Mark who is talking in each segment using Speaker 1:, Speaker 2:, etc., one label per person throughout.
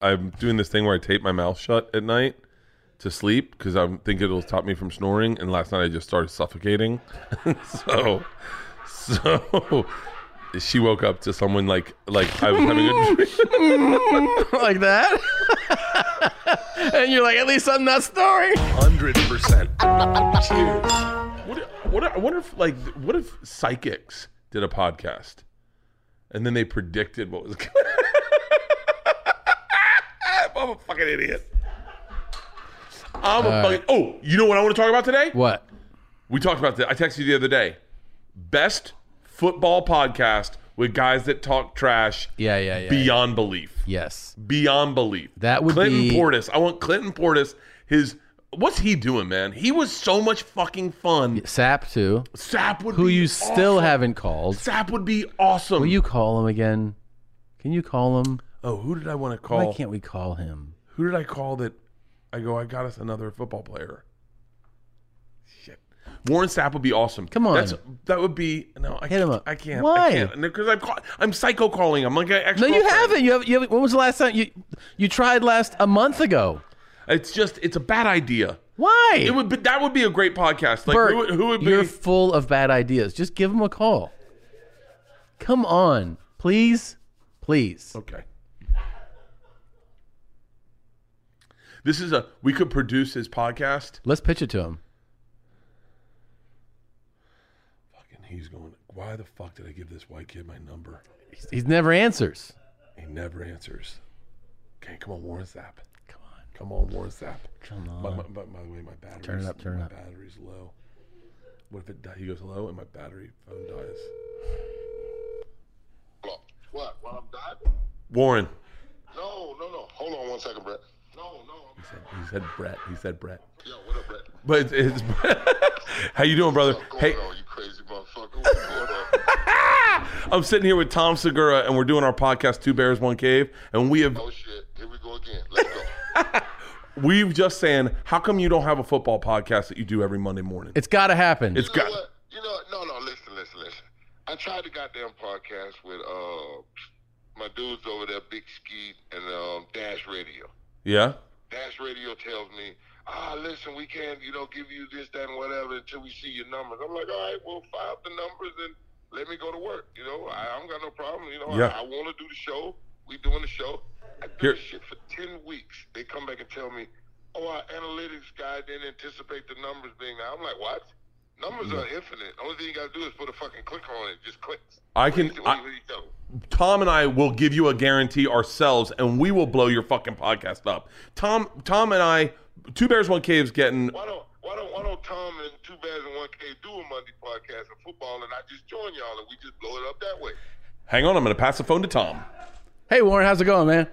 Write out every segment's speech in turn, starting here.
Speaker 1: I'm doing this thing where I tape my mouth shut at night to sleep because I'm thinking it'll stop me from snoring. And last night I just started suffocating. so, so she woke up to someone like like I was having a dream.
Speaker 2: like that. and you're like, at least I'm not snoring.
Speaker 3: Hundred percent.
Speaker 1: What, what I wonder if like what if psychics did a podcast, and then they predicted what was. gonna I'm a fucking idiot. I'm a fucking. Oh, you know what I want to talk about today?
Speaker 2: What?
Speaker 1: We talked about that. I texted you the other day. Best football podcast with guys that talk trash.
Speaker 2: Yeah, yeah, yeah.
Speaker 1: Beyond belief.
Speaker 2: Yes.
Speaker 1: Beyond belief.
Speaker 2: That would
Speaker 1: Clinton
Speaker 2: be-
Speaker 1: Portis. I want Clinton Portis. His what's he doing, man? He was so much fucking fun.
Speaker 2: Sap too.
Speaker 1: Sap would
Speaker 2: Who
Speaker 1: be
Speaker 2: you still
Speaker 1: awesome.
Speaker 2: haven't called.
Speaker 1: Sap would be awesome.
Speaker 2: Will you call him again? Can you call him?
Speaker 1: oh, who did I want to
Speaker 2: Why
Speaker 1: call?
Speaker 2: can't we call him?
Speaker 1: Who did I call that? I go. I got us another football player. Shit. Warren Sapp would be awesome.
Speaker 2: Come on.
Speaker 1: That's, that would be no. I
Speaker 2: Hit him up.
Speaker 1: I can't.
Speaker 2: Why?
Speaker 1: Because I'm call, I'm psycho calling him. Like an
Speaker 2: No, you
Speaker 1: ex-girlfriend.
Speaker 2: haven't. You have. You have when was the last time you you tried last a month ago?
Speaker 1: It's just it's a bad idea.
Speaker 2: Why?
Speaker 1: It would be, that would be a great podcast. Like
Speaker 2: Bert,
Speaker 1: who, would- who would be?
Speaker 2: you're full of bad ideas. Just give him a call. Come on, please, please.
Speaker 1: Okay. This is a we could produce his podcast.
Speaker 2: Let's pitch it to him.
Speaker 1: Fucking he's going, why the fuck did I give this white kid my number?
Speaker 2: He's- He never answers.
Speaker 1: He never answers. Okay, come on, Warren Sapp.
Speaker 2: Come on,
Speaker 1: Come on, Warren Sapp.
Speaker 2: come
Speaker 1: By,
Speaker 2: on.
Speaker 1: my, by, by the way, my battery's
Speaker 2: Turn it up, turn it
Speaker 1: my
Speaker 2: up.
Speaker 1: battery's low. What if it di- he goes hello and my battery phone dies?
Speaker 3: What? While I'm diving?
Speaker 1: Warren.
Speaker 3: No, no, no. Hold on one second, Brett. No, no. I'm-
Speaker 1: He said, he said Brett. He said Brett.
Speaker 3: Yo, what up, Brett?
Speaker 1: But it's, it's how you doing, brother?
Speaker 3: What's going
Speaker 1: Hey,
Speaker 3: on, you crazy motherfucker? What's going on?
Speaker 1: I'm sitting here with Tom Segura, and we're doing our podcast, Two Bears, One Cave, and we have
Speaker 3: Oh shit! Here we go again. Let's go.
Speaker 1: we've just saying, how come you don't have a football podcast that you do every Monday morning?
Speaker 2: It's got to happen.
Speaker 1: It's
Speaker 3: You know
Speaker 1: got
Speaker 3: what? You know, what? no, no. Listen, listen, listen. I tried the goddamn podcast with uh my dudes over there, Big Skeet and um, Dash Radio.
Speaker 1: yeah.
Speaker 3: Dash Radio tells me, ah, listen, we can't, you know, give you this, that, and whatever until we see your numbers. I'm like, all right, well, file the numbers and let me go to work. You know, I, I don't got no problem. You know,
Speaker 1: Yeah.
Speaker 3: I, I want to do the show. We doing the show. I do
Speaker 1: Here-
Speaker 3: this shit for 10 weeks. They come back and tell me, oh, our analytics guy didn't anticipate the numbers being out. I'm like, what? Numbers are infinite. Only thing you got to do is put a fucking click on it. Just clicks.
Speaker 1: I
Speaker 3: What do you-
Speaker 1: can-
Speaker 3: what do you-
Speaker 1: I-
Speaker 3: what do you tell 'em?
Speaker 1: Tom and I will give you a guarantee ourselves, and we will blow your fucking podcast up. Tom, Tom and I, Two Bears, One Cave's getting.
Speaker 3: Why don't why don't why don't Tom and Two Bears and One K do a Monday podcast of football and I just join y'all and we just blow it up that way?
Speaker 1: Hang on, I'm gonna pass the phone to Tom.
Speaker 2: hey, Warren, how's it going, man?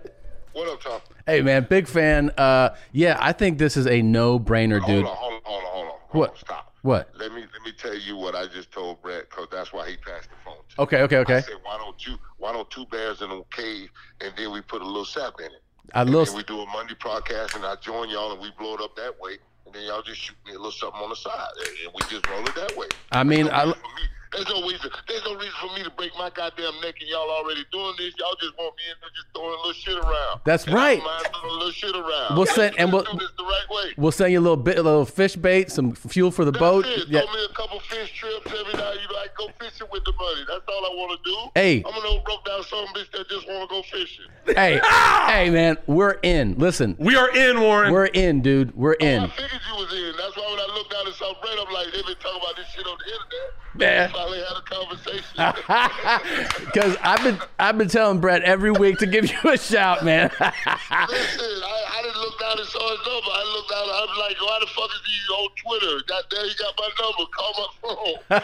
Speaker 3: What up, Tom?
Speaker 2: Hey, man, big fan. Uh, yeah, I think this is a no-brainer, dude.
Speaker 3: Hold on, hold on, hold on, hold on. Hold
Speaker 2: What?
Speaker 3: on, stop.
Speaker 2: What?
Speaker 3: Let me let me tell you what I just told Brett because that's why he passed the phone to. me.
Speaker 2: Okay, okay,
Speaker 3: I
Speaker 2: okay.
Speaker 3: said, why don't you why don't Two Bears and a Cave and then we put a little sap in it.
Speaker 2: I
Speaker 3: And
Speaker 2: little
Speaker 3: then we do a Monday podcast and I join y'all and we blow it up that way. And then y'all just shoot me a little something on the side and- and we just roll it that way.
Speaker 2: I mean,
Speaker 3: There's no
Speaker 2: I,
Speaker 3: reason for me- There's no reason. There's no reason for me to break my goddamn neck, and y'all already doing this. Y'all just want me in there just throwing a little shit around.
Speaker 2: That's
Speaker 3: And I
Speaker 2: right.
Speaker 3: don't mind throwing a little shit around.
Speaker 2: We'll send- and
Speaker 3: Let's
Speaker 2: we'll-
Speaker 3: do this the right way.
Speaker 2: we'll send you a little bit, a little fish bait, some fuel for the boat.
Speaker 3: That's it.
Speaker 2: Yeah.
Speaker 3: Throw me a couple fish trips every night. You like go fishing with the money. That's all I want to do.
Speaker 2: Hey.
Speaker 3: I'm an old broke down son of a bitch that just want to go fishing.
Speaker 2: Hey,
Speaker 3: Ah!
Speaker 2: hey, man, we're in. Listen,
Speaker 1: We are in, Warren.
Speaker 2: we're in, dude. We're
Speaker 3: I
Speaker 2: in.
Speaker 3: figured you was in. That's why when I looked down at some bread, I'm like, they been talking about this shit on the internet.
Speaker 2: Man.
Speaker 3: Finally had a conversation.
Speaker 2: Because I've been I've been telling Brett every week to give you a shout, man.
Speaker 3: Listen, I, I didn't look down and saw his number. I looked down. I'm like, why the fuck is he on Twitter? God damn,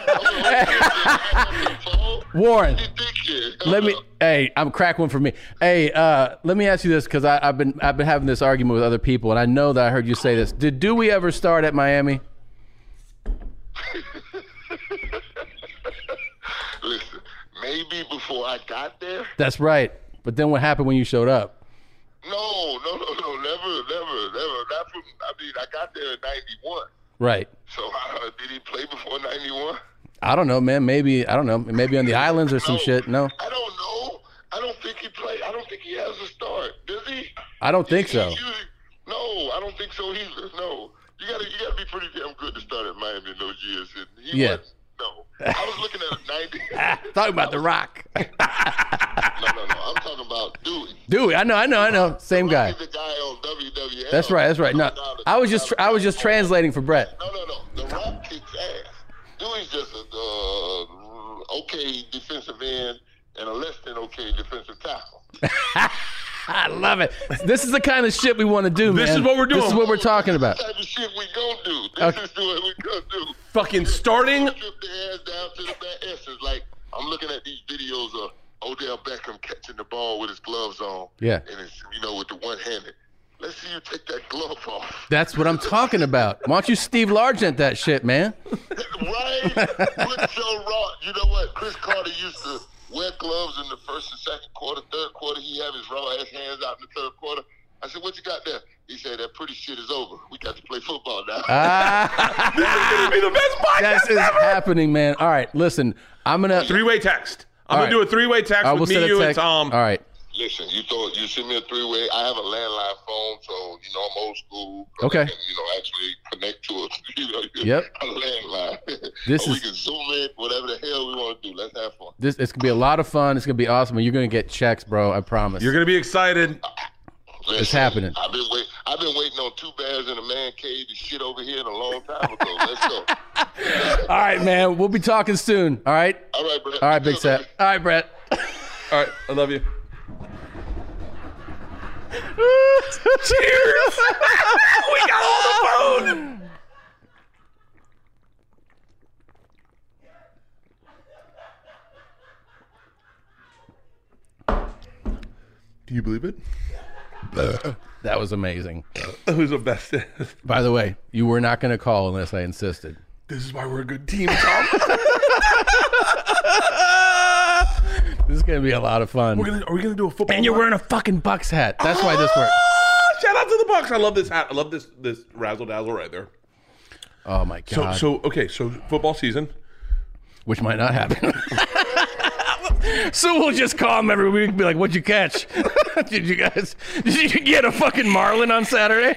Speaker 3: he got my number. Call my phone. I'm like, "Oh, shit, man, I got my phone."
Speaker 2: Warren,
Speaker 3: You dickhead.
Speaker 2: let me. Hey, I'm crack one for me. Hey, uh, let me ask you this because I've been I've been having this argument with other people, and I know that I heard you say this. Did do we ever start at Miami?
Speaker 3: Uh, Listen, maybe before I got there.
Speaker 2: That's right. But then what happened when you showed up?
Speaker 3: No, no, no, no, never, never, never. Not from. I mean, I got there in '91.
Speaker 2: Right.
Speaker 3: So uh, did he play before '91?
Speaker 2: I don't know, man. Maybe I don't know. Maybe on the islands or some
Speaker 3: No,
Speaker 2: shit. No.
Speaker 3: I don't know. I don't think he play. I don't think he has a start. Does he?
Speaker 2: I don't think so.
Speaker 3: He's usually- no, I don't think so either. No, you gotta you gotta be pretty damn good to start at Miami in those years. And he
Speaker 2: Yeah.
Speaker 3: was no, I was looking at a ninety.
Speaker 2: Talking about The Rock.
Speaker 3: no, no, no. I'm talking about Dewey.
Speaker 2: Dude, I know, I know, I know. Same guy.
Speaker 3: He's the guy on WWF.
Speaker 2: That's right. That's right. No, I was just I was just translating for Brett.
Speaker 3: No, no, no. The Rock kicks ass. Dewey's just a uh, okay defensive end and a less than okay defensive tackle.
Speaker 2: I love it. This is the kind of shit we want to do, man.
Speaker 1: This is what we're doing.
Speaker 2: This is what we're talking about.
Speaker 3: This type of shit we gonna do. This
Speaker 2: Okay.
Speaker 3: is what we gonna do.
Speaker 1: Fucking starting.
Speaker 3: Strip their ass down to the bare essence. Like I'm looking at these videos of Odell Beckham catching the ball with his gloves on.
Speaker 2: Yeah.
Speaker 3: And it's you know with the one handed. Let's see you take that glove off.
Speaker 2: That's what I'm talking about. Why don't you Steve Largent that shit, man?
Speaker 3: right? What's so wrong? You know what? Chris Carter used to wear gloves in the first and second quarter, third quarter. He have his raw ass hands out in the third quarter. I said, "What you got there?" He said, "That pretty shit is over. We got to play football now."
Speaker 2: Ah.
Speaker 1: It'll be the best podcast
Speaker 2: This Ah! is
Speaker 1: ever.
Speaker 2: Ah. happening, man. All right, listen. I'm gonna.
Speaker 1: Three way text. I'm
Speaker 2: All
Speaker 1: gonna do a
Speaker 2: right.
Speaker 1: three way text
Speaker 2: I will
Speaker 1: with me,
Speaker 2: set a
Speaker 1: you, and
Speaker 2: text.
Speaker 1: Tom.
Speaker 2: All right.
Speaker 3: Listen, you throw you send me a three way. I have a landline phone, so you know I'm old school.
Speaker 2: Okay.
Speaker 3: I can, you know, actually connect to a you know
Speaker 2: Yep.
Speaker 3: a landline.
Speaker 2: This
Speaker 3: Or we
Speaker 2: is-
Speaker 3: can zoom in, whatever the hell we want to do. Let's have fun.
Speaker 2: This it's gonna be a lot of fun. It's gonna be awesome, and you're gonna get checks, bro. I promise.
Speaker 1: You're gonna be excited.
Speaker 3: Listen,
Speaker 2: happening.
Speaker 3: I've been wait. I've been waiting on two bears and a man cave to shit over here in a long time ago. Let's go.
Speaker 2: All right, man. We'll be talking soon. All right.
Speaker 3: All right, brother.
Speaker 2: All right, Big Sap. All right, Brett.
Speaker 1: All right, I love you.
Speaker 2: Cheers.
Speaker 1: We got all the phone. Do you believe it?
Speaker 2: That was amazing.
Speaker 1: Who's the best?
Speaker 2: By the way, you were not gonna call unless I insisted.
Speaker 1: This is why we're a good team, Tom.
Speaker 2: This is gonna be a lot of fun.
Speaker 1: We're gonna, are we gonna do a football?
Speaker 2: and you're wearing a fucking Bucks hat. That's why this works.
Speaker 1: Ah, Shout out to the Bucks. I love this hat. I love this this razzle dazzle right there.
Speaker 2: Oh my
Speaker 1: So
Speaker 2: god.
Speaker 1: so okay. So football season.
Speaker 2: Which might not happen. so we'll just call him every week and be like, "What'd you catch? did you guys? Did you get a fucking marlin on Saturday?"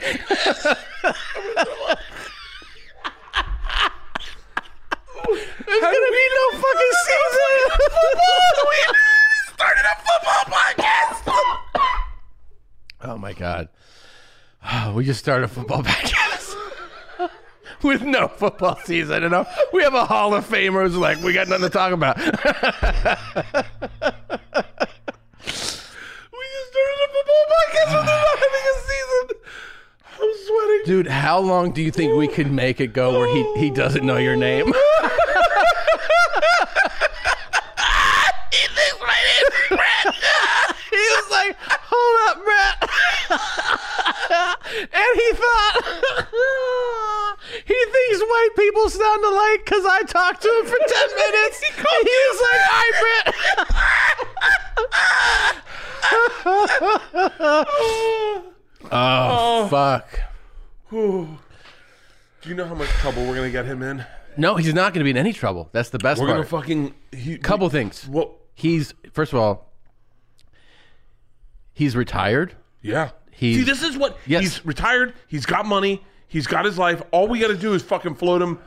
Speaker 2: There's gonna be no fucking season.
Speaker 1: Started a football podcast.
Speaker 2: oh my god. Oh, we just started a football podcast. With no football season, you know, we have a Hall of Famer who's like, we got nothing to talk about.
Speaker 1: We just started a football podcast when they're not having a season. I'm sweating.
Speaker 2: Dude, how long do you think we could make it go where he, he doesn't know your name? he was like, hold up, Brett. and he thought, he thinks white people sound alike because I talked to him for 10 minutes. he was like, all right, Brett. oh, fuck.
Speaker 1: Ooh. Do you know how much trouble we're gonna get him in?
Speaker 2: No, he's not going to be in any trouble. That's the best
Speaker 1: We're
Speaker 2: part.
Speaker 1: gonna fucking he,
Speaker 2: Couple things.
Speaker 1: Well,
Speaker 2: He's first of all, he's retired.
Speaker 1: yeah.
Speaker 2: He's-
Speaker 1: See, this is what
Speaker 2: Yes.
Speaker 1: he's retired. He's got money. He's got his life. All we got to do is fucking float him.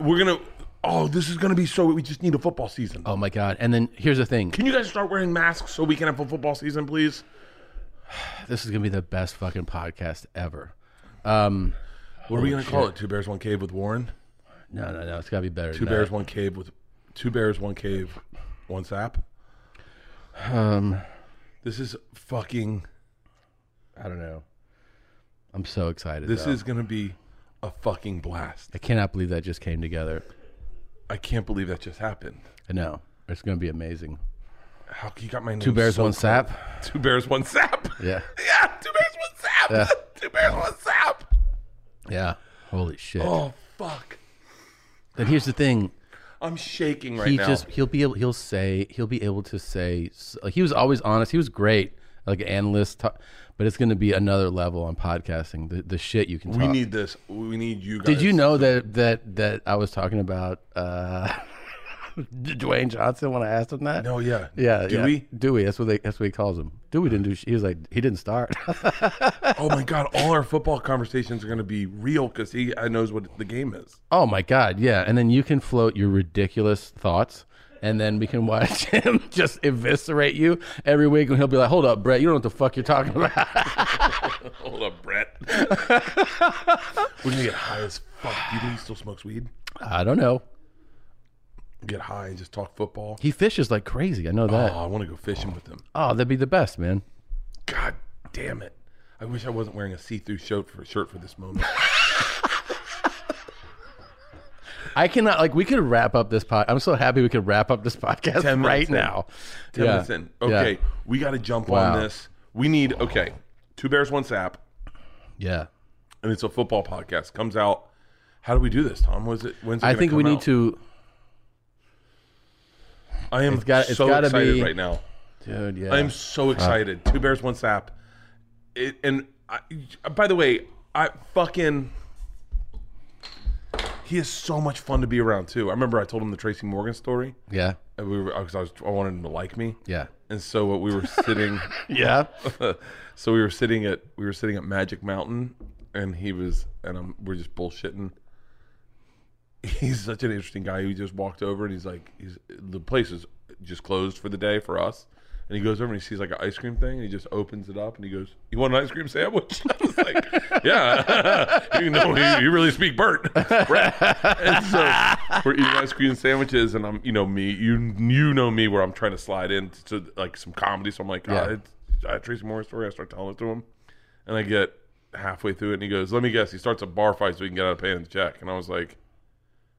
Speaker 1: We're gonna. Oh, this is gonna be so. We just need a football season.
Speaker 2: Oh my god! And then here's the thing:
Speaker 1: Can you guys start wearing masks so we can have a football season, please?
Speaker 2: this is gonna be the best fucking podcast ever. Um,
Speaker 1: What are we gonna call it? Two bears, one cave with Warren.
Speaker 2: no, no, no, it's gotta be better.
Speaker 1: Two bears, one cave with two bears, one cave, one sap.
Speaker 2: Um,
Speaker 1: This is fucking.
Speaker 2: I don't know. I'm so excited.
Speaker 1: This is gonna be a fucking blast.
Speaker 2: I cannot believe that just came together.
Speaker 1: I can't believe that just happened.
Speaker 2: I know it's gonna be amazing.
Speaker 1: How you got my name?
Speaker 2: Two bears,
Speaker 1: so
Speaker 2: one
Speaker 1: close?
Speaker 2: sap.
Speaker 1: Two bears, one sap.
Speaker 2: Yeah,
Speaker 1: Yeah, two bears, one sap.
Speaker 2: Yeah.
Speaker 1: Two bears, one sap.
Speaker 2: yeah. Holy shit!
Speaker 1: Oh fuck!
Speaker 2: And here's the thing:
Speaker 1: I'm shaking right
Speaker 2: he
Speaker 1: now.
Speaker 2: just he'll be able he'll say he'll be able to say s- like, he was always honest he was great like an analyst ta- but it's going to be another level on podcasting the, the shit you can talk.
Speaker 1: we need this. We need you guys.
Speaker 2: did you know that that that i was talking about uh Dwayne Johnson when I asked him that.
Speaker 1: No, Oh, yeah.
Speaker 2: Yeah,
Speaker 1: Dewey?
Speaker 2: yeah. Dewey. That's what they. That's what he calls him. Dewey didn't do. sh- He was like he didn't start.
Speaker 1: Oh my God! All our football conversations are going to be real because he I knows what the game is.
Speaker 2: oh my god, yeah. And then you can float your ridiculous thoughts, and then we can watch him just eviscerate you every week, and he'll be like, "Hold up, Brett, you don't know what the fuck you're talking about."
Speaker 1: Hold up, Brett. We're gonna get high as fuck. Do you think he still smokes weed?
Speaker 2: I don't know.
Speaker 1: Get high and just talk football.
Speaker 2: He fishes like crazy. I know
Speaker 1: Oh,
Speaker 2: that.
Speaker 1: I want to go fishing with him.
Speaker 2: Oh, that'd be the best, man.
Speaker 1: God damn it! I wish I wasn't wearing a see-through shirt for shirt for this moment.
Speaker 2: I cannot like we could wrap up this pod. I'm so happy we could wrap up this podcast
Speaker 1: Ten minutes
Speaker 2: right
Speaker 1: in.
Speaker 2: now.
Speaker 1: Ten
Speaker 2: Yeah.
Speaker 1: minutes in.
Speaker 2: Yeah.
Speaker 1: Okay, we got to jump
Speaker 2: Wow.
Speaker 1: on this. We need okay. Two bears, one sap,
Speaker 2: Yeah.
Speaker 1: and it's a football podcast. Comes out. How do we do this, Tom? Was it? When's it
Speaker 2: I
Speaker 1: gonna
Speaker 2: think we
Speaker 1: come
Speaker 2: need
Speaker 1: out?
Speaker 2: to
Speaker 1: I am
Speaker 2: It's got- it's
Speaker 1: so
Speaker 2: gotta
Speaker 1: excited
Speaker 2: be-
Speaker 1: right now.
Speaker 2: Dude, yeah. Uh,
Speaker 1: I'm so excited. Two bears, one sap. It, and I, by the way, I fucking. He is so much fun to be around too. I remember I told him the Tracy Morgan story.
Speaker 2: Yeah.
Speaker 1: And we were because I, was I wanted him to like me.
Speaker 2: Yeah.
Speaker 1: And so what we were sitting,
Speaker 2: Yeah.
Speaker 1: so we were sitting at we were sitting at Magic Mountain, and he was and I'm we're just bullshitting. He's such an interesting guy. He just walked over and he's like, he's the place is just closed for the day for us. And he goes over and he sees like an ice cream thing and he just opens it up and he goes, "You want an ice cream sandwich?" I was like, "Yeah, you know, you, you really speak Bert." and so we're eating ice cream sandwiches, and I'm, you know, me, you, you know me, where I'm trying to slide into like some comedy. So I'm like,
Speaker 2: Yeah.
Speaker 1: ah, it's uh, Tracy Morgan story. I start telling it to him, and I get halfway through it, and he goes, "Let me guess." He starts a bar fight so he can get out of paying his check, and I was like,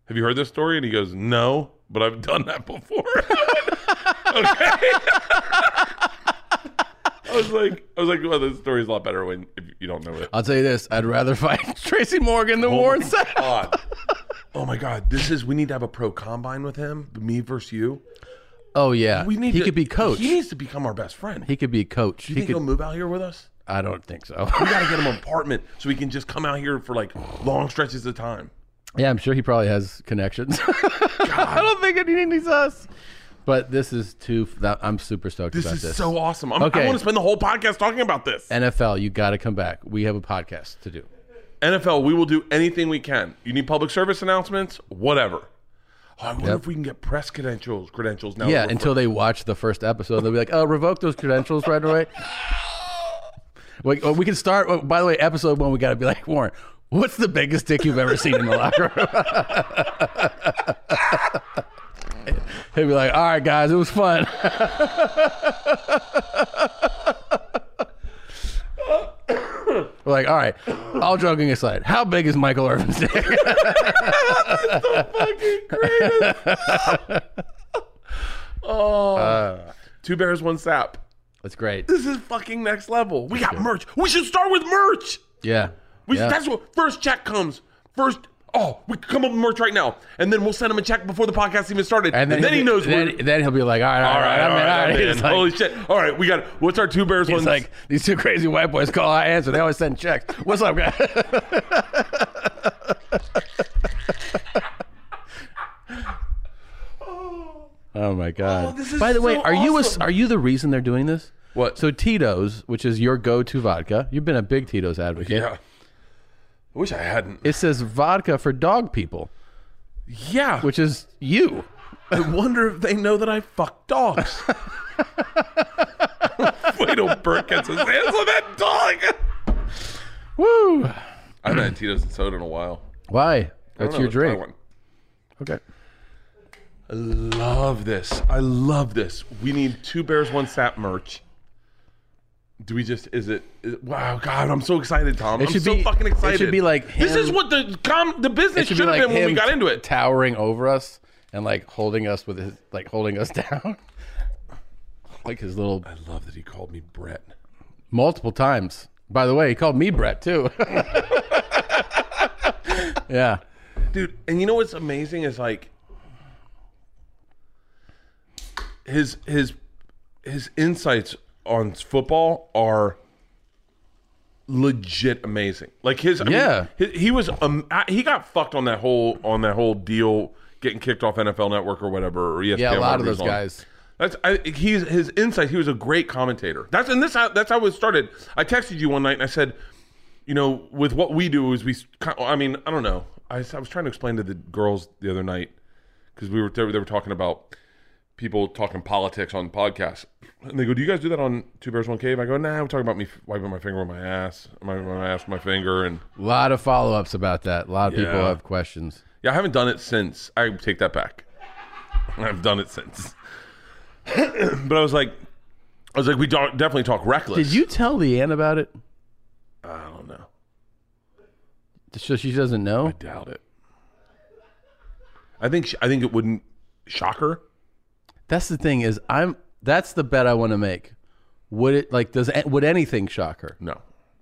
Speaker 1: "Have you heard this story?" And he goes, "No, but I've done that before." okay. I was like, I was like, well, the story's a lot better when if you don't know it.
Speaker 2: I'll tell you this, I'd rather fight Tracy Morgan than Warren Sapp.
Speaker 1: Oh God. Oh my God! This is we need to have a pro combine with him. Me versus you.
Speaker 2: Oh yeah.
Speaker 1: We need
Speaker 2: he
Speaker 1: to,
Speaker 2: could be coach.
Speaker 1: He
Speaker 2: He,
Speaker 1: needs to become our best friend.
Speaker 2: could be coach.
Speaker 1: Do you
Speaker 2: He
Speaker 1: think
Speaker 2: could
Speaker 1: he'll move out here with us?
Speaker 2: I don't think so.
Speaker 1: We gotta get him an apartment so he can just come out here for like long stretches of time.
Speaker 2: yeah, I'm sure he probably has connections. I don't think he needs us. But this is too that, I'm super stoked
Speaker 1: This
Speaker 2: about
Speaker 1: is
Speaker 2: this.
Speaker 1: so awesome. I'm, I
Speaker 2: Okay.
Speaker 1: want to spend the whole podcast talking about this.
Speaker 2: NFL, you got to come back. We have a podcast to do.
Speaker 1: NFL, we will do anything we can. You need public service announcements, whatever. Oh, I wonder
Speaker 2: Yep.
Speaker 1: if we can get press credentials. Credentials now. that
Speaker 2: Yeah,
Speaker 1: Oh, we're
Speaker 2: until they watch the first episode, they'll be like, "Oh, revoke those credentials right away." Like, oh, we can start. oh, by the way, episode one, we got to be like Warren. What's the biggest dick you've ever seen in the locker room? He'll be like, "All right, guys, it was fun." We're like, "All right, all joking aside, how big is Michael Irvin's dick?"
Speaker 1: Oh.
Speaker 2: Uh.
Speaker 1: two bears, one sap.
Speaker 2: That's great.
Speaker 1: This is fucking next level. We got merch. We should start with merch.
Speaker 2: Yeah,
Speaker 1: We
Speaker 2: yeah.
Speaker 1: that's what first check comes. First oh, we could come up with merch right now. And then we'll send him a check before the podcast even started. And then,
Speaker 2: he'll
Speaker 1: he
Speaker 2: be-
Speaker 1: knows
Speaker 2: Then,
Speaker 1: we're
Speaker 2: then he'll be like, "All right, all right, all right, all right." He's like-
Speaker 1: Holy shit. All right, we got what's our two bears
Speaker 2: It's
Speaker 1: one
Speaker 2: like these two crazy white boys call. I answer. They always send checks. What's up, guys? oh my god!
Speaker 1: Oh, this is
Speaker 2: By the way,
Speaker 1: so
Speaker 2: are you a,
Speaker 1: awesome.
Speaker 2: are you the reason they're doing this?
Speaker 1: What?
Speaker 2: So Tito's, which is your go-to vodka, you've been a big Tito's advocate.
Speaker 1: Yeah. I wish I hadn't.
Speaker 2: It says vodka for dog people,
Speaker 1: yeah.
Speaker 2: which is you.
Speaker 1: I wonder if they know that I fuck dogs. Wait till Bert gets his hands on that dog.
Speaker 2: Woo!
Speaker 1: I haven't had Tito's and soda in a while.
Speaker 2: Why?
Speaker 1: I don't
Speaker 2: That's
Speaker 1: know,
Speaker 2: your
Speaker 1: let's try
Speaker 2: drink.
Speaker 1: one.
Speaker 2: Okay.
Speaker 1: I love this. I love this. We need two bears, one sap merch. Do we just? Is it? Is, wow, God, I'm so excited, Tom.
Speaker 2: It
Speaker 1: I'm
Speaker 2: should
Speaker 1: so
Speaker 2: be-
Speaker 1: fucking
Speaker 2: it should
Speaker 1: excited.
Speaker 2: be like
Speaker 1: this is
Speaker 2: him-
Speaker 1: what the com the business should have been when we
Speaker 2: him
Speaker 1: got into it.
Speaker 2: towering over us and like holding us with his like holding us down like his little
Speaker 1: I love that he called me Brett.
Speaker 2: multiple times by the way he called me brett too yeah
Speaker 1: dude and you know what's amazing is like his his his insights on football are legit amazing like his I mean,
Speaker 2: Yeah.
Speaker 1: he, he was um I- he got fucked on that whole on that whole deal getting kicked off NFL Network or whatever or E ESPN.
Speaker 2: Yeah, a lot
Speaker 1: whatever
Speaker 2: of
Speaker 1: he's
Speaker 2: those
Speaker 1: on.
Speaker 2: guys.
Speaker 1: That's I, he's his insight. He was a great commentator. That's and this how, that's how it started. I texted you one night and I said, you know, with what we do is we. s- ki- I mean, I don't know. I, s- I was trying to explain to the girls the other night because we were they, were they were talking about people talking politics on podcasts, and they go, "Do you guys do that on Two Bears One Cave?" I go, "Nah, I'm talking about me f- wiping my finger with my ass, my, my ass with my finger." And
Speaker 2: A lot of follow ups about that. A lot of people
Speaker 1: Yeah.
Speaker 2: have questions.
Speaker 1: yeah, I haven't done it since. I take that back. I've done it since. but I was like, I was like, we don't, definitely talk reckless.
Speaker 2: Did you tell Leanne about it?
Speaker 1: I don't know.
Speaker 2: So she doesn't know?
Speaker 1: Doubt it. I think sh- I think it wouldn't shock her.
Speaker 2: That's the thing is I'm that's the bet I want to make. Would it like does would anything shock her?
Speaker 1: No.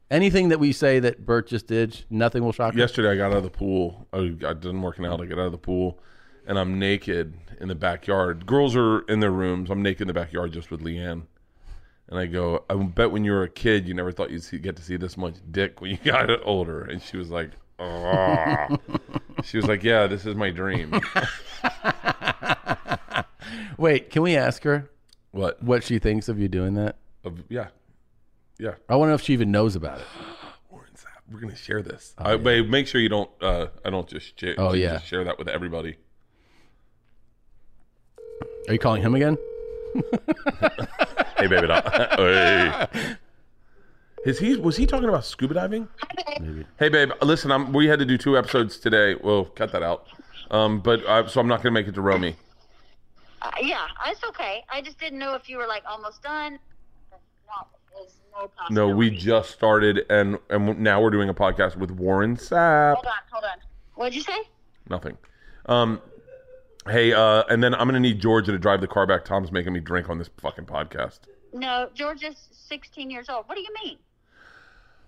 Speaker 2: Anything that we say that Bert just did, nothing will shock her.
Speaker 1: Yesterday I got out of the pool. I got done working out. I get out of the pool, and I'm naked in the backyard. Girls are in their rooms. I'm naked in the backyard just with Leanne. And I go, I bet when you were a kid, you never thought you'd see, get to see this much dick when you got older. And she was like, "Ah." she was like, yeah, this is my dream.
Speaker 2: Wait, can we ask her
Speaker 1: what?
Speaker 2: what she thinks of you doing that?
Speaker 1: Of- yeah, yeah.
Speaker 2: I want to know if she even knows about it.
Speaker 1: Warren's app. We're gonna share this. I, but make sure you don't. Uh, I don't just share.
Speaker 2: Oh,
Speaker 1: just
Speaker 2: yeah.
Speaker 1: share that with everybody.
Speaker 2: Are you calling him again?
Speaker 1: Hey, baby doll. hey. Is he? Was he talking about scuba diving? Hey, babe. Listen, I'm, we had to do two episodes today. Well, cut that out. Um, but I, so I'm not gonna make it to Romy.
Speaker 4: Uh, yeah, it's okay. I just didn't know if you were like almost done. No, there's no
Speaker 1: No, we
Speaker 4: possibility.
Speaker 1: just started, and and now we're doing a podcast with Warren Sapp.
Speaker 4: Hold on, hold on. What'd you say?
Speaker 1: Nothing. Um, hey, uh, and then I'm gonna need Georgia to drive the car back. Tom's making me drink on this fucking podcast.
Speaker 4: No, Georgia's 16 years old. What do you mean?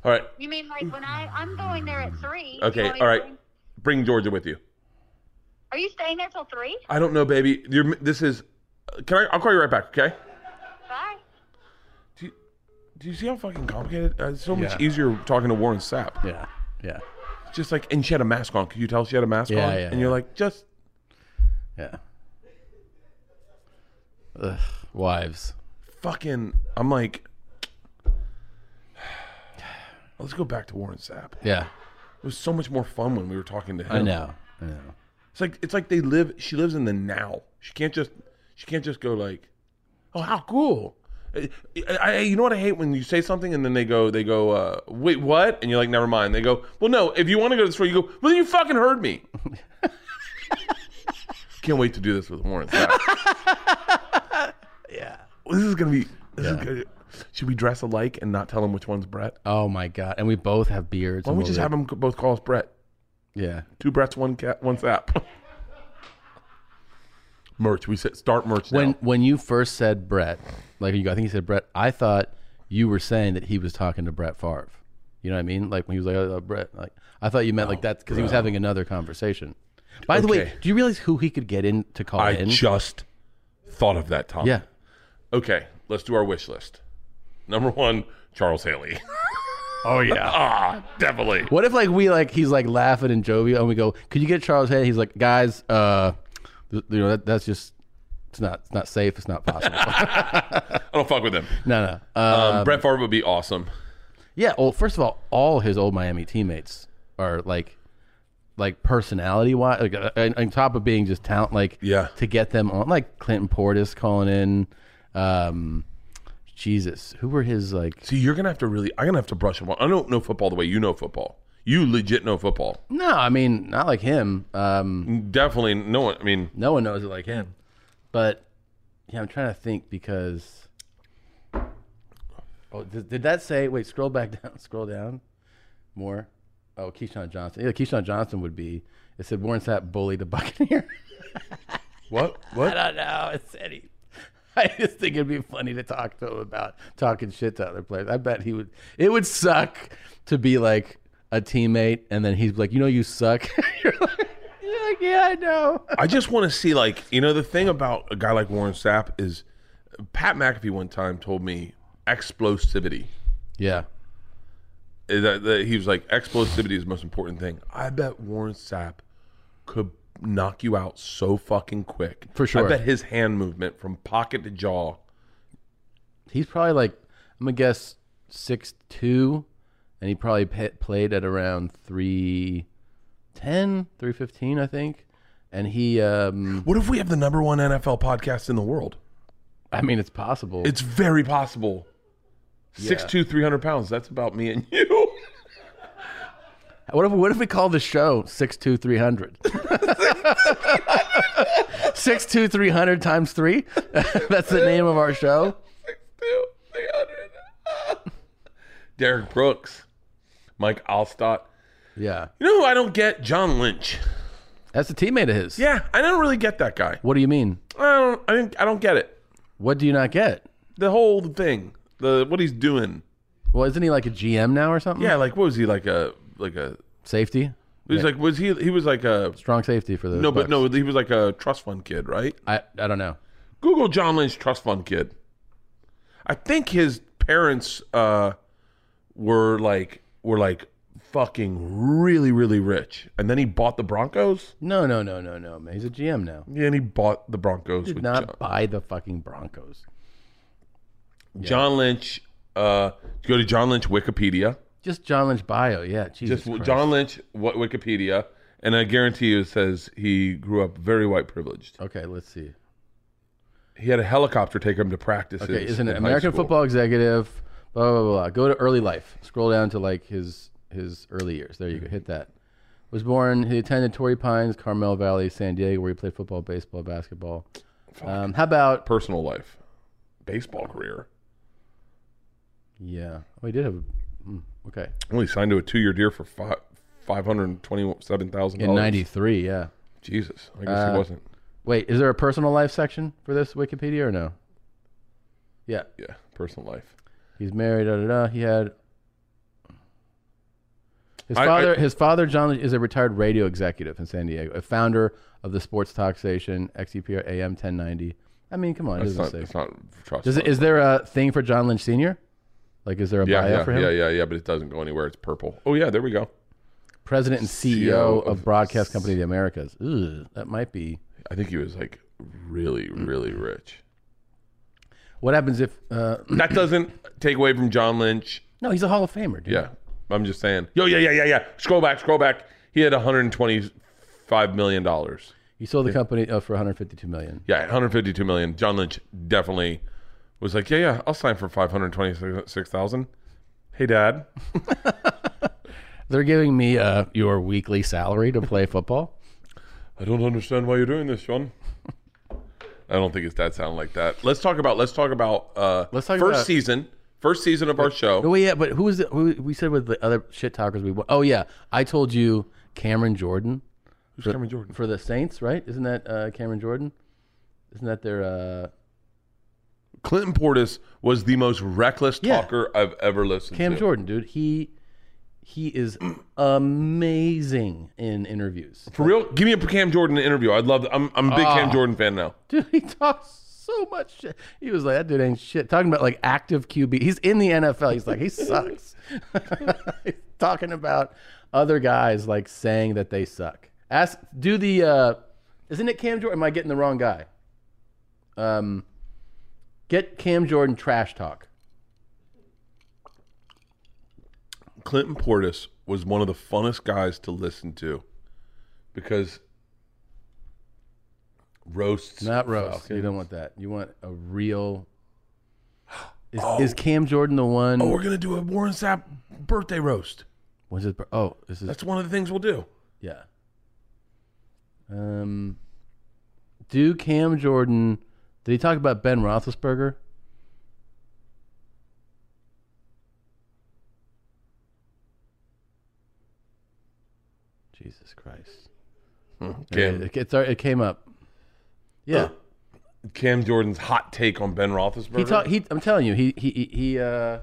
Speaker 1: All right,
Speaker 4: You mean like when I I'm going there at three? You
Speaker 1: Okay,
Speaker 4: want me
Speaker 1: all
Speaker 4: to
Speaker 1: right.
Speaker 4: bring-
Speaker 1: Bring Georgia with you.
Speaker 4: Are you staying there till three?
Speaker 1: I don't know, baby. You're, this is. Can I? I'll call you right back. Okay.
Speaker 4: Bye.
Speaker 1: Do you, do you see how fucking complicated? Uh, it's so much
Speaker 2: Yeah.
Speaker 1: easier talking to Warren Sapp.
Speaker 2: Yeah. Yeah.
Speaker 1: Just like, and she had a mask on. Could you tell she had a mask
Speaker 2: Yeah,
Speaker 1: on?
Speaker 2: yeah,
Speaker 1: and you're
Speaker 2: yeah.
Speaker 1: like, just
Speaker 2: Yeah. Ugh, wives.
Speaker 1: fucking. I'm like, let's go back to Warren Sapp. It
Speaker 2: Yeah.
Speaker 1: was so much more fun when we were talking to him.
Speaker 2: I know. I know.
Speaker 1: It's like it's like they live. She lives in the now. She can't just she can't just go like, oh how cool. I, I, you know what I hate when you say something and then they go they go uh, wait what and you're like never mind. They go well no if you want to go to the store you go well then you fucking heard me. can't wait to do this with Warren. yeah, this is gonna be. This is gonna, should we dress alike and not tell him which one's Brett?
Speaker 2: Oh my god. And we both have beards.
Speaker 1: Why don't we just have them both call us Brett?
Speaker 2: Yeah.
Speaker 1: Two Bretts, one cat, one sap. merch. We said start merch now.
Speaker 2: When when you first said Brett, like you, I think you said Brett. I thought you were saying that he was talking to Brett Favre. You know what I mean? Like when he was like, oh, Brett. Like I thought you meant like that because he was having another conversation. By the way,
Speaker 1: Oh, Okay.
Speaker 2: do you realize who he could get in to call
Speaker 1: I
Speaker 2: in?
Speaker 1: just thought of that topic.
Speaker 2: yeah.
Speaker 1: Okay, let's do our wish list. Number one, Charles Haley.
Speaker 2: Oh yeah.
Speaker 1: ah, definitely.
Speaker 2: What if like we like he's like laughing and jovial and we go, could you get Charles Head? He's like, guys, uh, th- you know that, that's just it's not it's not safe. It's not possible.
Speaker 1: I don't fuck with him.
Speaker 2: no, no. Uh,
Speaker 1: Um, Brett Favre would be awesome.
Speaker 2: yeah. Well, first of all, all his old Miami teammates are like, like personality wise, like uh, on, on top of being just talent, like
Speaker 1: Yeah.
Speaker 2: to get them on, like Clinton Portis calling in, um, Jesus, who were his like?
Speaker 1: See, you're gonna have to really. I'm gonna have to brush him. on. I don't know football the way you know football. You legit know football.
Speaker 2: No, I mean not like him. Um,
Speaker 1: Definitely no one. I mean,
Speaker 2: No one knows it like him. But yeah, I'm trying to think because. Oh, did, did that say? Wait, scroll back down. Scroll down more. Oh, Keyshawn Johnson. Yeah, Keyshawn Johnson would be. It said Warren Sapp bullied a Buccaneer.
Speaker 1: what?
Speaker 2: I
Speaker 1: What?
Speaker 2: don't know. It said he. I just think it'd be funny to talk to him about talking shit to other players. I bet he would. It would suck to be like a teammate, and then he's like, "You know, you suck." you're, like, you're like, "Yeah, I know."
Speaker 1: I just want to see, like, you know, the thing about a guy like Warren Sapp is Pat McAfee one time told me explosivity.
Speaker 2: Yeah,
Speaker 1: Is That, that he was like, explosivity is the most important thing. I bet Warren Sapp could knock you out so fucking quick.
Speaker 2: For sure.
Speaker 1: I bet his hand movement from pocket to jaw.
Speaker 2: He's probably like, I'm gonna guess six two, and he probably pa played at around 310, 315, I think. And he, um,
Speaker 1: What if we have the number one NFL podcast in the world?
Speaker 2: I mean, it's possible.
Speaker 1: It's very possible. Six two, three hundred pounds. That's about me and you.
Speaker 2: What if what if we call the show six two three hundred? Six two three hundred times three. That's the name of our show.
Speaker 1: Two, three hundred. Derek Brooks, Mike Alstott.
Speaker 2: Yeah,
Speaker 1: You know who I don't get? John Lynch.
Speaker 2: that's a teammate of his.
Speaker 1: Yeah, I don't really get that guy.
Speaker 2: What do you mean?
Speaker 1: I don't. I didn't, I don't get it.
Speaker 2: What do you not get?
Speaker 1: The whole thing. The what he's doing.
Speaker 2: Well, isn't he like a GM now or something?
Speaker 1: Yeah, like what was he like a like a?
Speaker 2: Safety,
Speaker 1: He was like was he he was like a
Speaker 2: strong safety for the.
Speaker 1: no, but
Speaker 2: Bucks.
Speaker 1: no, he was like a trust fund kid, right?
Speaker 2: I I don't know.
Speaker 1: Google John Lynch trust fund kid. I think his parents uh, were like were like fucking really really rich, and then he bought the Broncos.
Speaker 2: No, no, no, no, no. man. He's a GM now.
Speaker 1: Yeah, and he bought the Broncos.
Speaker 2: Did
Speaker 1: with
Speaker 2: not
Speaker 1: John,
Speaker 2: buy the fucking Broncos.
Speaker 1: John Lynch. Uh, go to John Lynch Wikipedia.
Speaker 2: Just John Lynch bio. Yeah, Jesus.
Speaker 1: Just
Speaker 2: Christ.
Speaker 1: John Lynch what Wikipedia, and I guarantee you it says he grew up very white privileged.
Speaker 2: Okay, let's see.
Speaker 1: He had a helicopter take him to practices.
Speaker 2: Okay, isn't
Speaker 1: in
Speaker 2: it
Speaker 1: high
Speaker 2: American
Speaker 1: school.
Speaker 2: football executive? Blah blah blah. blah. Go to early life. Scroll down to like his his early years. There you go. Hit that. Was born. He attended Torrey Pines, Carmel Valley, San Diego, where he played football, baseball, basketball. Um, how about
Speaker 1: personal life, baseball career?
Speaker 2: yeah? Oh, he did have. a- mm, Okay,
Speaker 1: Well, he signed to a two-year deal for five five hundred twenty-seven thousand
Speaker 2: in Uh, '93. Yeah.
Speaker 1: Jesus, I guess he wasn't.
Speaker 2: Wait, is there a personal life section for this Wikipedia or no? Yeah,
Speaker 1: Yeah, personal life.
Speaker 2: he's married. Da da da. He had. His
Speaker 1: I- I-
Speaker 2: father, his father John, is a retired radio executive in San Diego, a founder of the sports talk station E XCPR AM 1090. I mean, come on, it
Speaker 1: That's
Speaker 2: doesn't
Speaker 1: not.
Speaker 2: say.
Speaker 1: That's not trust.
Speaker 2: Does it,
Speaker 1: fund.
Speaker 2: is there a thing for John Lynch Senior? Like, is there a
Speaker 1: yeah,
Speaker 2: bio
Speaker 1: yeah,
Speaker 2: for him?
Speaker 1: yeah, yeah, yeah, but it doesn't go anywhere. It's purple. Oh yeah, there we go.
Speaker 2: President and CEO,
Speaker 1: CEO
Speaker 2: of,
Speaker 1: E of
Speaker 2: Broadcast Company of the Americas. Ooh, that might be.
Speaker 1: I think he was like really, really rich.
Speaker 2: What happens if? Uh,
Speaker 1: That doesn't take away from John Lynch.
Speaker 2: no, he's a Hall of Famer, dude.
Speaker 1: Yeah, I'm just saying. Yo, yeah, yeah, yeah, yeah. Scroll back, scroll back. He had 125 million dollars.
Speaker 2: He sold the company uh, for 152 million.
Speaker 1: Yeah, 152 million. John Lynch definitely was like, yeah, yeah, I'll sign for 526,000. Hey, Dad.
Speaker 2: They're giving me uh, your weekly salary to play football.
Speaker 1: I don't understand why you're doing this, John. I don't think his dad sounded like that. Let's talk about. Let's talk about. Uh,
Speaker 2: Let's talk
Speaker 1: first
Speaker 2: about-
Speaker 1: season. First season of our
Speaker 2: Oh
Speaker 1: show.
Speaker 2: wait, yeah, but who was the, who we said with the other shit talkers we? wa- Oh yeah, I told you Cameron Jordan
Speaker 1: Who's Cameron Jordan?
Speaker 2: for the Saints, right? Isn't that uh, Cameron Jordan? Isn't that their? Uh,
Speaker 1: Clinton Portis was the most reckless
Speaker 2: Yeah.
Speaker 1: talker I've ever listened
Speaker 2: Cam
Speaker 1: to.
Speaker 2: Jordan, dude. He he is amazing in interviews.
Speaker 1: For real, give me a Cam Jordan interview. I'd love. I'm I'm a big Cam
Speaker 2: Ah.
Speaker 1: Jordan fan now.
Speaker 2: Dude, he talks so much shit. He was like, that dude ain't shit. Talking about like active QB. He's in the NFL. He's like, he sucks. He's talking about other guys like saying that they suck. Ask, do the, uh, isn't it Cam Jordan? Am I getting the wrong guy? Um, get Cam Jordan trash talk.
Speaker 1: Clinton Portis was one of the funnest guys to listen to because roasts.
Speaker 2: Not roast. You
Speaker 1: Falcons.
Speaker 2: don't want that. You want a real. Is, is Cam Jordan the one?
Speaker 1: Oh, we're gonna do a Warren Sapp birthday roast.
Speaker 2: When's his bir- oh, this is
Speaker 1: That's one of the things we'll do.
Speaker 2: Yeah. Um, do Cam Jordan? Did he talk about Ben Roethlisberger? Jesus Christ! Hmm.
Speaker 1: Cam,
Speaker 2: It, it's- it came up. Yeah,
Speaker 1: Cam Jordan's hot take on Ben Roethlisberger.
Speaker 2: he talked. He, I'm telling you, he he he. he uh,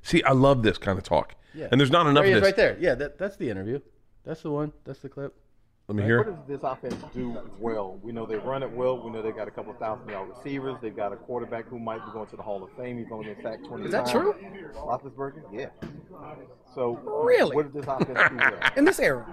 Speaker 1: See, I love this kind of talk.
Speaker 2: Yeah.
Speaker 1: And there's not enough
Speaker 2: there he
Speaker 1: of
Speaker 2: is,
Speaker 1: this.
Speaker 2: right there. Yeah, that, that's the interview. That's the one. That's the clip.
Speaker 1: Let me hear.
Speaker 5: What does this offense do well? We know they run it well. We know they got a couple of thousand yard receivers. They've got a quarterback who might be going to the Hall of Fame. He's only been sacked 20
Speaker 2: that
Speaker 5: times.
Speaker 2: true?
Speaker 5: Roethlisberger? Yeah. So
Speaker 6: Really?
Speaker 5: what did this offense do? well? I
Speaker 6: in this era.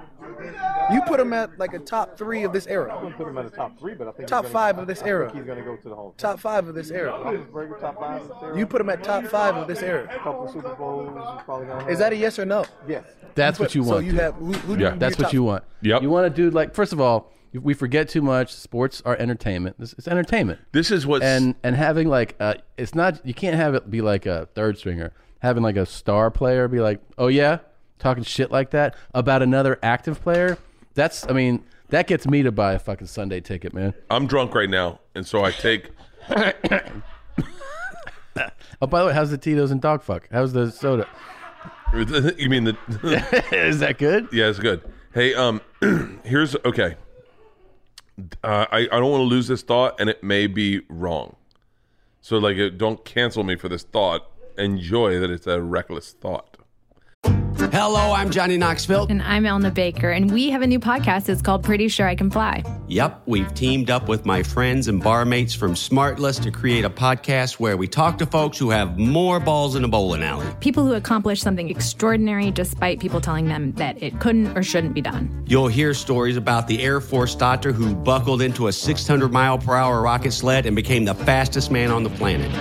Speaker 6: You put him at like a top three of this era,
Speaker 5: wouldn't put him in the top three, but I think he's
Speaker 6: Top
Speaker 5: gonna-
Speaker 6: five of this
Speaker 5: I think
Speaker 6: era.
Speaker 5: He's going to go to the Hall. of
Speaker 6: top five of this era.
Speaker 5: Fame. Roethlisberger, top five of this era.
Speaker 6: You put him at top five of this era.
Speaker 5: couple Super Bowls. He's probably gonna
Speaker 6: Is
Speaker 5: have-
Speaker 6: that a yes or no?
Speaker 5: yes?
Speaker 7: That's what you
Speaker 6: So
Speaker 7: want.
Speaker 6: you
Speaker 7: dude.
Speaker 6: have who, who do
Speaker 1: Yeah.
Speaker 6: be
Speaker 7: That's what
Speaker 6: your top-
Speaker 7: you want.
Speaker 1: Yep.
Speaker 7: You want to do like first of all, we forget too much. Sports are entertainment. This it's entertainment.
Speaker 1: This is what's
Speaker 7: and and having like uh, it's not you can't have it be like a third stringer. Having like a star player be like, oh yeah, talking shit like that about another active player. That's I mean that gets me to buy a fucking Sunday ticket, man.
Speaker 1: I'm drunk right now, and so I take
Speaker 7: Oh by the way, how's the Tito's and dog fuck? How's the soda?
Speaker 1: you mean the
Speaker 7: Is that good?
Speaker 1: Yeah, it's good. Hey, um, here's okay. Uh, I I don't want to lose this thought, and it may be wrong. So like, it, don't cancel me for this thought. Enjoy that it's a reckless thought.
Speaker 8: Hello, I'm Johnny Knoxville.
Speaker 9: And I'm Elna Baker, and we have a new podcast. It's called Pretty Sure I Can Fly.
Speaker 8: Yep, we've teamed up with my friends and barmates from Smartless to create a podcast where we talk to folks who have more balls in a bowling alley.
Speaker 9: People who accomplish something extraordinary despite people telling them that it couldn't or shouldn't be done.
Speaker 8: You'll hear stories about the Air Force doctor who buckled into a 600 mile per hour rocket sled and became the fastest man on the planet.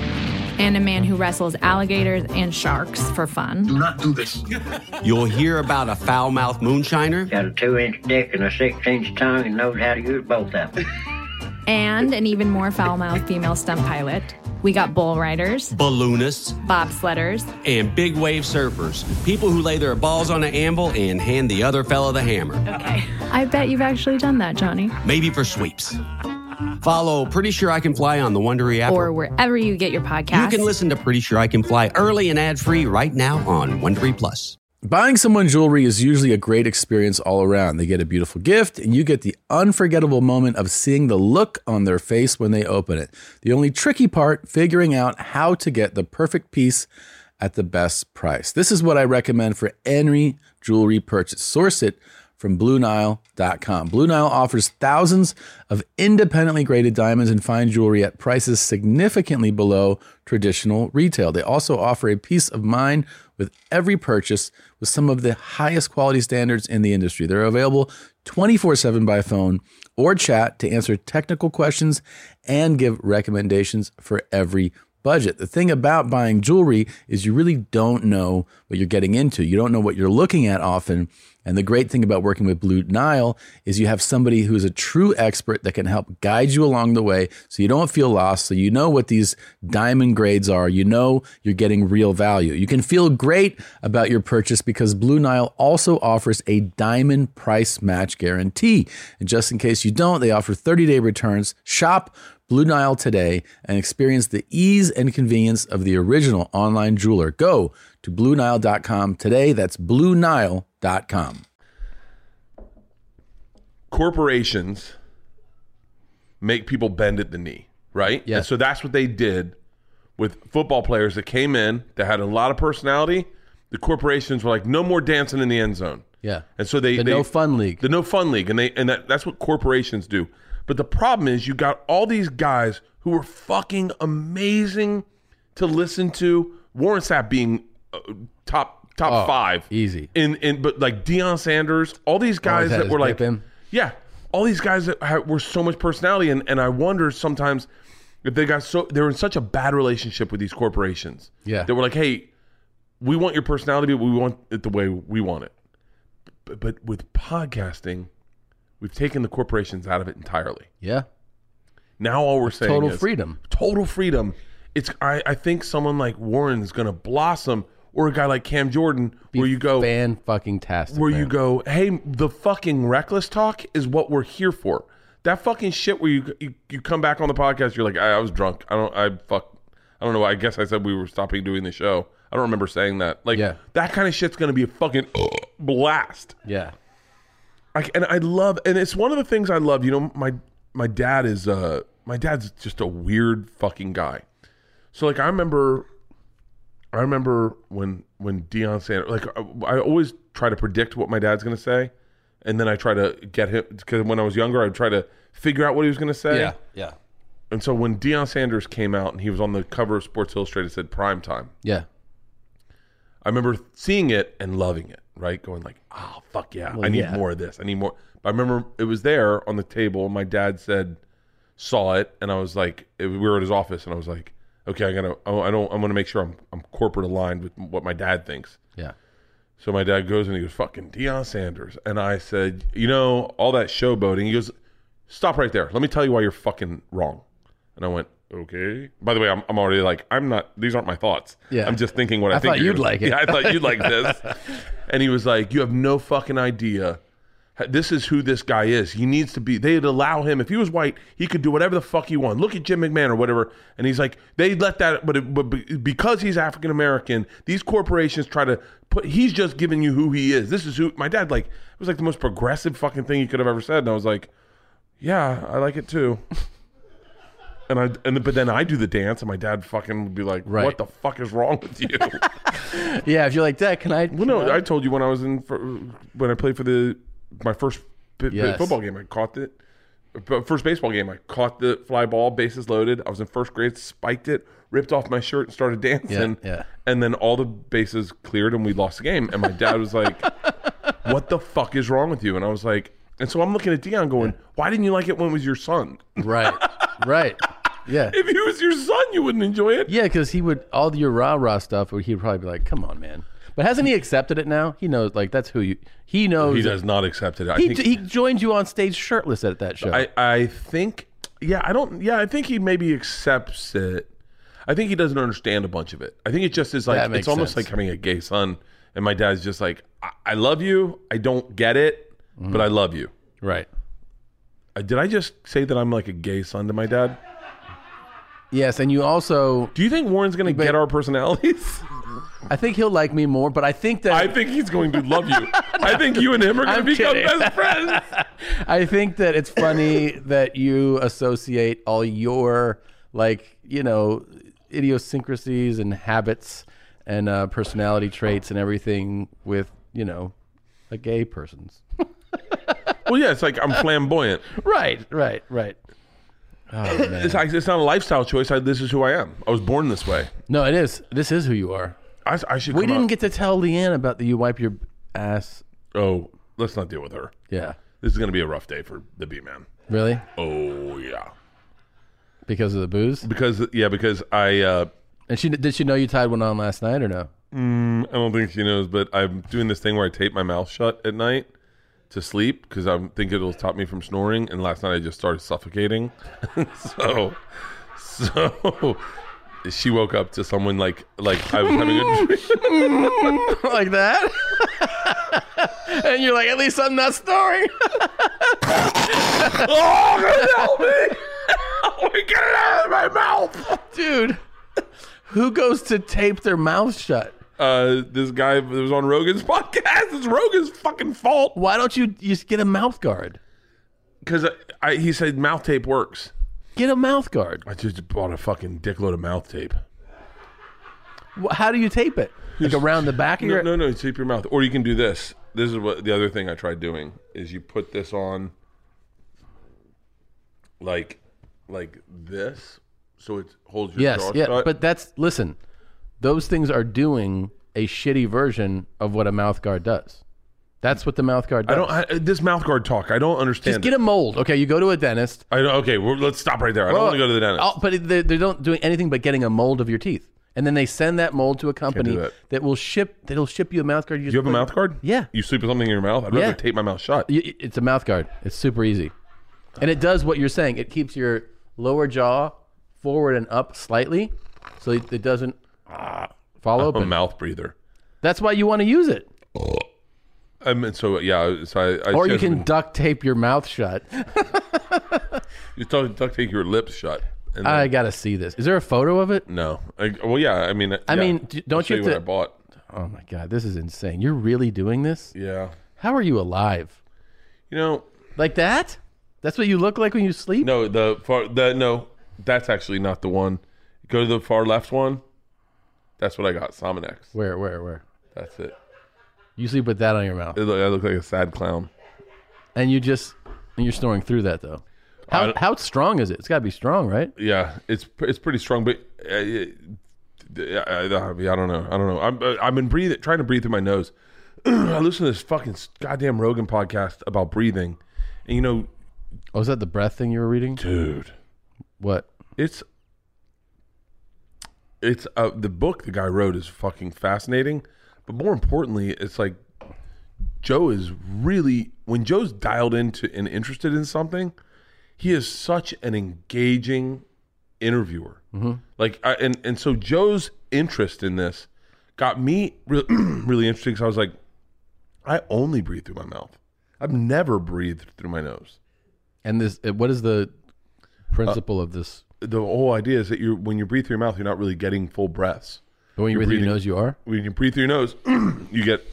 Speaker 9: And a man who wrestles alligators and sharks for fun.
Speaker 10: Do not do this.
Speaker 8: You'll hear about a foul mouthed moonshiner
Speaker 11: Got a two inch dick and a six inch tongue and knows how to use both of them.
Speaker 9: And an even more foul mouthed female stunt pilot. We got bull riders,
Speaker 8: balloonists,
Speaker 9: bobsledders,
Speaker 8: and big wave surfers. People who lay their balls on an anvil and hand the other fella the hammer.
Speaker 9: Okay. I bet you've actually done that, Johnny.
Speaker 8: Maybe for sweeps. Follow Pretty Sure I Can Fly on the Wondery app.
Speaker 9: Or wherever you get your podcast.
Speaker 8: you can listen to Pretty Sure I Can Fly early and ad free right now on Wondery Plus.
Speaker 2: Buying someone jewelry is usually a great experience all around. They get a beautiful gift, and you get the unforgettable moment of seeing the look on their face when they open it. The only tricky part, figuring out how to get the perfect piece at the best price. This is what I recommend for any jewelry purchase. Source it from BlueNile.com. Blue Nile offers thousands of independently graded diamonds and fine jewelry at prices significantly below traditional retail. They also offer a peace of mind with every purchase with some of the highest quality standards in the industry. They're available 24 7 by phone or chat to answer technical questions and give recommendations for every budget. The thing about buying jewelry is you really don't know what you're getting into. You don't know what you're looking at often. And the great thing about working with Blue Nile is you have somebody who is a true expert that can help guide you along the way so you don't feel lost, so you know what these diamond grades are, you know you're getting real value. You can feel great about your purchase because Blue Nile also offers a diamond price match guarantee. And just in case you don't, they offer 30-day returns. Shop Blue Nile today and experience the ease and convenience of the original online jeweler. Go to BlueNile.com today. That's BlueNile.com.
Speaker 1: Corporations make people bend at the knee, right?
Speaker 7: Yeah.
Speaker 1: And so that's what they did with football players that came in that had a lot of personality. The corporations were like, no more dancing in the end zone.
Speaker 7: Yeah.
Speaker 1: And so they
Speaker 7: The
Speaker 1: they-
Speaker 7: no fun league.
Speaker 1: The no fun league, and they and that, that's what corporations do. But the problem is, you got all these guys who were fucking amazing to listen to. Warren Sapp being uh, top top
Speaker 7: Oh,
Speaker 1: five,
Speaker 7: easy.
Speaker 1: In in but like Deion Sanders, all these guys
Speaker 7: had
Speaker 1: that
Speaker 7: his
Speaker 1: were like,
Speaker 7: dip in.
Speaker 1: yeah, all these guys that ha were so much personality, and and I wonder sometimes if they got so they were in such a bad relationship with these corporations.
Speaker 7: Yeah.
Speaker 1: they were like, hey, we want your personality, but we want it the way we want it. But, but with podcasting, we've taken the corporations out of it entirely.
Speaker 7: Yeah.
Speaker 1: Now all we're saying
Speaker 7: Total
Speaker 1: is
Speaker 7: freedom.
Speaker 1: Total freedom. It's I, I think someone like Warren's going to blossom, or a guy like Cam Jordan, where you go,
Speaker 7: fan fucking tastic.
Speaker 1: where you go, hey, the fucking reckless talk is what we're here for. That fucking shit where you you, you come back on the podcast, you're like, I, I was drunk. I don't, I fuck, I don't know. I guess I said we were stopping doing the show. I don't remember saying that. Like
Speaker 7: Yeah.
Speaker 1: that kind of shit's gonna be a fucking blast.
Speaker 7: Yeah.
Speaker 1: I, and I love, and it's one of the things I love. You know, my my dad is uh my dad's just a weird fucking guy. So like I remember, I remember when when Deion Sanders like uh, I, I always try to predict what my dad's gonna say, and then I try to get him because when I was younger I'd try to figure out what he was gonna say.
Speaker 7: Yeah.
Speaker 1: And so when Deion Sanders came out and he was on the cover of Sports Illustrated, it said prime time.
Speaker 7: Yeah.
Speaker 1: I remember seeing it and loving it, right? Going like, oh fuck yeah,
Speaker 2: Well,
Speaker 1: I need
Speaker 2: yeah.
Speaker 1: more of this. I need more. But I remember it was there on the table. My dad said, saw it, and I was like, it- we were at his office, and I was like, okay, I gotta, oh, I don't, I'm gonna make sure I'm, I'm corporate aligned with what my dad thinks.
Speaker 2: Yeah.
Speaker 1: So my dad goes and he goes, fucking Deion Sanders. And I said, you know, all that showboating. He goes, stop right there. Let me tell you why you're fucking wrong. And I went, okay. By the way, I'm, I'm already like, I'm not, these aren't my thoughts.
Speaker 2: Yeah.
Speaker 1: I'm just thinking what I,
Speaker 2: I
Speaker 1: think
Speaker 2: thought
Speaker 1: you're
Speaker 2: you'd
Speaker 1: gonna-
Speaker 2: like it.
Speaker 1: Yeah, I thought you'd like this. And he was like, you have no fucking idea. This is who this guy is. He needs to be. They'd allow him if he was white. He could do whatever the fuck he wanted. Look at Jim McMahon or whatever. And he's like, they let that, but, it, but be- because he's African American, these corporations try to put. He's just giving you who he is. This is who my dad like. It was like the most progressive fucking thing he could have ever said. And I was like, yeah, I like it too. And I and but then I do the dance, and my dad fucking would be like,
Speaker 2: Right.
Speaker 1: "What the fuck is wrong with you?"
Speaker 2: Yeah, if you're like that, can I?
Speaker 1: Well, no, I told you when I was in for, when I played for the my first p- p-
Speaker 2: Yes.
Speaker 1: football game, I caught it. but First baseball game, I caught the fly ball, bases loaded. I was in first grade, spiked it, ripped off my shirt, and started dancing.
Speaker 2: Yeah, yeah.
Speaker 1: And then all the bases cleared, and we lost the game. And my dad was like, "What the fuck is wrong with you?" And I was like, "And so I'm looking at Dion, going, why didn't you like it when it was your son?
Speaker 2: right, right, yeah,
Speaker 1: If it was your son, you wouldn't enjoy it."
Speaker 2: yeah. Because he would all your rah rah stuff. He'd probably be like, "Come on, man." But hasn't he accepted it now? He knows, like that's who you. He knows.
Speaker 1: He does not accept it. I
Speaker 2: He,
Speaker 1: think-
Speaker 2: he joined you on stage shirtless at that show.
Speaker 1: I, I think yeah, I don't yeah, I think he maybe accepts it. I think he doesn't understand a bunch of it. I think it just is
Speaker 2: That
Speaker 1: like
Speaker 2: makes
Speaker 1: it's almost
Speaker 2: sense.
Speaker 1: like having a gay son and my dad's just like I, I love you. I don't get it, but I love you.
Speaker 2: right.
Speaker 1: Uh, Did I just say that I'm like a gay son to my dad?
Speaker 2: Yes, and you also.
Speaker 1: Do you think Warren's going to get our personalities?
Speaker 2: I think he'll like me more, but I think that
Speaker 1: I think he's going to love you. I think you and him are going to
Speaker 2: I'm
Speaker 1: become
Speaker 2: kidding.
Speaker 1: best friends.
Speaker 2: I think that it's funny that you associate all your like you know idiosyncrasies and habits and uh, personality traits and everything with you know a gay person's.
Speaker 1: Well, yeah, it's like I'm flamboyant.
Speaker 2: Uh, Right, right, right. Oh man!
Speaker 1: It's, like, it's not a lifestyle choice. I, this is who I am. I was born this way.
Speaker 2: No, it is. This is who you are.
Speaker 1: I, I should.
Speaker 2: We
Speaker 1: come out-
Speaker 2: didn't get to tell Leanne about the you wipe your ass.
Speaker 1: Oh, let's not deal with her.
Speaker 2: Yeah,
Speaker 1: This is going to be a rough day for the B man.
Speaker 2: really,
Speaker 1: Oh yeah,
Speaker 2: because of the booze.
Speaker 1: because yeah, because I uh,
Speaker 2: And she did she know you tied one on last night or no?
Speaker 1: I don't think she knows, but I'm doing this thing where I tape my mouth shut at night to sleep because I think it'll stop me from snoring. And last night I just started suffocating, so so she woke up to someone like like I was having a dream.
Speaker 2: like that. and you're like, at least I'm not snoring.
Speaker 1: oh, God, help me! Help me get it out of my mouth.
Speaker 2: Dude, who goes to tape their mouth shut?
Speaker 1: Uh, this guy that was on Rogan's podcast. It's Rogan's fucking fault.
Speaker 2: Why don't you just get a mouth guard?
Speaker 1: Because I, I, he said mouth tape works.
Speaker 2: Get a mouth guard.
Speaker 1: I just bought a fucking dickload of mouth tape.
Speaker 2: Wh- How do you tape it? Like around the back of
Speaker 1: No,
Speaker 2: your
Speaker 1: no, no, tape your mouth. Or you can do this. This is what the other thing I tried doing is you put this on like like this so it holds your
Speaker 2: Yes,
Speaker 1: jaw
Speaker 2: yeah.
Speaker 1: shut.
Speaker 2: But that's listen, those things are doing a shitty version of what a mouth guard does. That's what the mouth guard does.
Speaker 1: I don't I, this mouth guard talk. I don't
Speaker 2: just
Speaker 1: understand.
Speaker 2: get
Speaker 1: it.
Speaker 2: a mold. Okay, you go to a dentist.
Speaker 1: I don't, okay, well, let's stop right there. I don't want to go to the dentist.
Speaker 2: Oh, but they, they don't doing anything but getting a mold of your teeth, and then they send that mold to a company
Speaker 1: that.
Speaker 2: that. will ship. That'll ship you a mouth guard. You, just
Speaker 1: you have a
Speaker 2: put-
Speaker 1: mouth guard?
Speaker 2: Yeah.
Speaker 1: You sleep with something in your mouth? I'd rather
Speaker 2: Yeah.
Speaker 1: tape my mouth shut.
Speaker 2: Y- y- It's a mouth guard. It's super easy, and it does what you're saying. It keeps your lower jaw forward and up slightly, so it, it doesn't ah, fall
Speaker 1: I'm a
Speaker 2: open.
Speaker 1: mouth breather.
Speaker 2: That's why you want to use it.
Speaker 1: I mean, Um, so yeah, so I, I
Speaker 2: Or you
Speaker 1: said-
Speaker 2: can duct tape your mouth shut.
Speaker 1: you talk, duct tape your lips shut. And
Speaker 2: I gotta see this. Is there a photo of it?
Speaker 1: No. I, well, yeah. I mean,
Speaker 2: I
Speaker 1: yeah.
Speaker 2: mean, d- don't
Speaker 1: I'll show
Speaker 2: you
Speaker 1: what I
Speaker 2: have to-
Speaker 1: bought?
Speaker 2: Oh my god, this is insane. You're really doing this?
Speaker 1: Yeah.
Speaker 2: How are you alive?
Speaker 1: You know,
Speaker 2: Like that? That's what you look like when you sleep?
Speaker 1: no, the far, the no, that's actually not the one. Go to the far left one. That's what I got. Somanex.
Speaker 2: Where, where, where?
Speaker 1: That's it.
Speaker 2: You sleep with that on your mouth,
Speaker 1: it look, I look like a sad clown.
Speaker 2: and you just and you're snoring through that though. How
Speaker 1: don't-
Speaker 2: how strong is it? It's got to be strong, right?
Speaker 1: Yeah, it's pr- it's pretty strong, but uh, it- I, I, I don't know. I don't know. I'm, uh, I've been breathing, trying to breathe through my nose. I listen to this fucking goddamn Rogan podcast about breathing, and you know,
Speaker 2: Oh, is that the breath thing you were reading?
Speaker 1: dude,
Speaker 2: What?
Speaker 1: it's it's uh, the book the guy wrote is fucking fascinating, but more importantly, it's like Joe is really when Joe's dialed into and interested in something, he is such an engaging interviewer. Like, I, and and so Joe's interest in this got me really, really interested because I was like, I only breathe through my mouth. I've never breathed through my nose.
Speaker 2: And this, uh, what is the principle of this?
Speaker 1: The whole idea is that you're when you breathe through your mouth, you're not really getting full breaths.
Speaker 2: But when you breathe through your
Speaker 1: breathing-
Speaker 2: nose, you are.
Speaker 1: when you breathe through your nose, you get.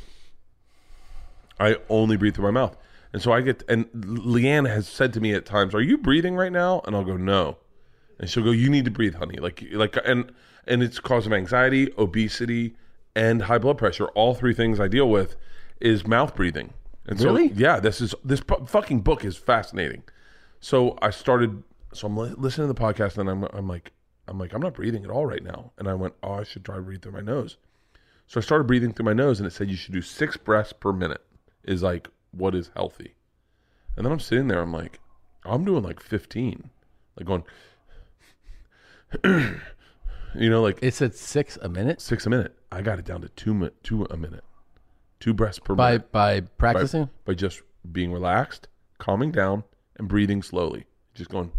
Speaker 1: I only breathe through my mouth, and so I get. And Leanne has said to me at times, "Are you breathing right now?" And I'll go, "No," and she'll go, "You need to breathe, honey." Like, like, and and it's cause of anxiety, obesity, and high blood pressure. All three things I deal with is mouth breathing. And so,
Speaker 2: Really?
Speaker 1: yeah, this is this pu- fucking book is fascinating. So I started. So I'm li- listening to the podcast, and I'm I'm like I'm like I'm not breathing at all right now. And I went, oh, I should try to breathe through my nose. So I started breathing through my nose, and it said you should do six breaths per minute. Is like what is healthy. And then I'm sitting there, I'm like, I'm doing like 15, like going, you know, like
Speaker 2: It said six a minute
Speaker 1: six a minute. I got it down to two mi- two a minute, two breaths per
Speaker 2: by
Speaker 1: minute
Speaker 2: by
Speaker 1: by-
Speaker 2: practicing.
Speaker 1: by just being relaxed, calming down, and breathing slowly. Just going.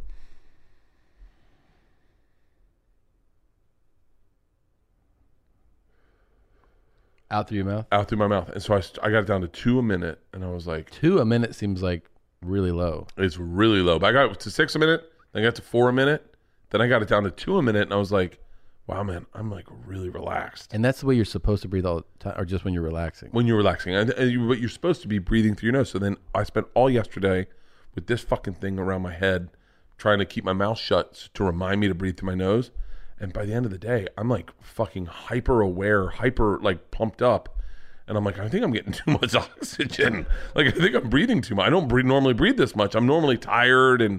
Speaker 2: Out through your mouth.
Speaker 1: out through my mouth. And so I, st- I got it down to two a minute, and I was like,
Speaker 2: Two a minute seems like really low.
Speaker 1: it's really low. But I got it to six a minute, then I got to four a minute, then I got it down to two a minute, and I was like, wow, man, I'm like really relaxed.
Speaker 2: And that's the way you're supposed to breathe all the time, or just when you're relaxing.
Speaker 1: When you're relaxing, and, and you, but you're supposed to be breathing through your nose. So then I spent all yesterday with this fucking thing around my head, trying to keep my mouth shut to remind me to breathe through my nose. And by the end of the day, I'm like fucking hyper aware, hyper like pumped up. And I'm like, I think I'm getting too much oxygen. Like I think I'm breathing too much. I don't breathe, normally breathe this much. I'm normally tired and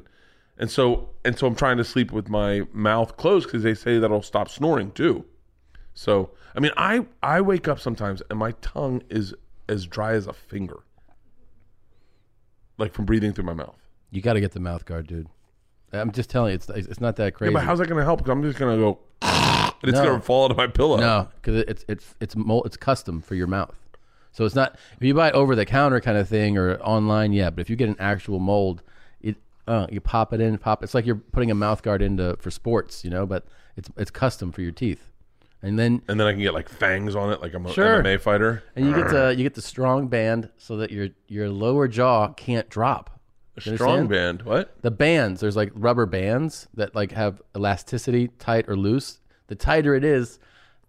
Speaker 1: and so and so I'm trying to sleep with my mouth closed because they say that'll stop snoring too. So I mean, I I wake up sometimes and my tongue is as dry as a finger, like from breathing through my mouth.
Speaker 2: You got to get the mouth guard, dude. I'm just telling you, it's it's not that
Speaker 1: Yeah,
Speaker 2: crazy.
Speaker 1: but how's that going to help? 'Cause I'm just going to go, and it's
Speaker 2: No.
Speaker 1: going to fall out of my pillow.
Speaker 2: No, because it's it's it's mol- it's custom for your mouth. So it's not if you buy it over the counter kind of thing or online, yeah. But if you get an actual mold, it uh, you pop it in, pop. It's like you're putting a mouth guard into for sports, you know. But it's it's custom for your teeth, and then
Speaker 1: And then I can get like fangs on it, like I'm a
Speaker 2: Sure.
Speaker 1: MMA fighter.
Speaker 2: and you get the you get the strong band so that your your lower jaw can't drop.
Speaker 1: A
Speaker 2: You
Speaker 1: strong
Speaker 2: understand?
Speaker 1: band. What?
Speaker 2: the bands there's like rubber bands that like have elasticity tight or loose the tighter it is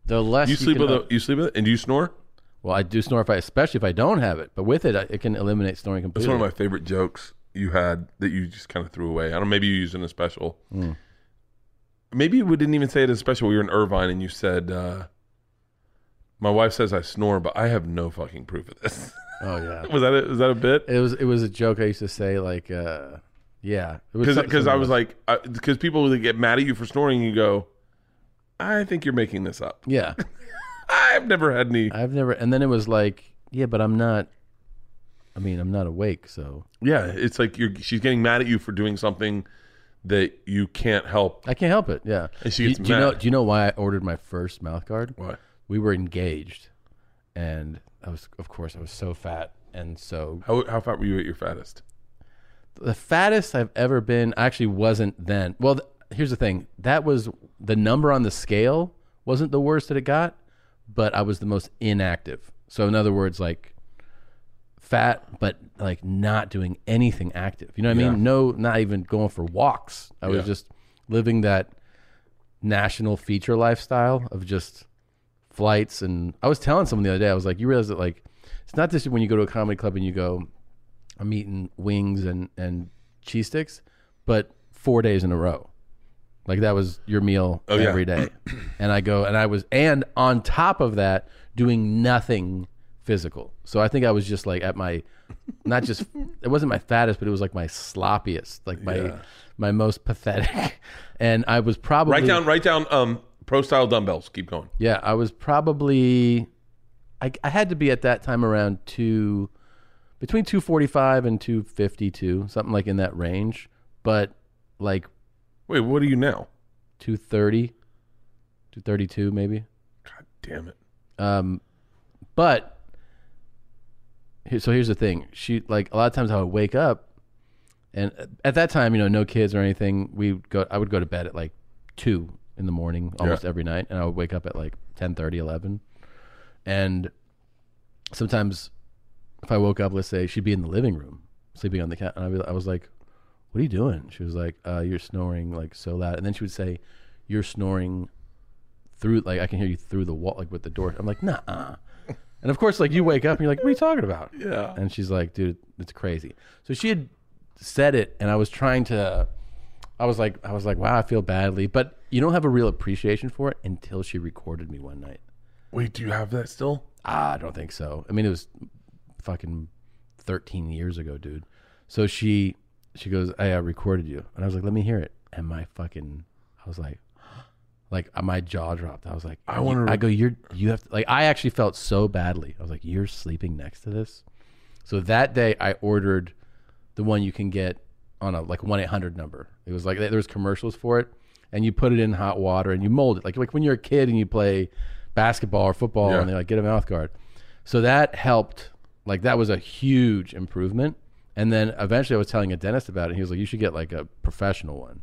Speaker 2: the less
Speaker 1: You sleep
Speaker 2: can, uh,
Speaker 1: with a, you sleep with it, and do you snore?
Speaker 2: well i do snore if i especially if i don't have it but with it I- it can eliminate snoring
Speaker 1: That's
Speaker 2: completely
Speaker 1: one of my favorite jokes you had that you just kind of threw away. I don't. know, Maybe you used it in a special.
Speaker 2: Hmm.
Speaker 1: Maybe we didn't even say it in a special. We were in Irvine, and you said, uh, "My wife says I snore, but I have no fucking proof of this."
Speaker 2: oh yeah
Speaker 1: was that it? Was that a bit?
Speaker 2: it was it was a joke i used to say like uh yeah It was something
Speaker 1: because I was
Speaker 2: similar.
Speaker 1: like because people would get mad at you for snoring. You go, I think you're making this up.
Speaker 2: yeah
Speaker 1: I've never had any.
Speaker 2: i've never and then it was like yeah but i'm not i mean i'm not awake so
Speaker 1: Yeah, it's like you're. She's getting mad at you for doing something that you can't help.
Speaker 2: i can't help it yeah
Speaker 1: And she
Speaker 2: do,
Speaker 1: gets
Speaker 2: do you know
Speaker 1: mad.
Speaker 2: do you know why i ordered my first mouth guard
Speaker 1: What?
Speaker 2: we were engaged and i was of course i was so fat and so
Speaker 1: How how fat were you at your fattest?
Speaker 2: the fattest i've ever been actually wasn't then well th- here's the thing that was the number on the scale wasn't the worst that it got but i was the most inactive so in other words like fat but like not doing anything active you know what i mean no not even going for walks i
Speaker 1: Yeah.
Speaker 2: was just living that national feature lifestyle of just flights and I was telling someone the other day, I was like, you realize that like it's not just when you go to a comedy club and you go, I'm eating wings and and cheese sticks, but four days in a row. Like that was your meal
Speaker 1: Oh, yeah.
Speaker 2: every day. and I go and I was and on top of that, doing nothing physical. So I think I was just like at my not just it wasn't my fattest, but it was like my sloppiest, like my my most pathetic. And I was probably
Speaker 1: Write down write down um Pro style dumbbells. Keep going.
Speaker 2: Yeah, I was probably I, I had to be at that time around two between 245 and 252, something like in that range, but like
Speaker 1: Wait, what are you now?
Speaker 2: 230 232 maybe.
Speaker 1: God damn it.
Speaker 2: Um but here, so here's the thing. She like a lot of times I would wake up and at that time, you know, no kids or anything. We would go I would go to bed at like 2 in the morning almost
Speaker 1: Yeah.
Speaker 2: every night and I would wake up at like 10:30, 11. And sometimes if I woke up, let's say she'd be in the living room sleeping on the couch, and I'd be, I was like, "What are you doing?" She was like, uh, "You're snoring like so loud," and then she would say, "You're snoring through like I can hear you through the wall, like with the door." I'm like, "Nah." And of course, like you wake up and you're like, "What are you talking about?"
Speaker 1: Yeah.
Speaker 2: And she's like, "Dude, it's crazy." So she had said it, and I was trying to, I was like, I was like, "Wow, I feel badly," but you don't have a real appreciation for it until she recorded me one night.
Speaker 1: Wait, do you have that still?
Speaker 2: Ah, I don't think so. I mean, it was fucking 13 years ago, dude. So she she goes, "Hey, I recorded you," and I was like, "Let me hear it." And my fucking, I was like, like uh, my jaw dropped. I was like,
Speaker 1: I wanna re-
Speaker 2: I go, you're you have to like. I actually felt so badly. I was like, you're sleeping next to this. So that day, I ordered the one you can get on a like one eight hundred number. It was like there was commercials for it, and you put it in hot water and you mold it like like when you're a kid and you play basketball or football
Speaker 1: Yeah.
Speaker 2: and they like get a mouth guard. So that helped. Like that was a huge improvement. And then eventually, I was telling a dentist about it. And he was like, "You should get like a professional one,"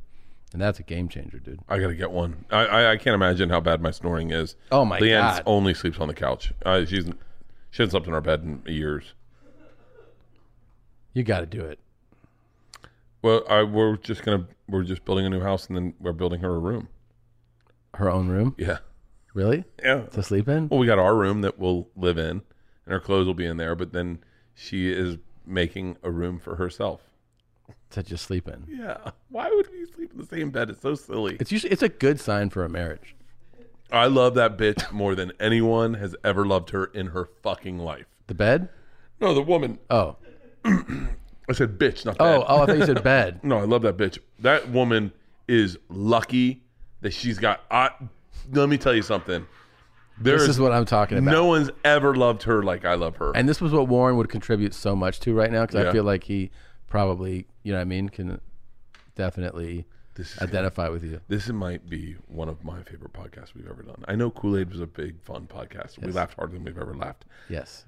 Speaker 2: and that's a game changer, dude.
Speaker 1: I gotta get one. I, I I can't imagine how bad my snoring is.
Speaker 2: Oh, my
Speaker 1: Leanne's
Speaker 2: God.
Speaker 1: only sleeps on the couch. Uh, she's she hasn't slept in our bed in years.
Speaker 2: You got to do it.
Speaker 1: Well, I we're just gonna we're just building a new house and then we're building her a room.
Speaker 2: Her own room,
Speaker 1: Yeah,
Speaker 2: really,
Speaker 1: yeah.
Speaker 2: to sleep in.
Speaker 1: Well, we got our room that we'll live in, and her clothes will be in there. But then she is making a room for herself.
Speaker 2: To just sleep in.
Speaker 1: Yeah. Why would we sleep in the same bed? It's so silly.
Speaker 2: It's usually it's a good sign for a marriage.
Speaker 1: I love that bitch more than anyone has ever loved her in her fucking life.
Speaker 2: The bed.
Speaker 1: No, the woman.
Speaker 2: Oh,
Speaker 1: I said bitch, not
Speaker 2: oh,
Speaker 1: bed.
Speaker 2: oh! I thought you said bed.
Speaker 1: No, I love that bitch. That woman is lucky that she's got. I, let me tell you something. There's
Speaker 2: This is what I'm talking about.
Speaker 1: no one's ever loved her like I love her.
Speaker 2: And this was what Warren would contribute so much to right now because
Speaker 1: Yeah.
Speaker 2: I feel like he probably, you know what I mean, can definitely
Speaker 1: This is-
Speaker 2: identify with you.
Speaker 1: this might be one of my favorite podcasts we've ever done. I know Kool Aid was a big fun podcast. We laughed harder than we've ever laughed.
Speaker 2: Yes.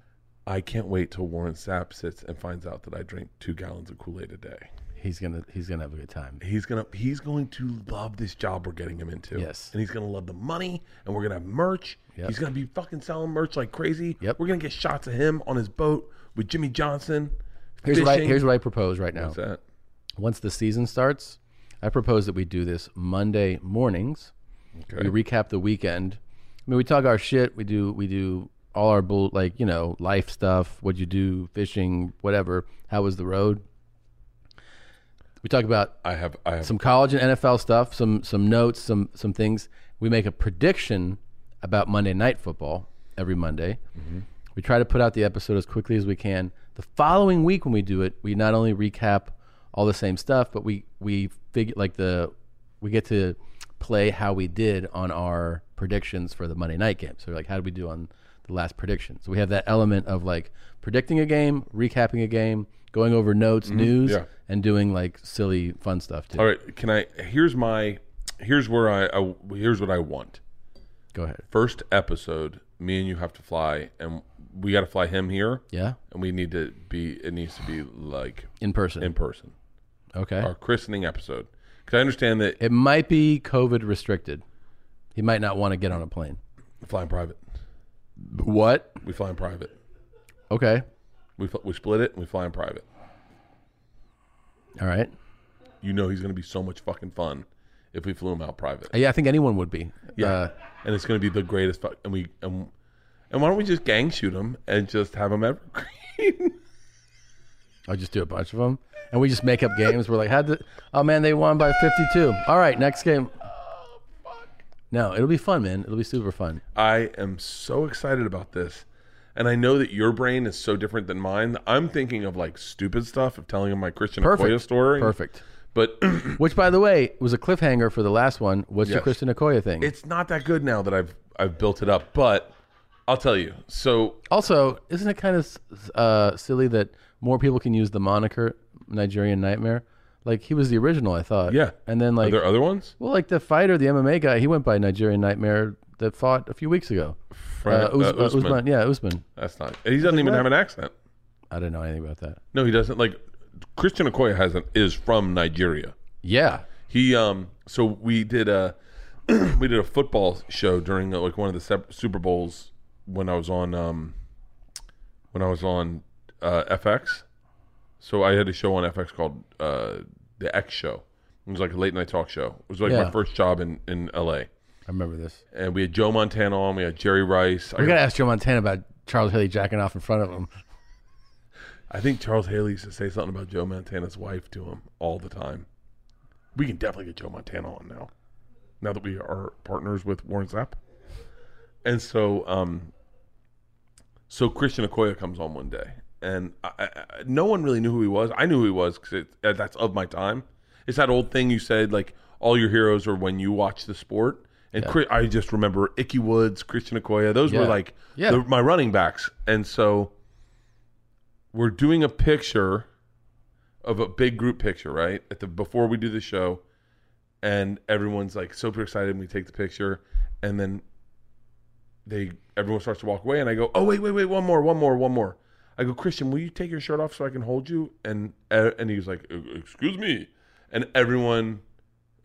Speaker 1: I can't wait till Warren Sapp sits and finds out that I drink two gallons of Kool Aid a day.
Speaker 2: He's gonna he's gonna have a good time.
Speaker 1: He's gonna he's going to love this job we're getting him into.
Speaker 2: Yes.
Speaker 1: And he's gonna love the money and we're gonna have merch.
Speaker 2: Yep.
Speaker 1: He's gonna be fucking selling merch like crazy.
Speaker 2: Yep.
Speaker 1: We're gonna get shots of him on his boat with Jimmy Johnson.
Speaker 2: Here's what I
Speaker 1: fishing.
Speaker 2: here's what I propose right now.
Speaker 1: What's that?
Speaker 2: Once the season starts, I propose that we do this Monday mornings.
Speaker 1: Okay.
Speaker 2: We recap the weekend. I mean, we talk our shit. We do we do all our bull like you know life stuff. What'd you do? Fishing, whatever. How was the road? We talk about
Speaker 1: I have I have
Speaker 2: some college and NFL stuff, some some notes, some some things. We make a prediction about Monday night football every Monday. We try to put out the episode as quickly as we can. The following week when we do it, we not only recap all the same stuff, but we we figure like the we get to play how we did on our predictions for the Monday night game. So like how did we do on the last prediction? So we have that element of like predicting a game, recapping a game, going over notes, news,
Speaker 1: Yeah.
Speaker 2: and doing like silly fun stuff too.
Speaker 1: all right, can I here's my here's where I, I here's what I want.
Speaker 2: Go ahead.
Speaker 1: First episode, me and you have to fly and we gotta fly him here
Speaker 2: Yeah,
Speaker 1: and we need to be it needs to be like
Speaker 2: in person.
Speaker 1: in person.
Speaker 2: okay.
Speaker 1: Our christening episode. Cause I understand that
Speaker 2: It might be COVID restricted. He might not want to get on a plane.
Speaker 1: flying private.
Speaker 2: What?
Speaker 1: We fly in private.
Speaker 2: Okay.
Speaker 1: We, fl- we split it and we fly in private.
Speaker 2: All right.
Speaker 1: You know he's going to be so much fucking fun if we flew him out private.
Speaker 2: Uh, Yeah, I think anyone would be.
Speaker 1: Yeah,
Speaker 2: Uh,
Speaker 1: and it's going to be the greatest. Fuck- and we and, and why don't we just gang shoot him and just have him evergreen?
Speaker 2: I'll just do a bunch of them, and we just make up games. We're like, how did? Oh man, they won by fifty-two. All right, next game.
Speaker 1: Oh,
Speaker 2: No, it'll be fun, man. It'll be super fun.
Speaker 1: I am so excited about this, and I know that your brain is so different than mine. I'm thinking of like stupid stuff of telling him my Christian
Speaker 2: Perfect
Speaker 1: Okoye story.
Speaker 2: Perfect.
Speaker 1: But
Speaker 6: which, by the way, was a cliffhanger for the last one. What's your
Speaker 1: Yes.
Speaker 6: Kristen Okoye thing?
Speaker 1: It's not that good now that I've I've built it up, but I'll tell you. So
Speaker 6: also, isn't it kind of uh, silly that more people can use the moniker Nigerian Nightmare? Like he was the original, I thought.
Speaker 1: Yeah.
Speaker 6: And then like
Speaker 1: are there other ones?
Speaker 6: Well, like the fighter, the MMA guy, he went by Nigerian Nightmare that fought a few weeks ago.
Speaker 1: Fran-
Speaker 6: Uz-
Speaker 1: uh, Usman.
Speaker 6: Usman, yeah, Usman.
Speaker 1: That's not. He doesn't even have an accent.
Speaker 6: I don't know anything about that.
Speaker 1: No, he doesn't. Like Christian Okoye has an, is from Nigeria.
Speaker 6: Yeah.
Speaker 1: He um. So we did a we did a football show during uh, like one of the sep- Super Bowls when I was on um when I was on uh, FX. So I had a show on FX called uh, the X Show. It was like a late night talk show. It was like
Speaker 6: Yeah.
Speaker 1: my first job in in LA.
Speaker 6: I remember this.
Speaker 1: and we had Joe Montana on. We had Jerry Rice.
Speaker 6: We're
Speaker 1: I,
Speaker 6: gonna ask Joe Montana about Charles Haley jacking off in front of him.
Speaker 1: I think Charles Haley used to say something about Joe Montana's wife to him all the time. We can definitely get Joe Montana on now, now that we are partners with Warren Zapp. And so, um, so Christian Okoye comes on one day, and I, I, I- no one really knew who he was. I knew who he was because that's of my time. It's that old thing you said, like all your heroes are when you watch the sport. And
Speaker 6: Yeah.
Speaker 1: Chri- I just remember Icky Woods, Christian Okoye. Those were
Speaker 6: Yeah.
Speaker 1: like
Speaker 6: Yeah.
Speaker 1: the, my running backs. And so we're doing a picture of a big group picture, right? At the before we do the show, and everyone's like super excited. And we take the picture, and then they everyone starts to walk away and I go, "Oh wait, wait, wait, one more, one more, one more." I go, "Christian, will you take your shirt off so I can hold you?" And uh, and he was like, "E- "Excuse me." And everyone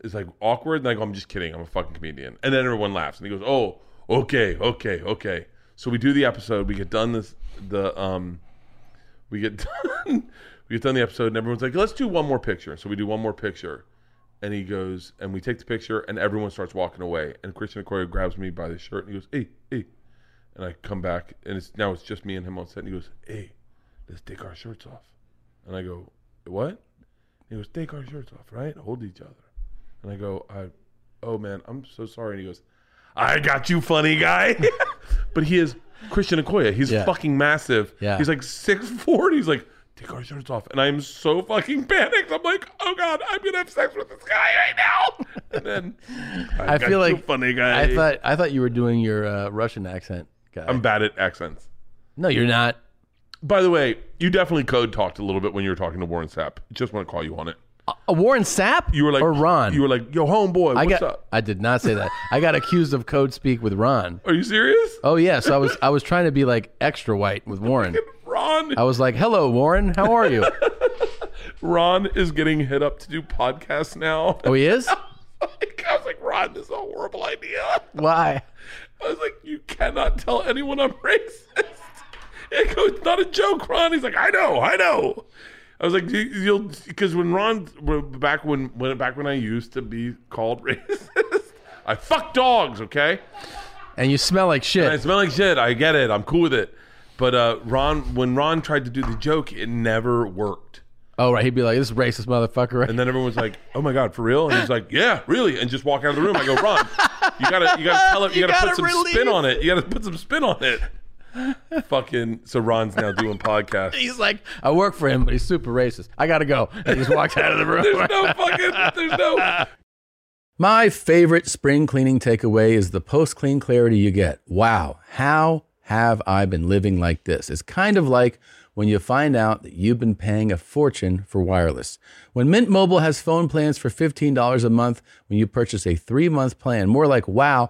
Speaker 1: is like awkward and I go, "I'm just kidding. I'm a fucking comedian." And then everyone laughs and he goes, "Oh, okay, okay, okay." So we do the episode, we get done this the um we get done we get done the episode and everyone's like, "Let's do one more picture." So we do one more picture. And he goes, and we take the picture, and everyone starts walking away. And Christian Okoye grabs me by the shirt, and he goes, "Hey, hey, and I come back, and it's now it's just me and him on set. And he goes, "Hey, let's take our shirts off." And I go, "What?" he goes, "Take our shirts off, right? Hold each other." And I go, "I, oh man, I'm so sorry." And he goes, "I got you, funny guy." but he is Christian Okoye. He's
Speaker 6: Yeah.
Speaker 1: fucking massive.
Speaker 6: Yeah.
Speaker 1: He's like six four. He's like, "Take our shirts off," and I'm so fucking panicked. I'm like, "Oh god, I'm gonna have sex with this guy right now." And then
Speaker 6: I,
Speaker 1: got
Speaker 6: feel
Speaker 1: you,
Speaker 6: like
Speaker 1: funny guy.
Speaker 6: I thought I thought you were doing your uh, Russian accent guy.
Speaker 1: I'm bad at accents.
Speaker 6: no, you're not.
Speaker 1: By the way, you definitely code talked a little bit when you were talking to Warren Sapp. Just want to call you on it.
Speaker 6: A Uh, Warren Sapp?
Speaker 1: You were like
Speaker 6: or Ron?
Speaker 1: You were like, yo, homeboy,
Speaker 6: I
Speaker 1: what's
Speaker 6: got.
Speaker 1: up?
Speaker 6: I did not say that. I got accused of code speak with Ron.
Speaker 1: Are you serious?
Speaker 6: Oh yeah, so I was I was trying to be like extra white with Warren.
Speaker 1: Ron
Speaker 6: I was like, "Hello, Warren. How are you?"
Speaker 1: Ron is getting hit up to do podcasts now.
Speaker 6: oh, he is.
Speaker 1: Like, I was like, Ron, this is a horrible idea.
Speaker 6: Why?
Speaker 1: I was like, you cannot tell anyone I'm racist. It goes, it's not a joke, Ron. He's like, I know, I know. I was like, you, you'll because when Ron back when when back when I used to be called racist, I fuck dogs, okay?
Speaker 6: And you smell like
Speaker 1: I
Speaker 6: shit.
Speaker 1: smell like shit. I get it. I'm cool with it. But uh, Ron, when Ron tried to do the joke, it never worked.
Speaker 6: Oh right, he'd be like, "This racist motherfucker."
Speaker 1: And then everyone was like, "Oh my god, for real?" And he's like, "Yeah, really." And just walk out of the room. I go, "Ron, you gotta, you gotta tell it. You,
Speaker 6: You
Speaker 1: gotta, put
Speaker 6: gotta
Speaker 1: some spin on it. You gotta put some spin on it." Fucking. So Ron's now doing podcasts.
Speaker 6: He's like, "I work for him, but he's super racist. I gotta go." And he just walks out of the room.
Speaker 1: There's no fucking. There's no.
Speaker 2: My favorite spring cleaning takeaway is the post clean clarity you get. Wow, how have I been living like this? It's kind of like when you find out that you've been paying a fortune for wireless. When Mint Mobile has phone plans for $15 a month when you purchase a three month plan, more like, wow,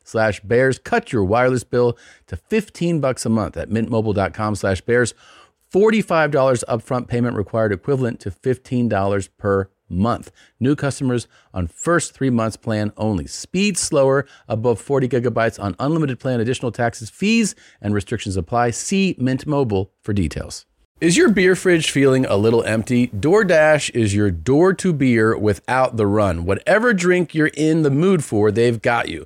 Speaker 2: slash bears. Cut your wireless bill to 15 bucks a month at mintmobile.com slash bears. $45 upfront payment required equivalent to $15 per month. New customers on first three months plan only. Speed slower above 40 gigabytes on unlimited plan. Additional taxes, fees, and restrictions apply. See Mint Mobile for details. Is your beer fridge feeling a little empty? DoorDash is your door to beer without the run. Whatever drink you're in the mood for, they've got you.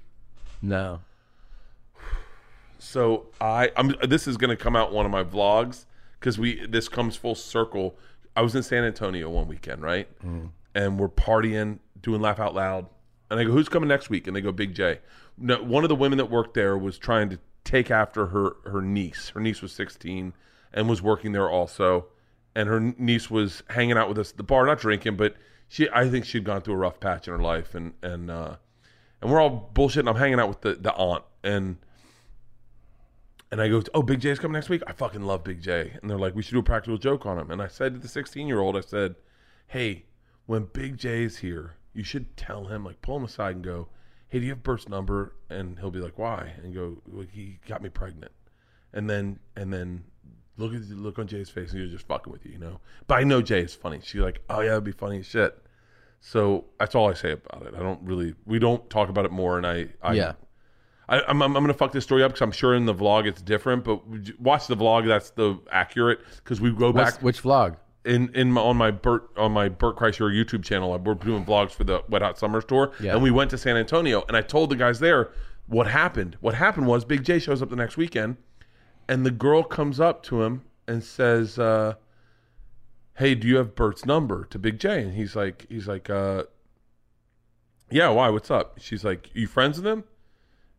Speaker 6: No.
Speaker 1: So I, I'm. This is going to come out in one of my vlogs because we. This comes full circle. I was in San Antonio one weekend, right? And we're partying, doing laugh out loud. And I go, "Who's coming next week?" And they go, "Big J." No, one of the women that worked there was trying to take after her her niece. Her niece was 16 and was working there also. And her niece was hanging out with us at the bar, not drinking, but she. I think she'd gone through a rough patch in her life, and and uh, and we're all bullshitting. I'm hanging out with the, the aunt, and and I go, "Oh, Big J's coming next week. I fucking love Big J." And they're like, "We should do a practical joke on him." And I said to the 16 year old, I said, "Hey, when Big J's here, you should tell him, like, pull him aside and go, hey, do you have Bert's number?'" And he'll be like, "Why?" And go, well, "He got me pregnant." And then and then look at look on Jay's face, and he was just fucking with you, you know. But I know Jay is funny. She's like, "Oh yeah, that'd be funny as shit." So that's all I say about it. I don't really. We don't talk about it more, and I. I
Speaker 6: Yeah.
Speaker 1: I, I'm, I'm going to fuck this story up because I'm sure in the vlog it's different, but j- watch the vlog. That's the accurate because we go
Speaker 6: What's-
Speaker 1: back
Speaker 6: which vlog?
Speaker 1: in in my, on my Bert on my Bert Kreischer YouTube channel. We're doing vlogs for the Wet Hot Summer Store,
Speaker 6: Yeah.
Speaker 1: and we went to San Antonio, and I told the guys there what happened. What happened was Big J shows up the next weekend, and the girl comes up to him and says, uh, "Hey, do you have Bert's number?" To Big J, and he's like, he's like, uh, "Yeah, why? What's up?" She's like, "You friends with him?"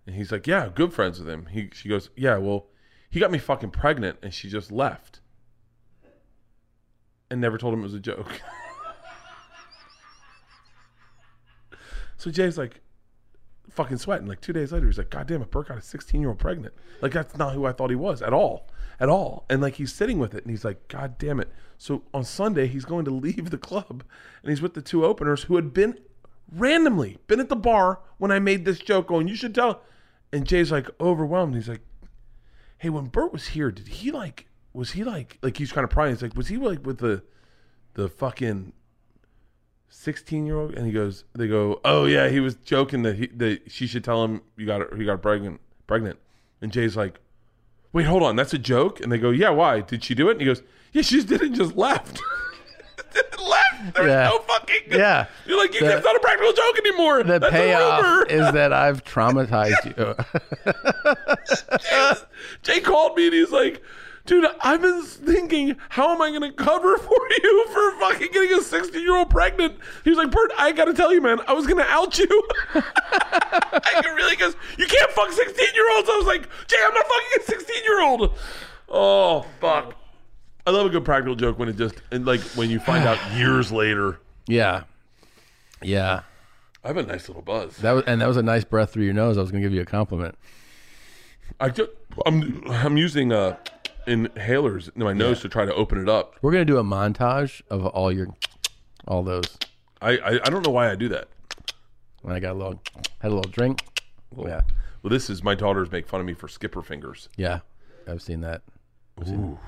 Speaker 1: And he's like, "Yeah, good friends with him." He she goes, "Yeah, well, he got me fucking pregnant, and she just left." and never told him it was a joke. so Jay's like fucking sweating. Like two days later, he's like, God damn it, Burke got a 16 year old pregnant. Like, that's not who I thought he was at all. At all. And like, he's sitting with it and he's like, God damn it. So on Sunday, he's going to leave the club and he's with the two openers who had been randomly been at the bar when I made this joke going, You should tell. And Jay's like overwhelmed. He's like, hey, when Bert was here, did he like? Was he like like he's kind of prying? He's like, was he like with the the fucking sixteen year old? And he goes, they go, oh yeah, he was joking that he that she should tell him you got you got pregnant pregnant. And Jay's like, wait, hold on, that's a joke. And they go, yeah, why did she do it? And he goes, yeah, she just did it, just left. left. There's
Speaker 6: Yeah.
Speaker 1: no fucking
Speaker 6: Yeah.
Speaker 1: You're like, you,
Speaker 6: The-
Speaker 1: that's not a practical joke anymore.
Speaker 6: The
Speaker 1: that's a rumor.
Speaker 6: payoff is that I've traumatized you. Uh,
Speaker 1: Jay called me and he's like, dude, I've been thinking, how am I going to cover for you for fucking getting a 16 year old pregnant? He was like, Bert, I got to tell you, man, I was going to out you. I could really, because you can't fuck 16 year olds. I was like, Jay, I'm not fucking a 16 year old. Oh, fuck. I love a good practical joke when it just, and like when you find out years later.
Speaker 6: yeah. Yeah.
Speaker 1: I have a nice little buzz.
Speaker 6: That was and that was a nice breath through your nose. I was gonna give you a compliment.
Speaker 1: I just, I'm, I'm using uh, inhalers in my nose to try to open it up.
Speaker 6: We're gonna do a montage of all your all those.
Speaker 1: I, I, I don't know why I do that.
Speaker 6: And I got a little had a little drink. Yeah.
Speaker 1: Well, this is my daughters make fun of me for skipper fingers.
Speaker 6: Yeah. I've seen that. I've seen that.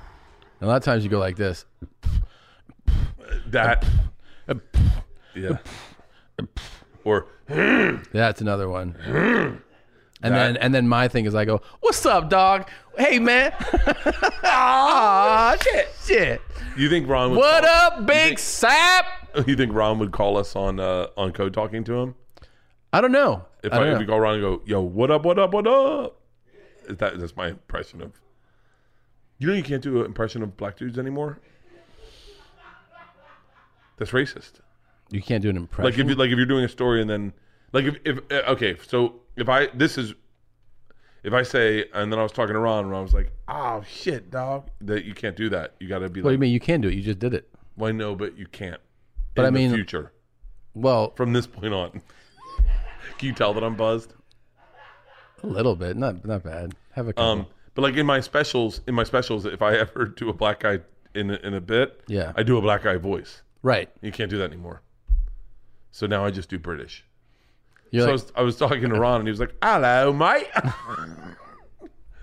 Speaker 6: And a lot of times you go like this.
Speaker 1: That, yeah, or
Speaker 6: That's another one. And then and then my thing is I go, What's up, dog? Hey man.
Speaker 2: Ah,
Speaker 6: Aw shit, shit.
Speaker 1: you think Ron? Would
Speaker 6: What
Speaker 1: call,
Speaker 6: up, big sap?
Speaker 1: You think Ron would call us on uh, on code talking to him?
Speaker 6: I don't know.
Speaker 1: If
Speaker 6: I
Speaker 1: I,
Speaker 6: don't
Speaker 1: if
Speaker 6: know.
Speaker 1: we call Ron and go, yo, what up, what up, what up? Is that that's my impression of. You know you can't do an impression of black dudes anymore. That's racist.
Speaker 2: You can't do an impression.
Speaker 1: Like if you like if you're doing a story and then like if, if uh, okay, so if I this is if I say and then I was talking to Ron and I was like, oh shit, dog, that you can't do that. You got to be
Speaker 2: What do
Speaker 1: like,
Speaker 2: you mean? You can do it. You just did it.
Speaker 1: well, I know, but you can't.
Speaker 2: But
Speaker 1: in
Speaker 2: I mean-
Speaker 1: the future
Speaker 2: Well,
Speaker 1: from this point on. Can you tell that I'm buzzed?
Speaker 2: a little bit. Not not bad. Have a couple.
Speaker 1: Um, but like in my specials, in my specials, if I ever do a black guy in a, in a bit,
Speaker 2: Yeah.
Speaker 1: I do a black guy voice.
Speaker 2: right.
Speaker 1: You can't do that anymore. So now I just do British.
Speaker 2: You're
Speaker 1: so I,
Speaker 2: like,
Speaker 1: was, I was talking to Ron, and he was like, "Hello, mate."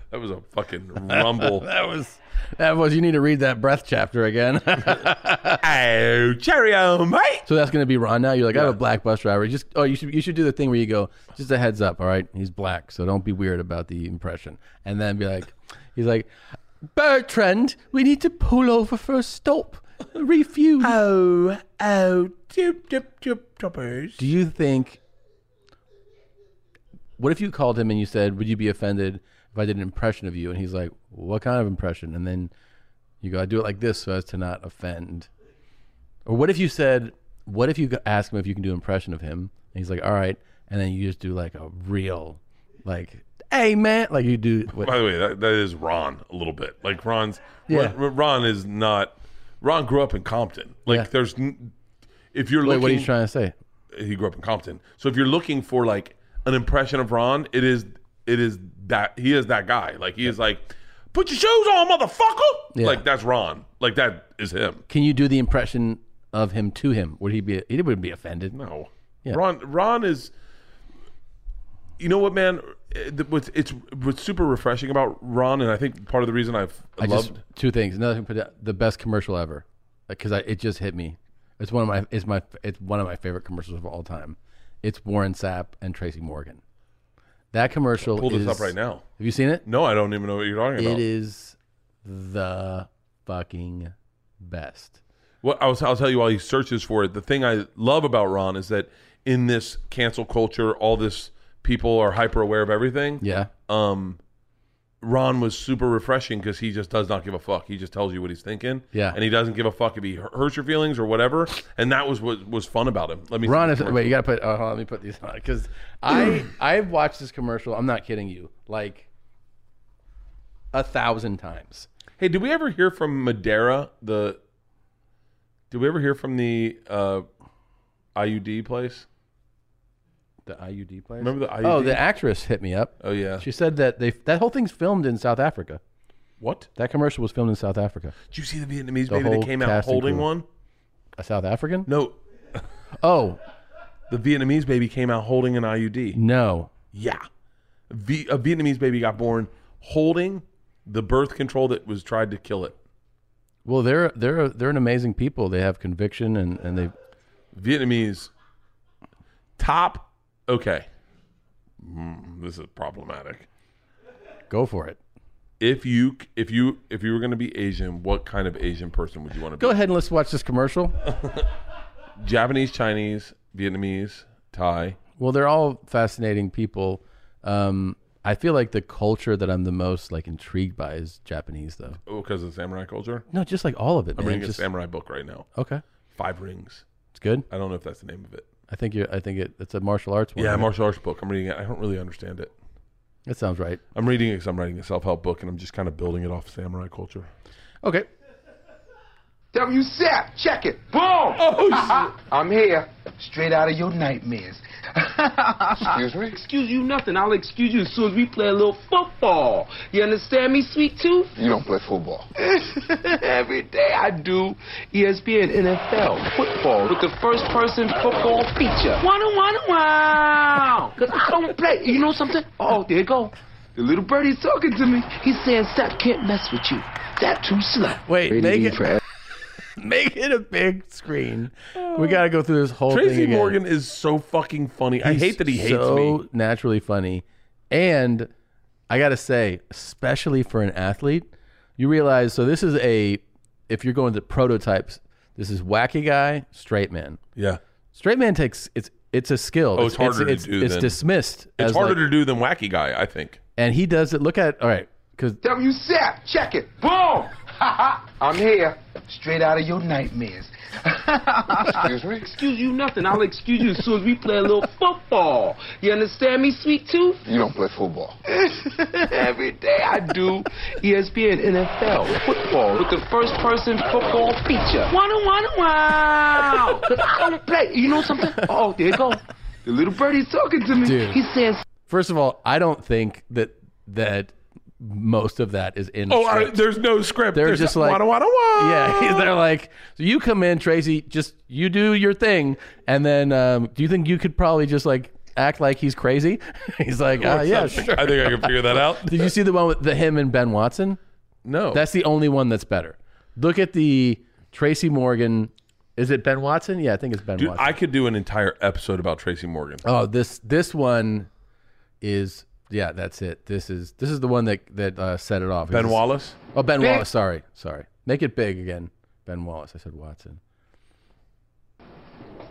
Speaker 1: that was a fucking rumble.
Speaker 2: that was that was. You need to read that breath chapter again.
Speaker 1: oh, cheerio, mate.
Speaker 2: so that's gonna be Ron now. You're like, I have a black bus driver. Just oh, you should you should do the thing where you go, just a heads up. All right, he's black, so don't be weird about the impression. And then be like, he's like, Bertrand, we need to pull over for a stop. Refuse.
Speaker 12: Oh, oh, doop, doop, doop, doopers.
Speaker 2: Do you think? What if you called him and you said, "Would you be offended if I did an impression of you?" And he's like, "What kind of impression?" And then you go, "I do it like this so as to not offend." Or what if you said, "What if you go- ask him if you can do an impression of him?" And he's like, "All right," and then you just do like a real, like, "Hey man," like you do. What,
Speaker 1: By the way, that, that is Ron a little bit. Like Ron's,
Speaker 2: Yeah.
Speaker 1: Ron, Ron is not. Ron grew up in Compton. Like
Speaker 2: Yeah.
Speaker 1: there's, n- if you're
Speaker 2: wait,
Speaker 1: looking,
Speaker 2: what are you trying to say?
Speaker 1: he grew up in Compton. So if you're looking for like an impression of Ron, it is it is that he is that guy. Like he is like, put your shoes on, motherfucker.
Speaker 2: Yeah.
Speaker 1: Like that's Ron. Like that is him.
Speaker 2: Can you do the impression of him to him? Would he be? He wouldn't be offended.
Speaker 1: No,
Speaker 2: Yeah.
Speaker 1: Ron. Ron is. You know what, man? Eh, the- What's it's what's super refreshing about Ron, and I think part of the reason I've
Speaker 2: I
Speaker 1: loved
Speaker 2: just two things. Another thing, put down- the best commercial ever, because I it just hit me. It's one of my it's my it's one of my favorite commercials of all time. It's Warren Sapp and Tracy Morgan. That commercial.
Speaker 1: Pull this
Speaker 2: is-
Speaker 1: up right now.
Speaker 2: Have you seen it?
Speaker 1: No, I don't even know what you're talking about.
Speaker 2: It is the fucking best.
Speaker 1: Well, I'll, I'll tell you while he searches for it. The thing I love about Ron is that in this cancel culture, all this people are hyper aware of everything.
Speaker 2: Yeah.
Speaker 1: Um, Ron was super refreshing because he just does not give a fuck. He just tells you what he's thinking.
Speaker 2: Yeah.
Speaker 1: And he doesn't give a fuck if he hu- hurts your feelings or whatever. And that was what was fun about him. Let me
Speaker 2: Ron is wait. You gotta put. Oh, hold on, let me put these on because I I've watched this commercial. I'm not kidding you. Like a thousand times.
Speaker 1: Hey, did we ever hear from Madeira? The did we ever hear from the uh, IUD place?
Speaker 2: The IUD place.
Speaker 1: Remember the IUD?
Speaker 2: Oh, the actress hit me up.
Speaker 1: Oh, yeah.
Speaker 2: She said that they that whole thing's filmed in South Africa.
Speaker 1: What?
Speaker 2: That commercial was filmed in South Africa.
Speaker 1: Did you see the Vietnamese
Speaker 2: The
Speaker 1: baby that
Speaker 2: whole
Speaker 1: came out
Speaker 2: cast and
Speaker 1: holding
Speaker 2: crew.
Speaker 1: one?
Speaker 2: A South African?
Speaker 1: No,
Speaker 2: Oh
Speaker 1: the Vietnamese baby came out holding an IUD.
Speaker 2: no.
Speaker 1: Yeah. V- a Vietnamese baby got born holding the birth control that was tried to kill it.
Speaker 2: Well, they're they're they're an amazing people. They have conviction and and they
Speaker 1: Vietnamese top. Okay. Mm, this is problematic.
Speaker 2: go for it.
Speaker 1: If you if you if you were going to be Asian, what kind of Asian person would you want to be?
Speaker 2: Go ahead and let's watch this commercial.
Speaker 1: Japanese, Chinese, Vietnamese, Thai.
Speaker 2: Well, they're all fascinating people. Um, I feel like the culture that I'm the most like intrigued by is Japanese, though.
Speaker 1: Oh, because of samurai culture.
Speaker 2: No, just like all of it.
Speaker 1: I'm
Speaker 2: man.
Speaker 1: reading
Speaker 2: Just-
Speaker 1: a samurai book right now.
Speaker 2: okay,
Speaker 1: Five Rings.
Speaker 2: it's good.
Speaker 1: I don't know if that's the name of it.
Speaker 2: I think you. I think it, it's a martial arts one.
Speaker 1: Yeah,
Speaker 2: right?
Speaker 1: martial arts book. I'm reading it. I don't really understand it.
Speaker 2: That sounds right.
Speaker 1: I'm reading it because I'm writing a self help book and I'm just kind of building it off samurai culture.
Speaker 2: Okay.
Speaker 8: WCF, check it. Boom! Oh, I'm here. Straight out of your nightmares. excuse me? Excuse you nothing. I'll excuse you as soon as we play a little football. You understand me, sweet tooth? You don't play football. Every day I do E ESPN NFL football with the first person football feature. Wanna, wanna, wow! Because I don't play. You know something? Oh, there you go. The little birdie's talking to me. He's saying, Seth can't mess with you. That too slut.
Speaker 2: Wait,
Speaker 8: Rated
Speaker 2: make
Speaker 8: E
Speaker 2: it-
Speaker 8: for
Speaker 2: Make it a big screen. We got to go through this whole thing
Speaker 1: Tracy
Speaker 2: again.
Speaker 1: Morgan is so fucking funny. I
Speaker 2: He's
Speaker 1: hate that he hates
Speaker 2: so
Speaker 1: me.
Speaker 2: naturally funny, and I gotta say, especially for an athlete, you realize. So this is a if you're going to prototypes, this is wacky guy, straight man.
Speaker 1: Yeah.
Speaker 2: Straight man takes it's it's a skill.
Speaker 1: Oh, it's harder to
Speaker 2: it's,
Speaker 1: do
Speaker 2: It's
Speaker 1: than-
Speaker 2: dismissed.
Speaker 1: It's
Speaker 2: as
Speaker 1: harder to
Speaker 2: like-
Speaker 1: do than wacky guy, I think.
Speaker 2: and he does it. Look at all right, because
Speaker 8: WCF, check it. Boom! I'm here. Straight out of your nightmares. excuse me? Excuse you nothing. I'll excuse you as soon as we play a little football. You understand me, sweet tooth?
Speaker 3: You don't play football.
Speaker 8: Every day I do E ESPN NFL football with the first person football feature. Wanna, wanna, wow! I don't play. You know something? Oh, there you go. The little birdie's talking to me.
Speaker 2: Dude.
Speaker 8: He says,
Speaker 2: First of all, I don't think that that most of that is in. the
Speaker 1: Oh, I,
Speaker 2: script.
Speaker 1: there's no script.
Speaker 2: They're
Speaker 1: There's
Speaker 2: just
Speaker 1: a-
Speaker 2: like,
Speaker 1: wada, wada, wada.
Speaker 2: yeah, they're like, so you come in, Tracy, just you do your thing, and then um, do you think you could probably just like act like he's crazy? he's like, uh,
Speaker 1: What's
Speaker 2: yeah,
Speaker 1: up?
Speaker 2: sure.
Speaker 1: I think I can figure that out.
Speaker 2: Did you see the one with the him and Ben Watson?
Speaker 1: No,
Speaker 2: that's the only one that's better. Look at the Tracy Morgan. Is it Ben Watson? Yeah, I think it's Ben
Speaker 1: Dude,
Speaker 2: Watson.
Speaker 1: I could do an entire episode about Tracy Morgan.
Speaker 2: Oh, this this one is yeah, that's it. This is this is the one that that uh, set it off.
Speaker 1: Ben
Speaker 2: This is-
Speaker 1: Wallace?
Speaker 2: Oh, Ben
Speaker 1: Big-
Speaker 2: Wallace. Sorry, sorry. Make it big again. Ben Wallace. I said Watson.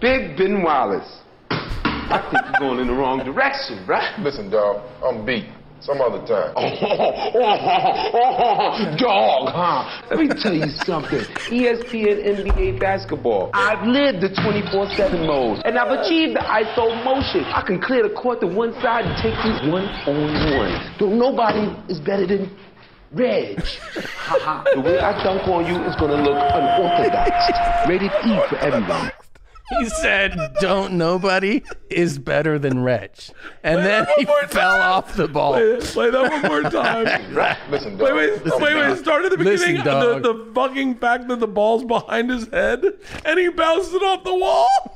Speaker 8: Big Ben Wallace. I think you're going in the wrong direction, right? Listen, dog, I'm beat. Some other time. dog, huh? Let me tell you something. ESPN NBA basketball. I've lived the 24-7 mode, and I've achieved the ISO motion. I can clear the court to one side and take you one on one. Don't nobody is better than Reg. Ha ha. the way I dunk on you is gonna look unorthodox. Rated E for everyone.
Speaker 2: He said, "Don't nobody is better than Reg," and then he fell off the ball.
Speaker 1: Play, play that one more time.
Speaker 8: Listen,
Speaker 1: wait, wait,
Speaker 2: Listen,
Speaker 1: wait, wait.
Speaker 2: dog.
Speaker 1: Start at the
Speaker 2: Listen,
Speaker 1: beginning. The,
Speaker 2: dog.
Speaker 1: the fucking fact that the ball's behind his head and he bounces it off the wall.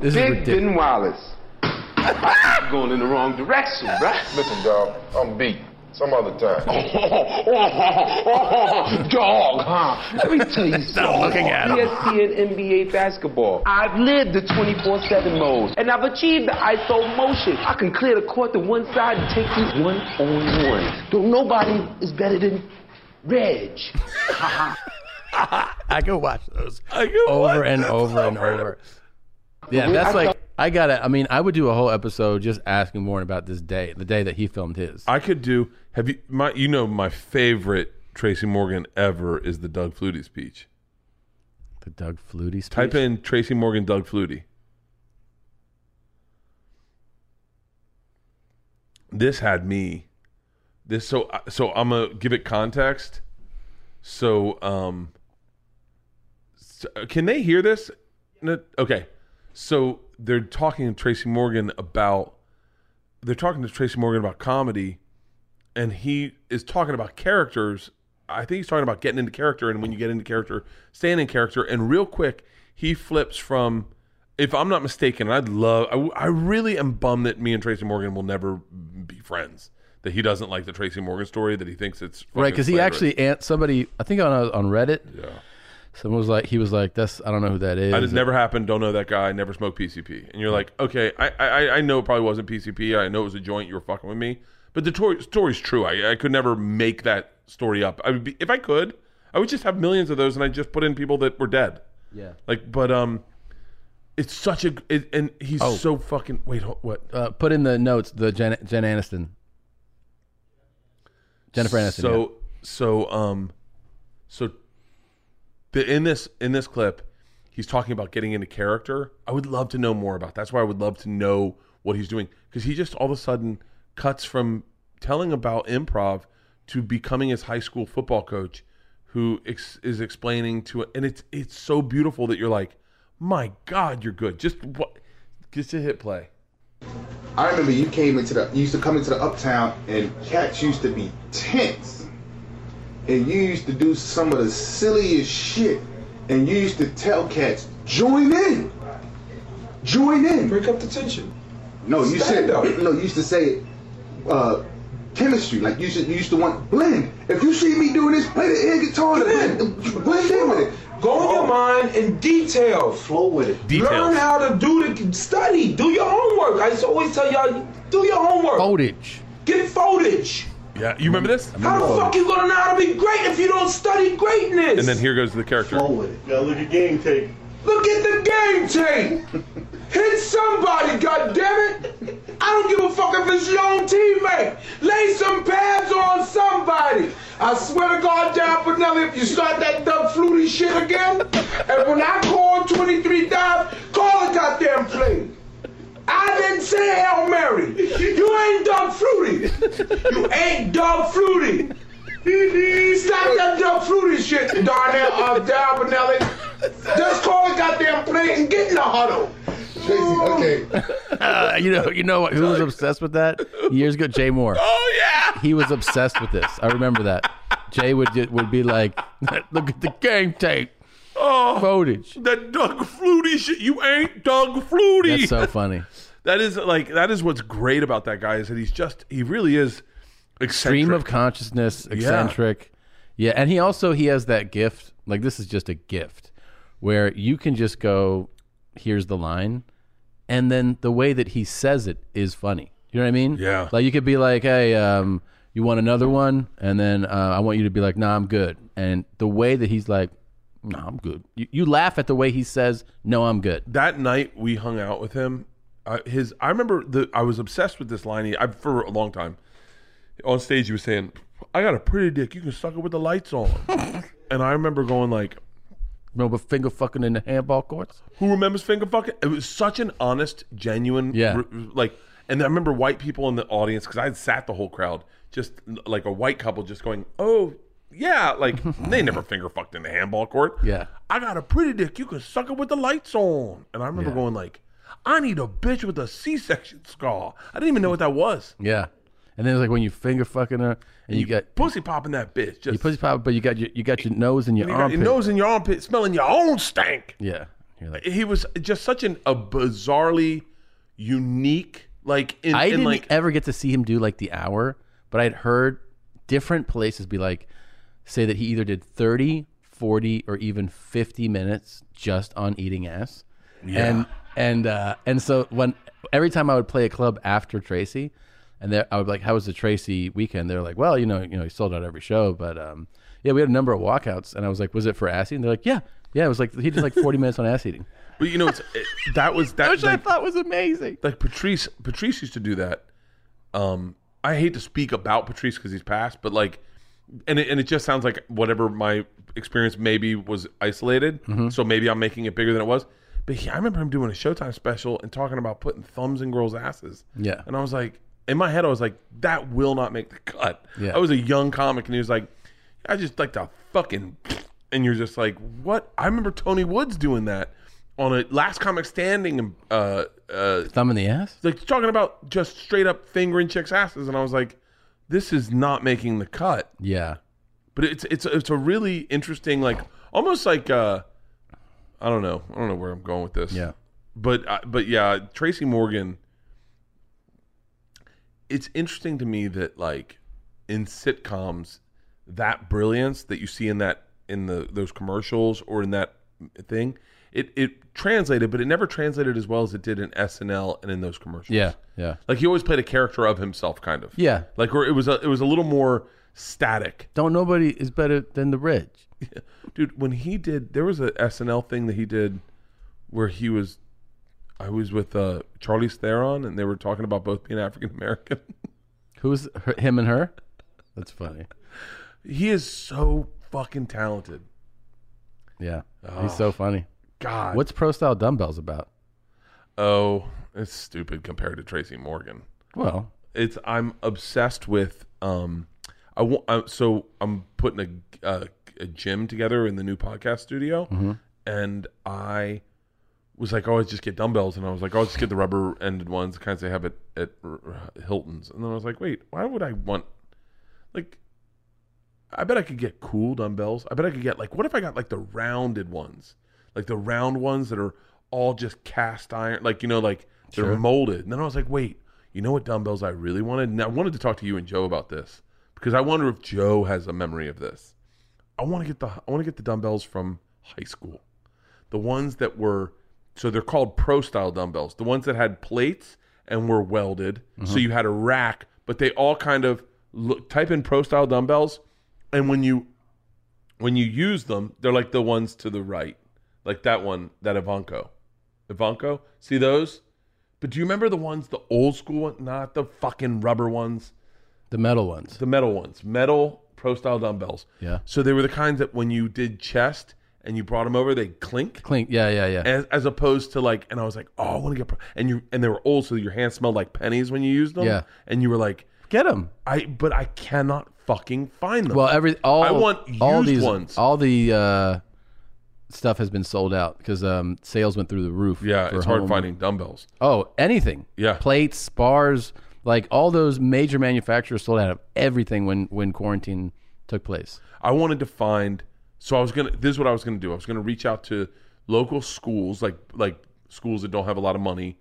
Speaker 2: This is
Speaker 8: Big
Speaker 2: ridiculous.
Speaker 8: Ben Wallace. I'm going in the wrong direction, right? Listen, dog, I'm beat. Some other time. dog, huh? Let me tell you something. E
Speaker 2: looking at him.
Speaker 8: ESPN NBA basketball. I've lived the 24-7 mode, and I've achieved the ISO motion. I can clear the court to one side and take you one on one. Don't nobody is better than Reg.
Speaker 2: I go watch those
Speaker 1: I
Speaker 2: over and over and over. Yeah, that's like I gotta. I mean, I would do a whole episode just asking Warren about this day, the day that he filmed his.
Speaker 1: I could do. Have you my? You know my favorite Tracy Morgan ever is the Doug Flutie speech.
Speaker 2: The Doug Flutie speech.
Speaker 1: Type in Tracy Morgan Doug Flutie. This had me. This so uh, so I'm gonna give it context. So um, so- can they hear this? No, okay, so they're talking to Tracy Morgan about they're talking to Tracy Morgan about comedy, and he is talking about characters. I think he's talking about getting into character, and when you get into character, staying in character. And real quick, he flips from, if I'm not mistaken, and I'd love, I, I really am bummed that me and Tracy Morgan will never be friends. That he doesn't like the Tracy Morgan story. That he thinks it's fucking
Speaker 2: right because he
Speaker 1: slanderous.
Speaker 2: actually an- somebody I think on uh, on Reddit. Yeah. Someone was like, he was like, that's I don't know who that is.
Speaker 1: I just never happened. Don't know that guy. Never smoked PCP. And you're like, okay, I I, I know it probably wasn't PCP. I know it was a joint. You were fucking with me. But the tor- story's true. I, I could never make that story up. I would be, if I could, I would just have millions of those, and I just put in people that were dead.
Speaker 2: Yeah.
Speaker 1: Like, but um, it's such a it, and he's
Speaker 2: Oh.
Speaker 1: so fucking wait hold- what
Speaker 2: uh, put in the notes the Jen, Jen Aniston, Jennifer Aniston.
Speaker 1: So
Speaker 2: yeah.
Speaker 1: so um so the, in this in this clip, he's talking about getting into character. I would love to know more about. That's why I would love to know what he's doing because he just all of a sudden cuts from telling about improv to becoming his high school football coach, who ex- is explaining to and it's it's so beautiful that you're like, my God, you're good. Just what just to hit play.
Speaker 13: I remember you came into the you used to come into the uptown and cats used to be tense. And you used to do some of the silliest shit. And you used to tell cats, join in. Join in. Break up the tension. No, you said no, you used to say uh chemistry. Like you should you used to want blend. If you see me doing this, play the air guitar blend. Blend in with it.
Speaker 14: Go in your mind in detail. Flow with it.
Speaker 13: Details.
Speaker 14: Learn how to do the study. Do your homework. I used to always tell y'all, do your homework.
Speaker 2: Footage.
Speaker 14: Get footage.
Speaker 1: Yeah, you remember this?
Speaker 14: How the fuck you gonna know how to be great if you don't study greatness? Oh.
Speaker 1: And then here goes the character.
Speaker 14: Now look at game tape. Look at the game tape. Hit somebody, goddammit! I don't give a fuck if it's your own teammate. Lay some pads on somebody. I swear to God, down Pinelli, if you start that Doug Flutie shit again, and when I call 23 dimes, call a goddamn play. I didn't say Hail Mary. You ain't Doug Flutie. You ain't Doug Flutie. Stop that Doug Flutie shit, Darnell, uh, Down Pinelli. Just call a goddamn play and get in the huddle.
Speaker 13: okay.
Speaker 2: Uh, you know, you know what? Who was obsessed with that years ago? Jay Moore. Oh yeah, he was obsessed with this. I remember that. Jay would ju- would be like, "Look at the game tape, oh, footage."
Speaker 1: That Doug Flutie shit. You ain't Doug Flutie.
Speaker 2: That's uh, so funny.
Speaker 1: That is like that is what's great about that guy is that he's just he really is eccentric.
Speaker 2: Stream of consciousness, eccentric. Yeah. and he also he has that gift. Like this is just a gift where you can just go, here's the line, and then the way that he says it is funny. You know what I mean?
Speaker 1: Yeah.
Speaker 2: Like you could be like, hey, um, you want another one, and then uh, I want you to be like, nah, I'm good. And the way that he's like, nah, I'm good. You, you laugh at the way he says, no, I'm good.
Speaker 1: That night we hung out with him. I, his I remember the I was obsessed with this line. He, I for a long time on stage he was saying, "I got a pretty dick. You can suck it with the lights on." and I remember going like,
Speaker 2: "Remember finger fucking in the handball courts?"
Speaker 1: Who remembers finger fucking? It was such an honest, genuine,
Speaker 2: Yeah.
Speaker 1: r- like. And I remember white people in the audience because I had sat the whole crowd, just like a white couple, just going, "Oh yeah," like they never finger fucked in the handball court.
Speaker 2: Yeah.
Speaker 1: I got a pretty dick. You can suck it with the lights on. And I remember going like, I need a bitch with a C-section scar. I didn't even know what that was.
Speaker 2: Yeah. And then it's like when you finger fucking her, and you, got
Speaker 1: Pussy popping that bitch. Just
Speaker 2: you pussy pop, but you got your you got your nose and your
Speaker 1: you got
Speaker 2: armpit.
Speaker 1: your nose in your armpit, smelling your own stank.
Speaker 2: Yeah.
Speaker 1: He was just such an a bizarrely unique, like in,
Speaker 2: I
Speaker 1: in
Speaker 2: didn't
Speaker 1: like
Speaker 2: ever get to see him do like the hour, but I'd heard different places be like say that he either did 30, 40 or even 50 minutes just on eating ass.
Speaker 15: Yeah.
Speaker 2: And and uh and so when every time I would play a club after Tracy and there I would be like how was the Tracy weekend? They're like, "Well, you know, you know, he sold out every show, but um yeah, we had a number of walkouts and I was like, "Was it for ass eating?" They're like, "Yeah." Yeah, it was like he did like 40 minutes on ass eating.
Speaker 1: But you know, it's, it, that was that.
Speaker 2: Which I thought was amazing.
Speaker 1: Like Patrice, Patrice used to do that. Um, I hate to speak about Patrice because he's passed, but like, and it, and it just sounds like whatever my experience maybe was isolated.
Speaker 2: Mhm.
Speaker 1: So maybe I'm making it bigger than it was. But he, I remember him doing a Showtime special and talking about putting thumbs in girls' asses.
Speaker 2: Yeah.
Speaker 1: And I was like, in my head, I was like, that will not make the cut.
Speaker 2: Yeah.
Speaker 1: I was a young comic, and he was like, I just like to fucking. And you're just like, what? I remember Tony Woods doing that on a last comic standing. Uh, uh,
Speaker 2: Thumb in the ass?
Speaker 1: like talking about just straight up fingering chicks' asses. And I was like, this is not making the cut.
Speaker 2: Yeah.
Speaker 1: But it's it's it's a really interesting, like almost like uh, I don't know, I don't know where I'm going with this.
Speaker 2: Yeah.
Speaker 1: But uh, but yeah, Tracy Morgan. It's interesting to me that like in sitcoms, that brilliance that you see in that in the those commercials or in that thing, it it translated, but it never translated as well as it did in SNL and in those commercials.
Speaker 2: Yeah. Yeah.
Speaker 1: Like he always played a character of himself, kind of.
Speaker 2: Yeah.
Speaker 1: Like where it was a it was a little more static.
Speaker 2: Don't nobody is better than the rich.
Speaker 1: Dude, when he did there was a SNL thing that he did where he was I was with uh Charlie Theron and they were talking about both being African American.
Speaker 2: Who's her, him and her? That's funny.
Speaker 1: He is so fucking talented.
Speaker 2: Yeah, he's so funny.
Speaker 1: God.
Speaker 2: what's pro style dumbbells about?
Speaker 1: Oh, it's stupid compared to Tracy Morgan.
Speaker 2: Well.
Speaker 1: it's I'm obsessed with um I want I, so I'm putting a, a a gym together in the new podcast studio
Speaker 2: Mhm.
Speaker 1: and I was like, oh, I just get dumbbells, and I was like, oh, I'll just get the rubber ended ones, the kinds they have at at R- Hilton's, and then I was like, wait, why would I want like I bet I could get cool dumbbells. I bet I could get like what if I got like the rounded ones? Like the round ones that are all just cast iron, like you know, like they're
Speaker 2: Sure.
Speaker 1: molded. And then I was like, wait, you know what dumbbells I really wanted? And I wanted to talk to you and Joe about this because I wonder if Joe has a memory of this. I want to get the I want to get the dumbbells from high school. The ones that were so they're called pro style dumbbells. The ones that had plates and were welded. So
Speaker 2: Mhm.
Speaker 1: you had a rack, but they all kind of look type in pro style dumbbells and when you when you use them, they're like the ones to the right. Like that one, that Ivanko. Ivanko? See those? But do you remember the ones, the old school one, not the fucking rubber ones?
Speaker 2: The metal ones.
Speaker 1: The metal ones. Metal pro style dumbbells.
Speaker 2: Yeah.
Speaker 1: So they were the kinds that when you did chest and you brought them over, they clink.
Speaker 2: Clink. Yeah, yeah, yeah.
Speaker 1: As, as opposed to like, and I was like, oh, I want to get pro. And you and they were old, so your hands smelled like pennies when you used them.
Speaker 2: Yeah.
Speaker 1: And you were like,
Speaker 2: get them.
Speaker 1: I but I cannot fucking find them.
Speaker 2: Well, every all
Speaker 1: I want
Speaker 2: all
Speaker 1: used
Speaker 2: these
Speaker 1: ones.
Speaker 2: all the uh, stuff has been sold out because um, sales went through the roof.
Speaker 1: Yeah,
Speaker 2: for
Speaker 1: it's hard
Speaker 2: home.
Speaker 1: finding dumbbells.
Speaker 2: Oh, anything.
Speaker 1: Yeah.
Speaker 2: plates, bars, like all those major manufacturers sold out of everything when when quarantine took place.
Speaker 1: I wanted to find. So I was gonna. This is what I was gonna do. I was gonna reach out to local schools, like like schools that don't have a lot of money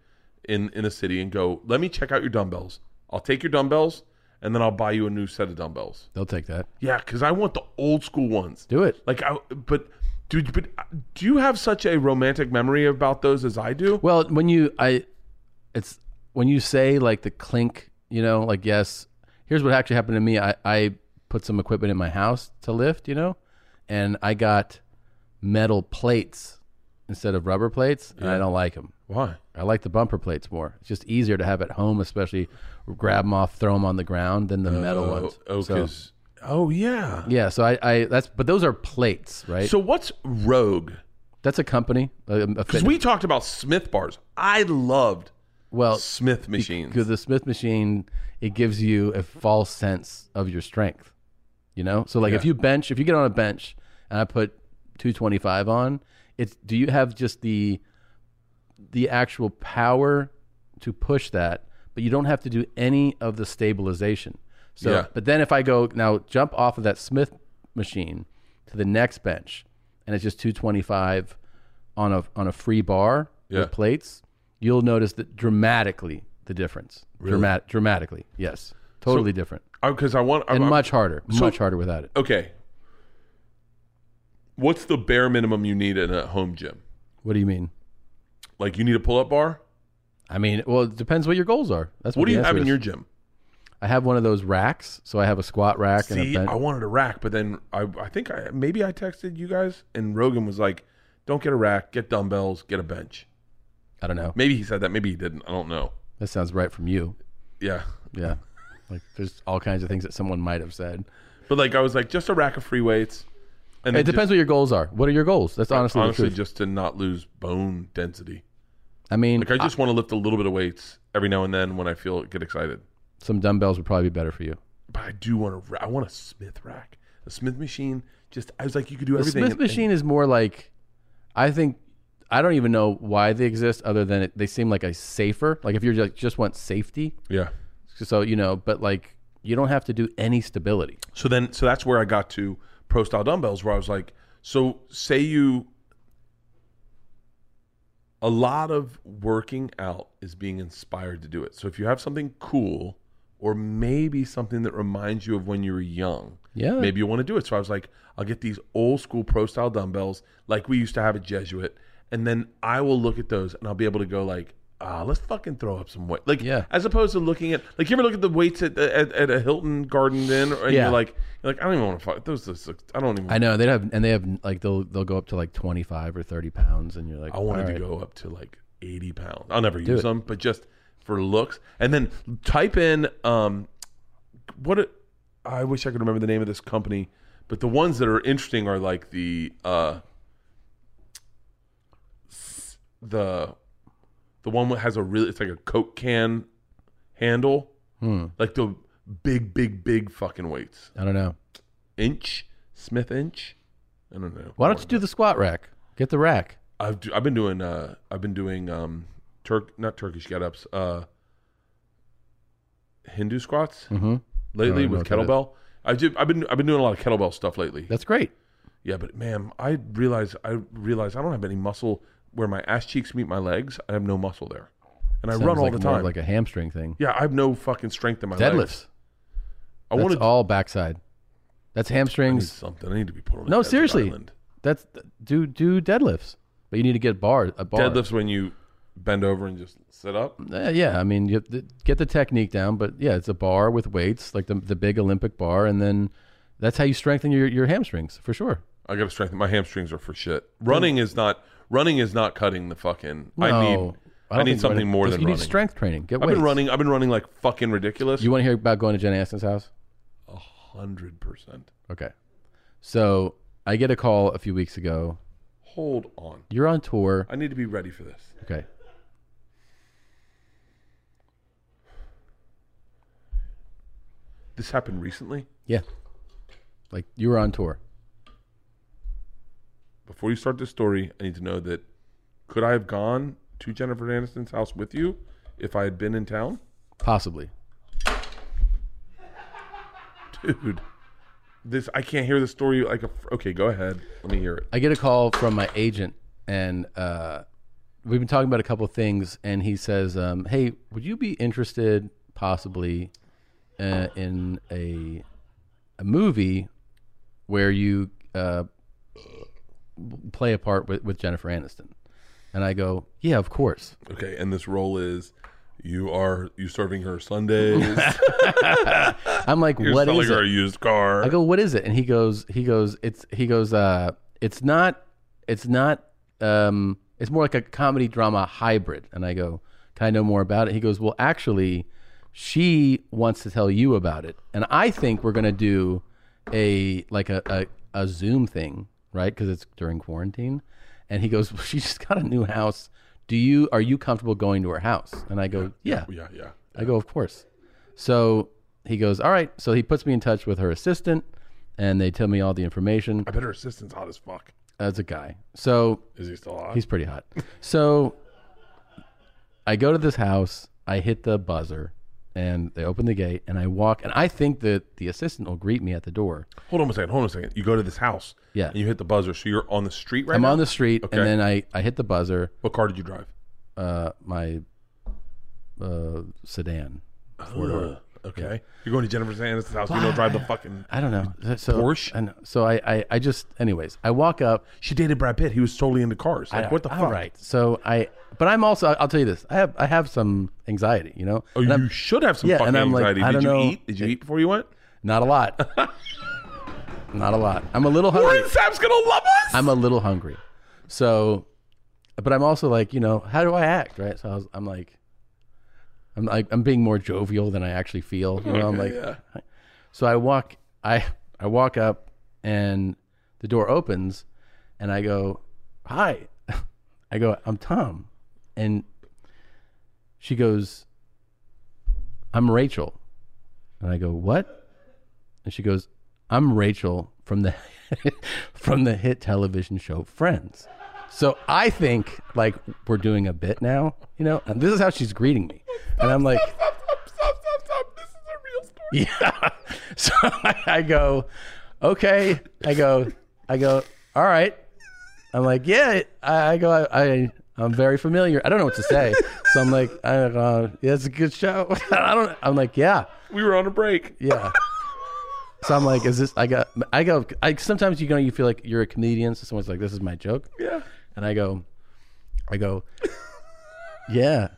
Speaker 1: in in a city, and go. Let me check out your dumbbells. I'll take your dumbbells, and then I'll buy you a new set of dumbbells.
Speaker 2: They'll take that.
Speaker 1: Yeah, because I want the old school ones.
Speaker 2: Do it.
Speaker 1: Like I. But dude, but uh, do you have such a romantic memory about those as I do?
Speaker 2: Well, when you I, it's when you say like the clink, you know, like yes. Here's what actually happened to me. I I put some equipment in my house to lift, you know, and I got metal plates instead of rubber plates, and I
Speaker 1: Yeah.
Speaker 2: don't like them.
Speaker 1: Why?
Speaker 2: I like the bumper plates more. It's just easier to have at home, especially grab them off, throw them on the ground than the metal
Speaker 1: Oh,
Speaker 2: ones.
Speaker 1: oh,
Speaker 2: So-
Speaker 1: 'cause- oh yeah.
Speaker 2: yeah, so I, I that's but those are plates, right?
Speaker 1: So what's Rogue?
Speaker 2: That's a company.
Speaker 1: Because we talked about Smith bars. I loved
Speaker 2: well
Speaker 1: Smith machines.
Speaker 2: because the Smith machine it gives you a false sense of your strength. You know, so like if
Speaker 1: Yeah.
Speaker 2: you bench, if you get on a bench and I put two twenty five on, it's do you have just the the actual power to push that, but you don't have to do any of the stabilization. So,
Speaker 1: Yeah.
Speaker 2: but then if I go now jump off of that Smith machine to the next bench, and it's just 225 on a on a free bar
Speaker 1: Yeah.
Speaker 2: with plates, you'll notice that dramatically the difference.
Speaker 1: Really?
Speaker 2: Dramat- dramatically, yes, totally different
Speaker 1: Because Oh, I want
Speaker 2: and
Speaker 1: I,
Speaker 2: much harder,
Speaker 1: So-
Speaker 2: much harder without it.
Speaker 1: Okay. What's the bare minimum you need in a home gym?
Speaker 2: What do you mean?
Speaker 1: Like you need a pull-up bar?
Speaker 2: I mean, well, it depends what your goals are. That's what,
Speaker 1: What, do you
Speaker 2: the answer
Speaker 1: have in
Speaker 2: is.
Speaker 1: your gym?
Speaker 2: I have one of those racks, so I have a squat rack and a
Speaker 1: See,
Speaker 2: bench.
Speaker 1: I wanted a rack, but then I, I think I maybe I texted you guys and Rogan was like, "Don't get a rack, get dumbbells, get a bench."
Speaker 2: I don't know.
Speaker 1: Maybe he said that, maybe he didn't. I don't know.
Speaker 2: That sounds right from you.
Speaker 1: Yeah.
Speaker 2: Yeah. Like there's all kinds of things that someone might have said.
Speaker 1: But like I was like just a rack of free weights.
Speaker 2: it
Speaker 1: then
Speaker 2: depends what your goals are. What are your goals? That's
Speaker 1: just,
Speaker 2: honestly, the truth.
Speaker 1: just to not lose bone density.
Speaker 2: I mean,
Speaker 1: Like I just want to lift a little bit of weights every now and then when I feel get excited.
Speaker 2: some dumbbells would probably be better for you.
Speaker 1: But I do want to. I want a Smith rack, a Smith machine. Just I was like, you could do
Speaker 2: The
Speaker 1: everything.
Speaker 2: Smith
Speaker 1: and- and-
Speaker 2: machine is more like, I think, I don't even know why they exist other than it, they seem like a safer. Like if you're like just want safety.
Speaker 1: Yeah.
Speaker 2: So you know, but like you don't have to do any stability.
Speaker 1: So then, so that's where I got to pro style dumbbells, where I was like, so say you, a lot of working out is being inspired to do it. So if you have something cool, or maybe something that reminds you of when you were young,
Speaker 2: Yeah.
Speaker 1: maybe you want to do it. So I was like, I'll get these old school pro style dumbbells, like we used to have at Jesuit, and then I will look at those and I'll be able to go like. Ah, let's fucking throw up some weight. Like, yeah. As opposed to looking at, like, you ever look at the weights at the, at, at a Hilton Garden Inn, or, and
Speaker 2: Yeah.
Speaker 1: you're like, you're like, I don't even want to fuck those. This looks, I don't even.
Speaker 2: I know they have, and they have like they'll they'll go up to like twenty five or thirty pounds, and you're like,
Speaker 1: I wanted
Speaker 2: all
Speaker 1: to
Speaker 2: right.
Speaker 1: go up to like 80 pounds. I'll never
Speaker 2: Do
Speaker 1: use
Speaker 2: it.
Speaker 1: them, but just for looks. And then type in um, what it, I wish I could remember the name of this company, but the ones that are interesting are like the uh, s- the the one that has a really it's like a Coke can handle,
Speaker 2: Hmm.
Speaker 1: like the big, big, big fucking weights.
Speaker 2: I don't know.
Speaker 1: Inch Smith Inch. I don't know.
Speaker 2: Why don't you do the squat rack? Get the rack.
Speaker 1: I've do, I've been doing uh I've been doing um Turk not Turkish get ups uh Hindu squats
Speaker 2: Mhm. I
Speaker 1: lately
Speaker 2: don't know
Speaker 1: with
Speaker 2: what that is.
Speaker 1: kettlebell. I do, I've been I've been doing a lot of kettlebell stuff lately.
Speaker 2: That's great.
Speaker 1: Yeah, but man, I realize I realize I don't have any muscle where my ass cheeks meet my legs. I have no muscle there, and I
Speaker 2: Sounds
Speaker 1: run all
Speaker 2: like
Speaker 1: the
Speaker 2: more of
Speaker 1: time.
Speaker 2: like a hamstring thing.
Speaker 1: yeah, I have no fucking strength in my
Speaker 2: Deadlifts.
Speaker 1: legs. I
Speaker 2: That's
Speaker 1: want to
Speaker 2: all backside. That's hamstrings.
Speaker 1: something. I need to be put on. a
Speaker 2: No,
Speaker 1: desert
Speaker 2: seriously.
Speaker 1: island.
Speaker 2: That's do do deadlifts, but you need to get bars. A bar.
Speaker 1: Deadlifts when you bend over and just sit up.
Speaker 2: Uh, yeah, I mean, you have to get the technique down, but yeah, it's a bar with weights, like the the big Olympic bar, and then that's how you strengthen your, your hamstrings for sure.
Speaker 1: I gotta strengthen my hamstrings are for shit. Running is not running is not cutting the fucking.
Speaker 2: No,
Speaker 1: I
Speaker 2: I
Speaker 1: need
Speaker 2: don't
Speaker 1: I, need
Speaker 2: think
Speaker 1: something
Speaker 2: running-
Speaker 1: more
Speaker 2: just
Speaker 1: than
Speaker 2: you need
Speaker 1: running.
Speaker 2: strength training. Get
Speaker 1: I've
Speaker 2: weights.
Speaker 1: been running. I've been running like fucking ridiculous.
Speaker 2: You want to hear about going to Jen Aston's house?
Speaker 1: hundred percent.
Speaker 2: Okay. So I get a call a few weeks ago.
Speaker 1: Hold on.
Speaker 2: You're on tour.
Speaker 1: I need to be ready for this.
Speaker 2: Okay.
Speaker 1: This happened recently
Speaker 2: Yeah. Like you were on tour.
Speaker 1: before you start this story, I need to know that could I have gone to Jennifer Aniston's house with you if I had been in town?
Speaker 2: Possibly.
Speaker 1: Dude, this I can't hear the story like a okay, go ahead. Let me hear it.
Speaker 2: I get a call from my agent, and uh, we've been talking about a couple of things, and he says, um, "Hey, would you be interested possibly uh, in a a movie where you uh, play a part with, with Jennifer Aniston?" And I go, "Yeah, of course."
Speaker 1: Okay, and this role is you are you serving her Sundays.
Speaker 2: I'm like,
Speaker 1: You're
Speaker 2: "What
Speaker 1: selling
Speaker 2: is
Speaker 1: her
Speaker 2: it?"
Speaker 1: a used car.
Speaker 2: I go, what is it? And he goes, he goes, it's he goes, uh, it's not, it's not, um, it's more like a comedy drama hybrid. And I go, can I know more about it? He goes, well, actually, she wants to tell you about it, and I think we're gonna do a like a a, a Zoom thing, right? Because it's during quarantine. And he goes, well, she just got a new house. Do you are you comfortable going to her house? And I go, yeah,
Speaker 1: yeah, yeah.
Speaker 2: I go, of course. So he goes, all right. So he puts me in touch with her assistant, and they tell me all the information.
Speaker 1: I bet her assistant's hot as fuck.
Speaker 2: As a guy, so
Speaker 1: Is he still hot?
Speaker 2: He's pretty hot. so I go to this house. I hit the buzzer, and they open the gate, and I walk, and I think that the assistant will greet me at the door.
Speaker 1: Hold on a second, hold on a second. You go to this house.
Speaker 2: Yeah.
Speaker 1: And you hit the buzzer. So you're on the street right
Speaker 2: I'm
Speaker 1: now?
Speaker 2: on the street,
Speaker 1: Okay.
Speaker 2: and then I, I hit the buzzer.
Speaker 1: What car did you drive?
Speaker 2: Uh, my uh, sedan.
Speaker 1: Ugh, okay. You're going to Jennifer Aniston's house. You don't drive the fucking
Speaker 2: I don't know. So,
Speaker 1: Porsche?
Speaker 2: I know. So I, I, I just, anyways, I walk up.
Speaker 1: She dated Brad Pitt. He was totally into cars. Like, what the
Speaker 2: All
Speaker 1: fuck?
Speaker 2: right. So I, but I'm also, I'll tell you this. I have, I have some anxiety, you know?
Speaker 1: Oh,
Speaker 2: And I'm-
Speaker 1: you should have some
Speaker 2: yeah,
Speaker 1: fucking
Speaker 2: and I'm
Speaker 1: anxiety.
Speaker 2: Like, I
Speaker 1: Did
Speaker 2: don't
Speaker 1: you
Speaker 2: know.
Speaker 1: eat? Did you eat before you went?
Speaker 2: Not a lot. Not a lot. I'm a little hungry.
Speaker 1: Warren Sapp's gonna love us.
Speaker 2: I'm a little hungry. So, but I'm also like, you know, how do I act? Right. So I was, I'm like, I'm like, I'm being more jovial than I actually feel. You know, I'm like,
Speaker 1: Okay,
Speaker 2: so I walk, I, I walk up and the door opens and I go, hi, I go, I'm Tom. And she goes, I'm Rachel. And I go, what? And she goes, I'm Rachel from the from the hit television show Friends. So I think like we're doing a bit now, you know, and this is how she's greeting me. And I'm like, yeah. So I, I go, okay. I go, I go, all right. I'm like, yeah. I, I go, I, I, I'm very familiar. I don't know what to say. So I'm like, I, uh, yeah, it's a good show. I don't. I'm like, yeah,
Speaker 1: We were on a break.
Speaker 2: yeah. So I'm like, is this? I got, I go. I sometimes you know you feel like you're a comedian. So someone's like, this is my joke.
Speaker 1: Yeah.
Speaker 2: And I go, I go, yeah.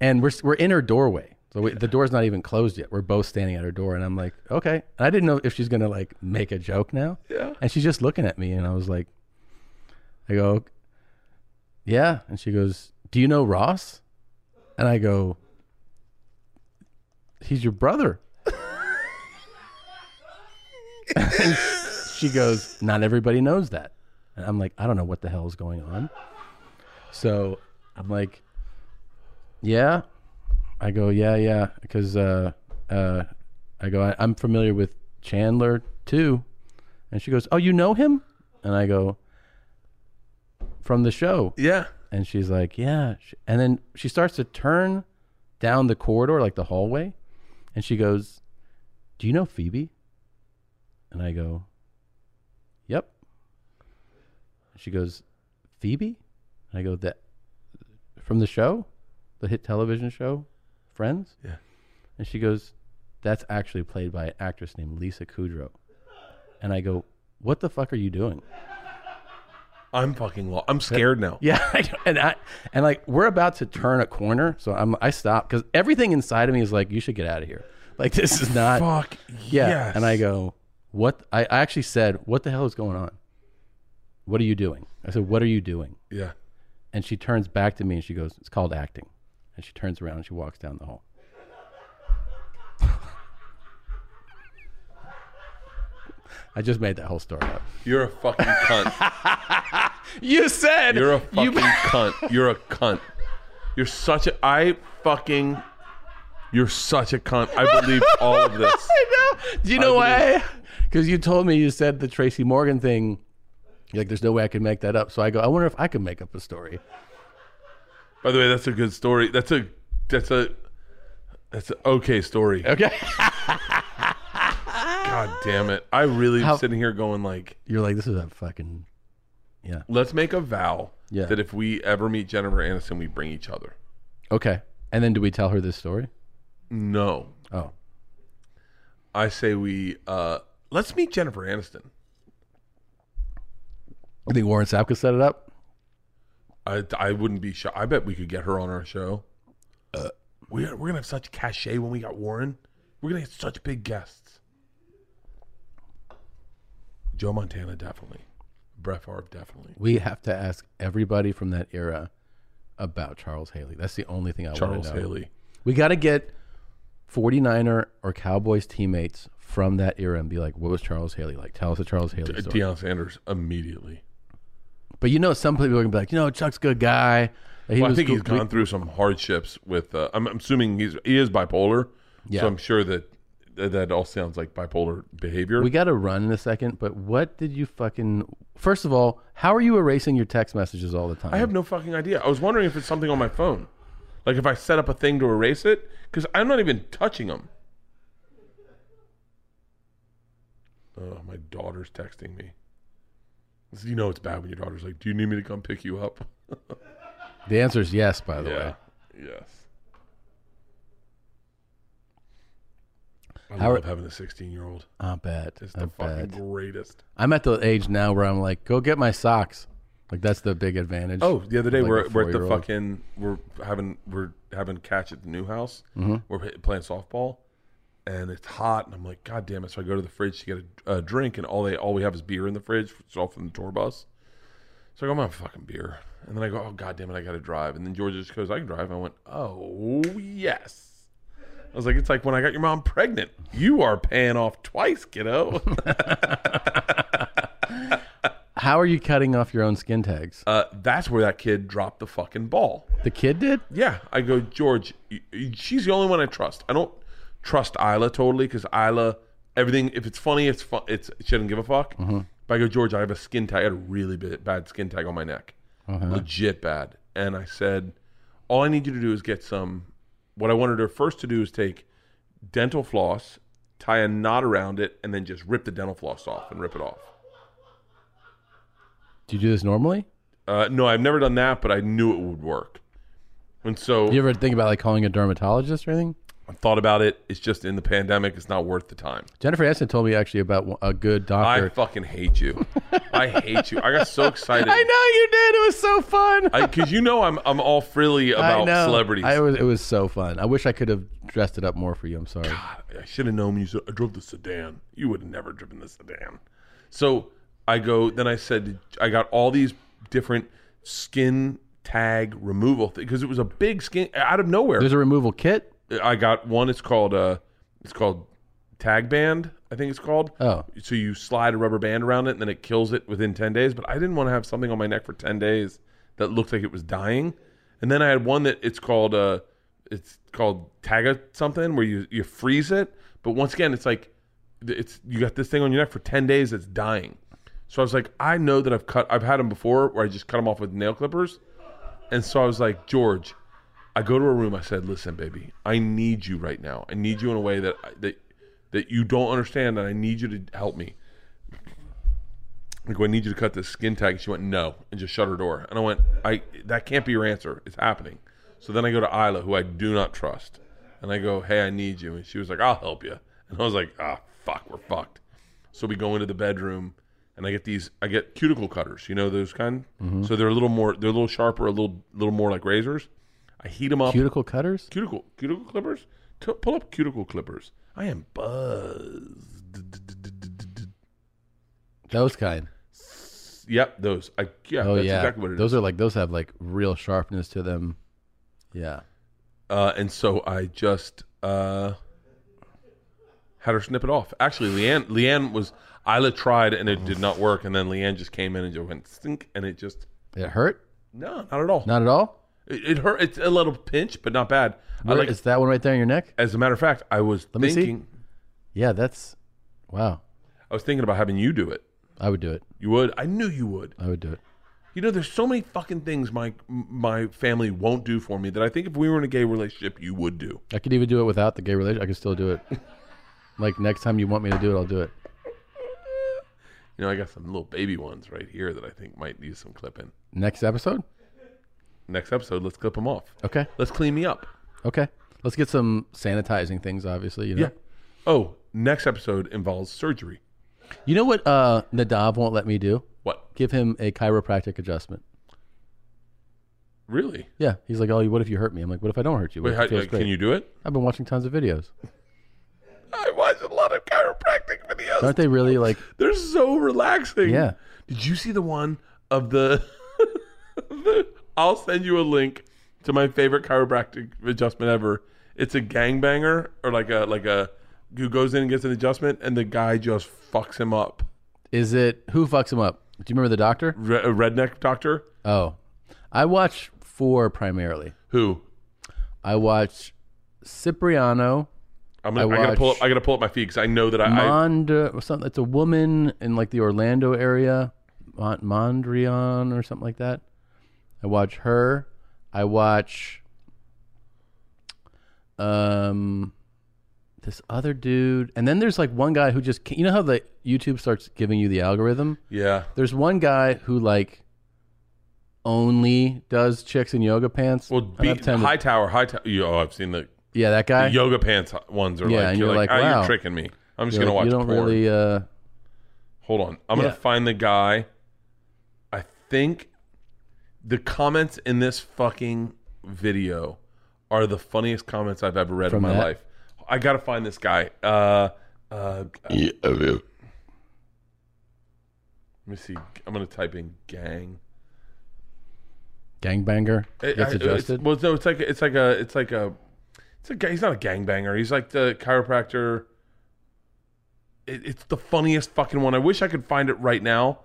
Speaker 2: And we're we're in her doorway. So we, the door's not even closed yet. We're both standing at her door, and I'm like, okay. And I didn't know if she's gonna like make a joke now.
Speaker 1: Yeah.
Speaker 2: And she's just looking at me, and I was like, I go, yeah. And she goes, do you know Ross? And I go, he's your brother. and she goes, not everybody knows that. And I'm like, I don't know what the hell is going on. So I'm like, yeah. I go, yeah, yeah, because uh, uh, I go, I, I'm familiar with Chandler too, and she goes, oh, you know him? And I go, from the show,
Speaker 1: yeah.
Speaker 2: And she's like, yeah, Sh- and then she starts to turn down the corridor, like the hallway, and she goes, do you know Phoebe? And I go, yep. She goes, Phoebe? And I go, that from the show, the hit television show, Friends?
Speaker 1: Yeah.
Speaker 2: And she goes, that's actually played by an actress named Lisa Kudrow. And I go, what the fuck are you doing?
Speaker 1: I'm fucking lo- I'm scared now.
Speaker 2: Yeah, I don't- and I and like we're about to turn a corner, so I'm I stop because everything inside of me is like, you should get out of here. Like this is not
Speaker 1: Fuck
Speaker 2: Yeah,
Speaker 1: yes.
Speaker 2: and I go, what? I, I actually said, what the hell is going on? What are you doing? I said, what are you doing?
Speaker 1: Yeah.
Speaker 2: And she turns back to me and she goes, it's called acting. And she turns around and she walks down the hall. I just made that whole story up.
Speaker 1: You're a fucking cunt.
Speaker 2: you said
Speaker 1: you're a fucking cunt. You're a cunt. You're such a I fucking. You're such a cunt. I believe all of this.
Speaker 2: I know. Do you know
Speaker 1: I
Speaker 2: why? Because you told me you said the Tracy Morgan thing. You're like, there's no way I can make that up. So I go, I wonder if I can make up a story.
Speaker 1: By the way, that's a good story. That's a that's a that's an okay story.
Speaker 2: Okay.
Speaker 1: God damn it! I really am sitting here going like,
Speaker 2: You're like, this is a fucking. Yeah.
Speaker 1: let's make a vow
Speaker 2: Yeah.
Speaker 1: that if we ever meet Jennifer Aniston, we bring each other.
Speaker 2: Okay. And then do we tell her this story?
Speaker 1: No,
Speaker 2: Oh.
Speaker 1: I say we uh let's meet Jennifer Aniston.
Speaker 2: You think Warren Sapp could set it up?
Speaker 1: I I wouldn't be shy. I bet we could get her on our show. Uh, we are, we're gonna have such cachet when we got Warren. We're gonna get such big guests. Joe Montana definitely, Brett Favre definitely.
Speaker 2: We have to ask everybody from that era about Charles Haley. That's the only thing I want
Speaker 1: Charles
Speaker 2: to know.
Speaker 1: Haley.
Speaker 2: We got to get 49er or Cowboys teammates from that era and be like, what was Charles Haley like? Tell us a Charles Haley
Speaker 1: De-
Speaker 2: story.
Speaker 1: Deion Sanders immediately.
Speaker 2: But you know, some people are gonna be like, you know, Chuck's a good guy. He
Speaker 1: well, I
Speaker 2: was
Speaker 1: think
Speaker 2: cool-
Speaker 1: he's gone through some hardships with. Uh, I'm, I'm assuming he's he is bipolar.
Speaker 2: Yeah.
Speaker 1: So I'm sure that that- that all sounds like bipolar behavior.
Speaker 2: We got to run in a second, but what did you fucking? First of all, how are you erasing your text messages all the time?
Speaker 1: I have no fucking idea. I was wondering if it's something on my phone, like if I set up a thing to erase it, because I'm not even touching them. Oh, my daughter's texting me. This- You know it's bad when your daughter's like, "Do you need me to come pick you up?"
Speaker 2: The answer is yes. By the
Speaker 1: yeah.
Speaker 2: way,
Speaker 1: Yes. I
Speaker 2: How are-
Speaker 1: love having a 16 year old.
Speaker 2: I bet.
Speaker 1: It's
Speaker 2: I
Speaker 1: the fucking
Speaker 2: bet.
Speaker 1: greatest.
Speaker 2: I'm at the age now where I'm like, go get my socks. Like that's the big advantage.
Speaker 1: Oh, the other day
Speaker 2: Like a
Speaker 1: we're, we're at the
Speaker 2: four-year-old.
Speaker 1: fucking we're having we're having catch at the new house.
Speaker 2: Mhm.
Speaker 1: We're hit- playing softball, and it's hot, and I'm like, God damn it! So I go to the fridge to get a, a drink, and all they all we have is beer in the fridge. It's all from the tour bus. So I go, I'm out fucking beer, and then I go, Oh god damn it! I got to drive, and then George just goes, I can drive. I went, Oh yes. I was like, it's like when I got your mom pregnant. You are paying off twice, kiddo.
Speaker 2: How are you cutting off your own skin tags?
Speaker 1: uh, that's where that kid dropped the fucking ball.
Speaker 2: The kid did.
Speaker 1: Yeah, I go George. y- y- She's the only one I trust. I don't trust Isla totally because Isla, everything. If it's funny, it's fun. It's she doesn't give a fuck.
Speaker 2: Mhm.
Speaker 1: But I go George. I have a skin tag. I had a really bad, bad skin tag on my neck,
Speaker 2: Uh-huh.
Speaker 1: legit bad. And I said, all I need you to do is get some. What I wanted her first to do is take dental floss, tie a knot around it, and then just rip the dental floss off and rip it off.
Speaker 2: Do you do this normally?
Speaker 1: Uh, no, I've never done that, but I knew it would work. And so
Speaker 2: You ever think about like calling a dermatologist or anything?
Speaker 1: I thought about it. It's just in the pandemic. It's not worth the time.
Speaker 2: Jennifer Aniston told me actually about one- a good
Speaker 1: I
Speaker 2: doctor.
Speaker 1: fucking hate you. I hate you. I got so excited.
Speaker 2: I know you did. It was so fun.
Speaker 1: Because you know I'm I'm all frilly
Speaker 2: I
Speaker 1: about
Speaker 2: know.
Speaker 1: celebrities.
Speaker 2: I
Speaker 1: I,
Speaker 2: was, it was so fun. I wish I could have dressed it up more for you. I'm sorry.
Speaker 1: should have known when you said I drove the sedan. You would have never driven the sedan. So I go. Then I said I got all these different skin tag removal because it was a big skin out of nowhere.
Speaker 2: There's a removal kit.
Speaker 1: I got one. It's called uh, it's called tag band. I think it's called.
Speaker 2: Oh.
Speaker 1: so you slide a rubber band around it, and then it kills it within ten days. But I didn't want to have something on my neck for ten days that looked like it was dying. And then I had one that it's called uh, it's called taga something where you you freeze it. But once again, it's like it's you got this thing on your neck for ten days that's dying. So I was like, I know that I've cut. I've had them before where I just cut them off with nail clippers. And so I was like, George, I go to a room. I said, "Listen, baby, I need you right now. I need you in a way that that that you don't understand, and I need you to help me." I go, "I need you to cut this skin tag." She went, "No," and just shut her door. And I went, "I that can't be your answer. It's happening." So then I go to Isla, who I do not trust, and I go, "Hey, I need you," and she was like, "I'll help you," and I was like, "Ah, fuck, we're fucked." So we go into the bedroom, and I get these. I get cuticle cutters. You know those kind.
Speaker 2: Mhm.
Speaker 1: So they're a little more. They're a little sharper. A little little more like razors. I heat them up.
Speaker 2: Cuticle cutters.
Speaker 1: Cuticle cuticle clippers. T- pull up cuticle clippers. I am buzzed.
Speaker 2: Those kind.
Speaker 1: Yep, those. I yeah.
Speaker 2: oh
Speaker 1: that's
Speaker 2: yeah.
Speaker 1: exactly what it is.
Speaker 2: those are like those have like real sharpness to them. Yeah.
Speaker 1: Uh, and so I just uh, had her snip it off. Actually, Leanne Leanne was Isla tried and it did not work, and then Leanne just came in and just went stink, and it just
Speaker 2: It hurt?
Speaker 1: No, not at all.
Speaker 2: Not at all?
Speaker 1: It, it hurt. It's a little pinch, but not bad. I
Speaker 2: Where-
Speaker 1: like.
Speaker 2: is that one right there in your neck?
Speaker 1: As a matter of fact, I was
Speaker 2: Let me see.
Speaker 1: thinking.
Speaker 2: Yeah, that's wow.
Speaker 1: I was thinking about having you do it.
Speaker 2: I would do it.
Speaker 1: You would. I knew you would.
Speaker 2: I would do it.
Speaker 1: You know, there's so many fucking things my my family won't do for me that I think if we were in a gay relationship, you would do.
Speaker 2: I could even do it without the gay relation. I could still do it. like next time you want me to do it, I'll do it.
Speaker 1: You know, I got some little baby ones right here that I think might use some clipping.
Speaker 2: Next episode?
Speaker 1: Next episode, let's clip them off.
Speaker 2: Okay.
Speaker 1: Let's clean me up.
Speaker 2: Okay. Let's get some sanitizing things, obviously. You know?
Speaker 1: Yeah. Oh, next episode involves surgery.
Speaker 2: You know what uh, Nadav won't let me do?
Speaker 1: What?
Speaker 2: Give him a chiropractic adjustment.
Speaker 1: Really?
Speaker 2: Yeah. He's like, oh, what if you hurt me? I'm like, what if I don't hurt you? What
Speaker 1: Wait,
Speaker 2: if
Speaker 1: how,
Speaker 2: it feels
Speaker 1: uh, can
Speaker 2: great?"
Speaker 1: you do it?
Speaker 2: I've been watching tons of videos.
Speaker 1: I watched a lot of chiropractic videos.
Speaker 2: Aren't they really like,
Speaker 1: They're so relaxing.
Speaker 2: Yeah.
Speaker 1: Did you see the one of the? the I'll send you a link to my favorite chiropractic adjustment ever. It's a gangbanger or like a like a who goes in and gets an adjustment, and the guy just fucks him up.
Speaker 2: is it who fucks him up? Do you remember the doctor?
Speaker 1: Re- a redneck doctor.
Speaker 2: Oh, I watch four primarily.
Speaker 1: Who?
Speaker 2: I watch Cipriano.
Speaker 1: I'm gonna, I, gotta pull up. I gotta pull up my feed because I know that I, I
Speaker 2: Mond or something. It's a woman in like the Orlando area, Mont- Mondrian or something like that. I watch her. I watch um this other dude, and then there's like one guy who just ca- you know how the YouTube starts giving you the algorithm.
Speaker 1: Yeah.
Speaker 2: There's one guy who like only does chicks in yoga pants. Well,
Speaker 1: beat high tower. High tower. Oh, I've seen the
Speaker 2: Yeah, that guy.
Speaker 1: the yoga pants ones are
Speaker 2: Yeah,
Speaker 1: like.
Speaker 2: and
Speaker 1: you're,
Speaker 2: you're
Speaker 1: like,
Speaker 2: like,
Speaker 1: "Ah,
Speaker 2: wow."
Speaker 1: you're tricking me. I'm just
Speaker 2: You're
Speaker 1: gonna
Speaker 2: like, you
Speaker 1: watch
Speaker 2: don't
Speaker 1: porn.
Speaker 2: really, uh,
Speaker 1: Hold on. I'm
Speaker 2: Yeah.
Speaker 1: gonna find the guy. I think the comments in this fucking video are the funniest comments I've ever read
Speaker 2: From
Speaker 1: in my
Speaker 2: that?
Speaker 1: life. I gotta find this guy. Uh, uh, let me see. I'm gonna type in gang.
Speaker 2: gangbanger.
Speaker 1: It-
Speaker 2: gets
Speaker 1: I- it's-
Speaker 2: adjusted.
Speaker 1: well, no, it's like it's like a it's like a it's a guy. He's not a gangbanger. He's like the chiropractor. It, it's the funniest fucking one. I wish I could find it right now.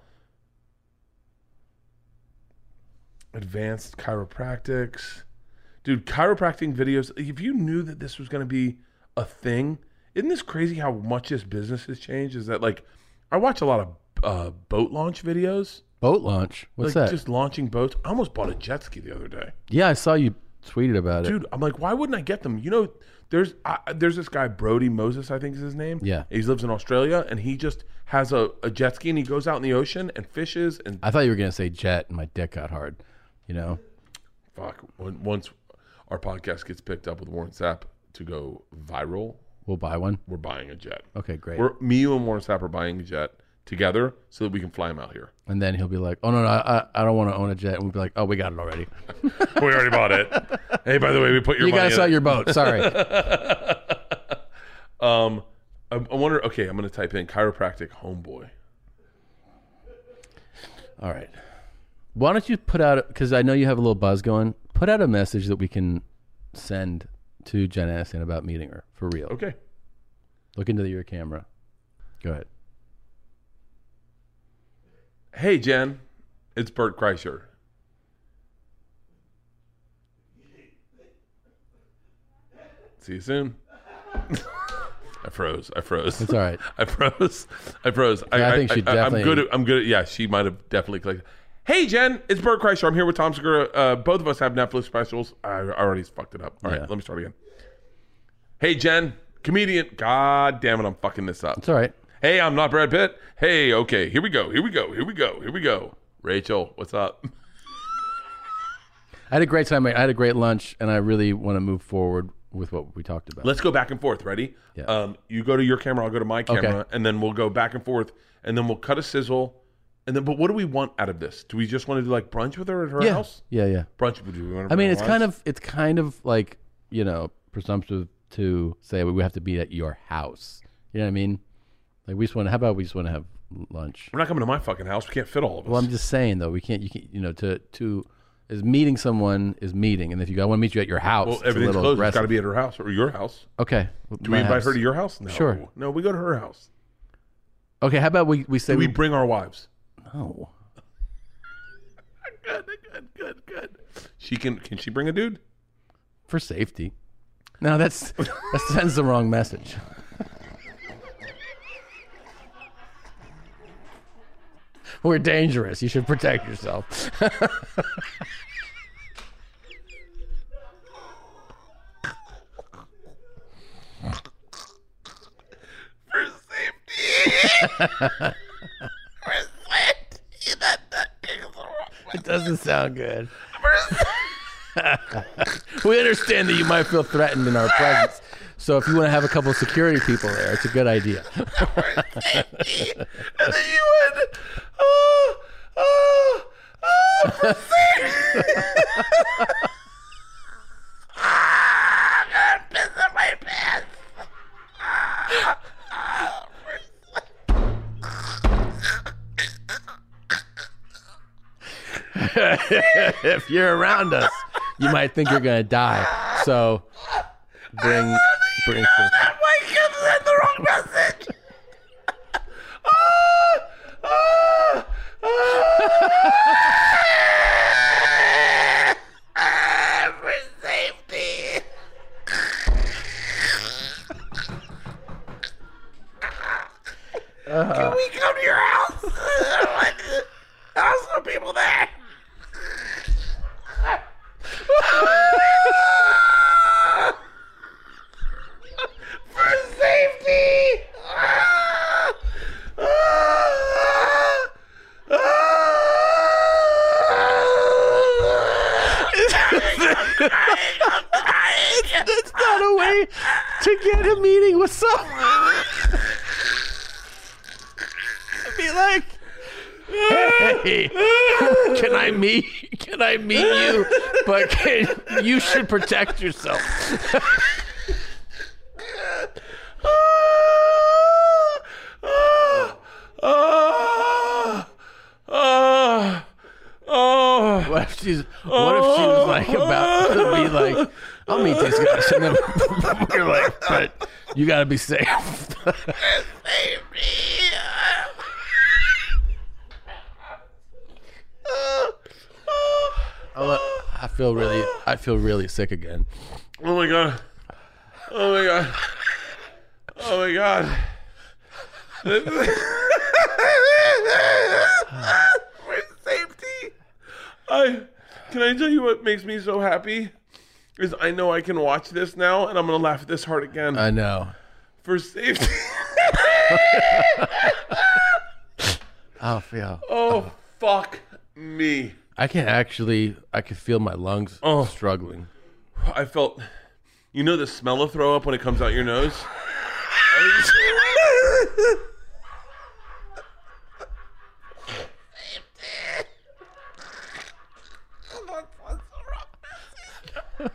Speaker 1: Advanced chiropractics, dude. Chiropractic videos. If you knew that this was going to be a thing, isn't this crazy how much this business has changed? Is that like I watch a lot of uh, boat launch videos.
Speaker 2: Boat launch. What's
Speaker 1: like
Speaker 2: that?
Speaker 1: Just launching boats. I almost bought a jet ski the other day.
Speaker 2: Yeah, I saw you tweeted about it.
Speaker 1: Dude, I'm like, why wouldn't I get them? You know, there's I, there's this guy Brody Moses, I think is his name.
Speaker 2: Yeah.
Speaker 1: he lives in Australia, and he just has a, a jet ski, and he goes out in the ocean and fishes, and
Speaker 2: I thought you were gonna say jet, and my dick got hard. You know,
Speaker 1: fuck. When, once our podcast gets picked up with Warren Sapp to go viral,
Speaker 2: we'll buy one.
Speaker 1: we're buying a jet.
Speaker 2: Okay, great.
Speaker 1: We're me, you, and Warren Sapp are buying a jet together so that we can fly him out here.
Speaker 2: and then he'll be like, "Oh no, no, I, I don't want to own a jet." And we'll be like, "Oh, we got it already."
Speaker 1: we already bought it. Hey, by the way, we put your
Speaker 2: You
Speaker 1: money
Speaker 2: guys
Speaker 1: in
Speaker 2: sell
Speaker 1: it.
Speaker 2: your boat. Sorry.
Speaker 1: um, I, I wonder. Okay, I'm gonna type in chiropractic homeboy.
Speaker 2: All right. Why don't you put out? Because I know you have a little buzz going. Put out a message that we can send to Jen Aniston about meeting her for real.
Speaker 1: Okay.
Speaker 2: Look into your camera. Go ahead.
Speaker 1: Hey, Jen, it's Bert Kreischer. See you soon. I froze. I froze.
Speaker 2: It's all right.
Speaker 1: I froze. I froze.
Speaker 2: Yeah, I think she definitely-
Speaker 1: I'm good. At, I'm good. At, yeah, she might have definitely clicked. Hey, Jen, it's Bert Kreischer. I'm here with Tom Segura. Uh, both of us have Netflix specials. I, I already fucked it up. All right, let me start again. Hey, Jen, comedian. God damn it, I'm fucking this up. It's
Speaker 2: all right.
Speaker 1: Hey, I'm not Brad Pitt. Hey, okay, here we go. Here we go. Here we go. Here we go. Rachel, what's up?
Speaker 2: I had a great time. I had a great lunch, and I really want to move forward with what we talked about.
Speaker 1: Let's go back and forth. Ready? Um, you go to your camera, I'll go to my camera,
Speaker 2: Okay.
Speaker 1: and then we'll go back and forth, and then we'll cut a sizzle. And then, but what do we want out of this? Do we just want to do like brunch with her at her
Speaker 2: yeah.
Speaker 1: house?
Speaker 2: Yeah, yeah.
Speaker 1: Brunch? Do we want to
Speaker 2: I mean, it's kind of it's kind of like you know presumptive to say we have to be at your house. You know what I mean? Like we just want. to. How about we just want to have lunch?
Speaker 1: We're not coming to my fucking house. We can't fit all of us.
Speaker 2: Well, I'm just saying though, we can't. You can not you know to to is meeting someone is meeting, and if you go, I want to meet you at your house.
Speaker 1: Well,
Speaker 2: it's a
Speaker 1: everything's
Speaker 2: little
Speaker 1: closed. It's
Speaker 2: aggressive.
Speaker 1: got to be at her house or your house.
Speaker 2: Okay.
Speaker 1: Do we
Speaker 2: my
Speaker 1: invite
Speaker 2: house.
Speaker 1: her to your house? No.
Speaker 2: Sure.
Speaker 1: No, we go to her house.
Speaker 2: Okay. How about we we say
Speaker 1: Do we bring our wives?
Speaker 2: No.
Speaker 1: She can. Can she bring a dude?
Speaker 2: for safety? No, that's that sends the wrong message. We're dangerous. You should protect yourself. It doesn't sound good. we understand that you might feel threatened in our presence. So if you want to have a couple of security people there, it's a good idea.
Speaker 14: And then you went, oh, oh, oh, for safety. Ah, God, piss in my pants. Ah, ah,
Speaker 2: if you're around us, you might think you're gonna die. So bring bring some-
Speaker 14: that way comes in the wrong message. Ah, ah, ah. Ah, for safety. Can we come to your house? There are some people there. For safety! Ah! Ah! Ah!
Speaker 2: That's not a way to get a meeting with someone. Be like, hey, can I meet? Can I meet you? But can, you should protect yourself. ah,
Speaker 14: Ah! Ah! Ah!
Speaker 2: What if she's? What if she was like about to be like, I'll meet these guys, and then you're like, but you gotta be safe. Oh, I feel really, I feel really sick again.
Speaker 1: Oh my god. Oh my god. Oh my god.
Speaker 14: For safety.
Speaker 1: I can I tell you what makes me so happy is I know I can watch this now and I'm gonna laugh this hard again
Speaker 2: I know.
Speaker 1: for safety.
Speaker 2: Oh, feel.
Speaker 1: oh fuck me. Oh.
Speaker 2: I can actually, I can feel my lungs struggling.
Speaker 1: I felt you know the smell of throw up when it comes out your nose.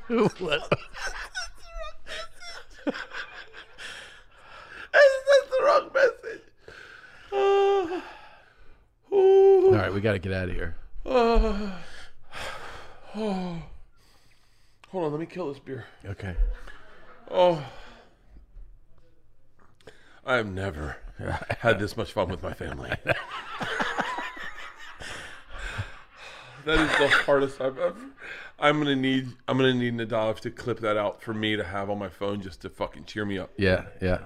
Speaker 14: What? That's the wrong message. Ah.
Speaker 2: All right, we got to get out of here.
Speaker 1: Uh, oh. Hold on, let me kill this beer.
Speaker 2: Okay.
Speaker 1: Oh. I've never had this much fun with my family. that is the hardest I've ever. I'm gonna need. I'm gonna need Nadav to clip that out for me to have on my phone just to fucking cheer me up.
Speaker 2: Yeah, yeah.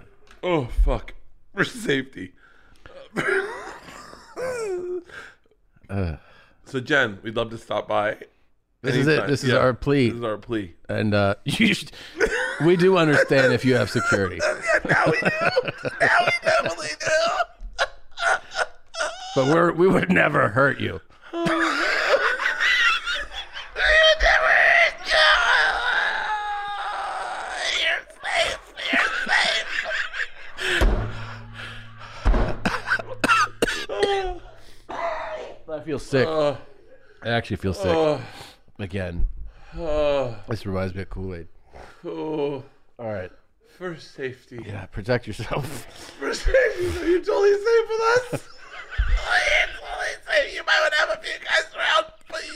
Speaker 1: Oh fuck. For safety.
Speaker 2: Uh,
Speaker 1: So Jen, we'd love to stop by.
Speaker 2: this is it.
Speaker 1: anytime.
Speaker 2: This is
Speaker 1: Yeah,
Speaker 2: our plea.
Speaker 1: This is our plea.
Speaker 2: And uh, you should, we do understand if you have security.
Speaker 14: now we do. Now we definitely do.
Speaker 2: But we're, we would never hurt you.
Speaker 14: You're never in jail. You're safe. You're safe.
Speaker 2: I feel sick. I actually feel sick.
Speaker 1: Uh.
Speaker 2: Again,
Speaker 1: Oh,
Speaker 2: this reminds me of Kool Aid.
Speaker 1: oh.
Speaker 2: All right.
Speaker 1: For safety.
Speaker 2: Yeah, protect yourself.
Speaker 1: For safety. Are you totally safe with us?
Speaker 14: Oh, you're totally safe. You might want to have a few guys around, but you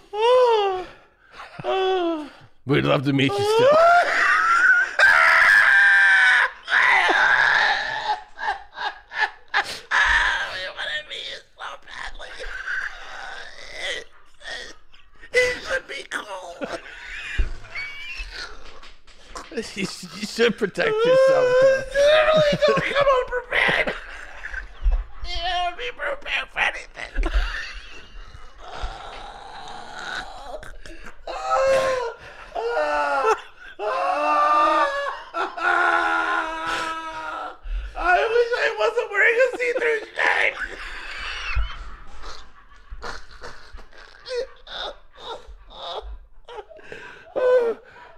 Speaker 14: should be.
Speaker 1: Oh,
Speaker 2: We'd love to meet you still.
Speaker 12: It should be cool.
Speaker 2: you should protect yourself. Tim.
Speaker 12: Literally, don't come unprepared. yeah, be prepared for anything. I wish I wasn't wearing a see-through shirt.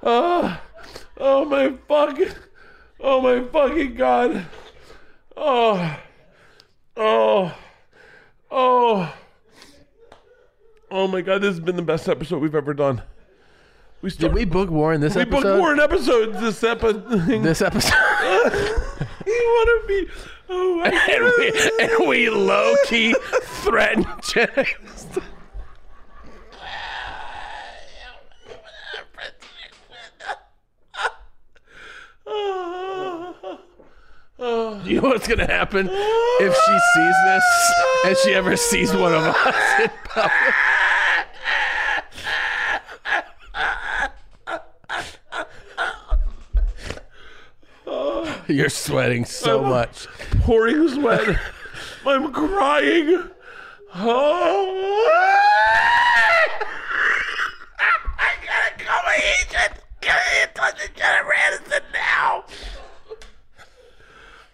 Speaker 2: Oh, oh my fucking, oh my fucking god. Oh, oh, oh, oh my god! This has been the best episode we've ever done. We
Speaker 16: Did we book Warren this
Speaker 1: We
Speaker 16: episode?
Speaker 1: booked Warren episodes this episode.
Speaker 2: This episode.
Speaker 1: you want to be? Oh,
Speaker 2: and we, and we low key threatened Jennings. You know what's gonna happen if she sees this and she ever sees one of us in public? You're sweating so
Speaker 1: I'm
Speaker 2: much.
Speaker 1: pouring sweat. I'm crying. Oh.
Speaker 12: I gotta call my agent. Get in touch with Jennifer Aniston now.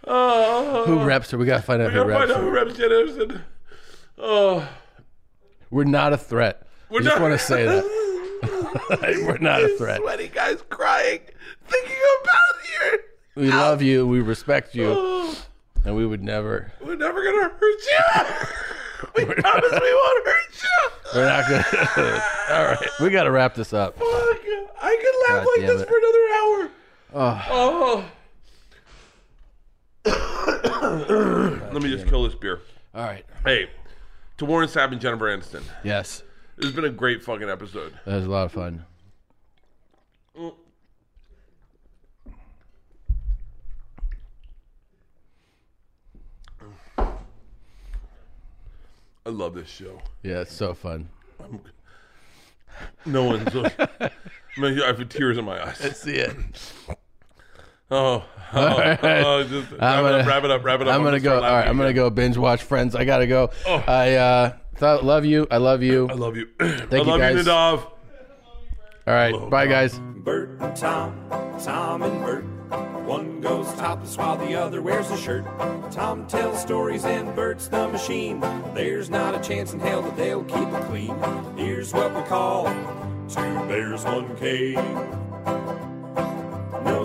Speaker 1: Oh.
Speaker 2: Who reps her? We gotta find out
Speaker 1: We
Speaker 2: who
Speaker 1: gotta
Speaker 2: reps
Speaker 1: find out who
Speaker 2: her.
Speaker 1: reps Jen Anderson. Oh.
Speaker 2: We're not a threat.
Speaker 1: We're
Speaker 2: I just
Speaker 1: not-
Speaker 2: want to say that. We're not a threat.
Speaker 12: Sweaty guys crying, thinking about your
Speaker 2: We love you. We respect you. And we would never.
Speaker 12: We're never gonna hurt you. we promise we won't hurt you.
Speaker 2: We're not gonna. All right. We gotta wrap this up.
Speaker 12: Fuck, I could laugh
Speaker 2: God
Speaker 12: like
Speaker 2: damn
Speaker 12: this
Speaker 2: it.
Speaker 12: for another hour.
Speaker 2: Oh.
Speaker 12: Oh,
Speaker 1: Oh. Let me just kill this beer.
Speaker 2: All right.
Speaker 1: Hey, to Warren Sapp and Jennifer Aniston.
Speaker 2: Yes.
Speaker 1: This has been a great fucking episode.
Speaker 2: That was a lot of fun.
Speaker 1: I love this show.
Speaker 2: Yeah, it's so fun.
Speaker 1: No one's. Look, I mean, I have tears in my eyes. I
Speaker 2: see it.
Speaker 1: Oh, oh,
Speaker 2: All right.
Speaker 1: oh, just wrap,
Speaker 2: I'm
Speaker 1: it
Speaker 2: gonna-
Speaker 1: up, wrap it up, wrap it up.
Speaker 2: I'm gonna go. All right, I'm gonna go binge watch Friends. I gotta go. I uh, th- love you. I love you. I
Speaker 1: love you.
Speaker 2: Thank
Speaker 1: I
Speaker 2: you
Speaker 1: love
Speaker 2: guys.
Speaker 1: you, Nadav.
Speaker 2: All right, bye guys.
Speaker 15: Bert and Tom, Tom and Bert. One goes topless while the other wears a shirt. Tom tells stories and Bert's the machine. There's not a chance in hell that they'll keep it clean. Here's what we call two bears, one cave. No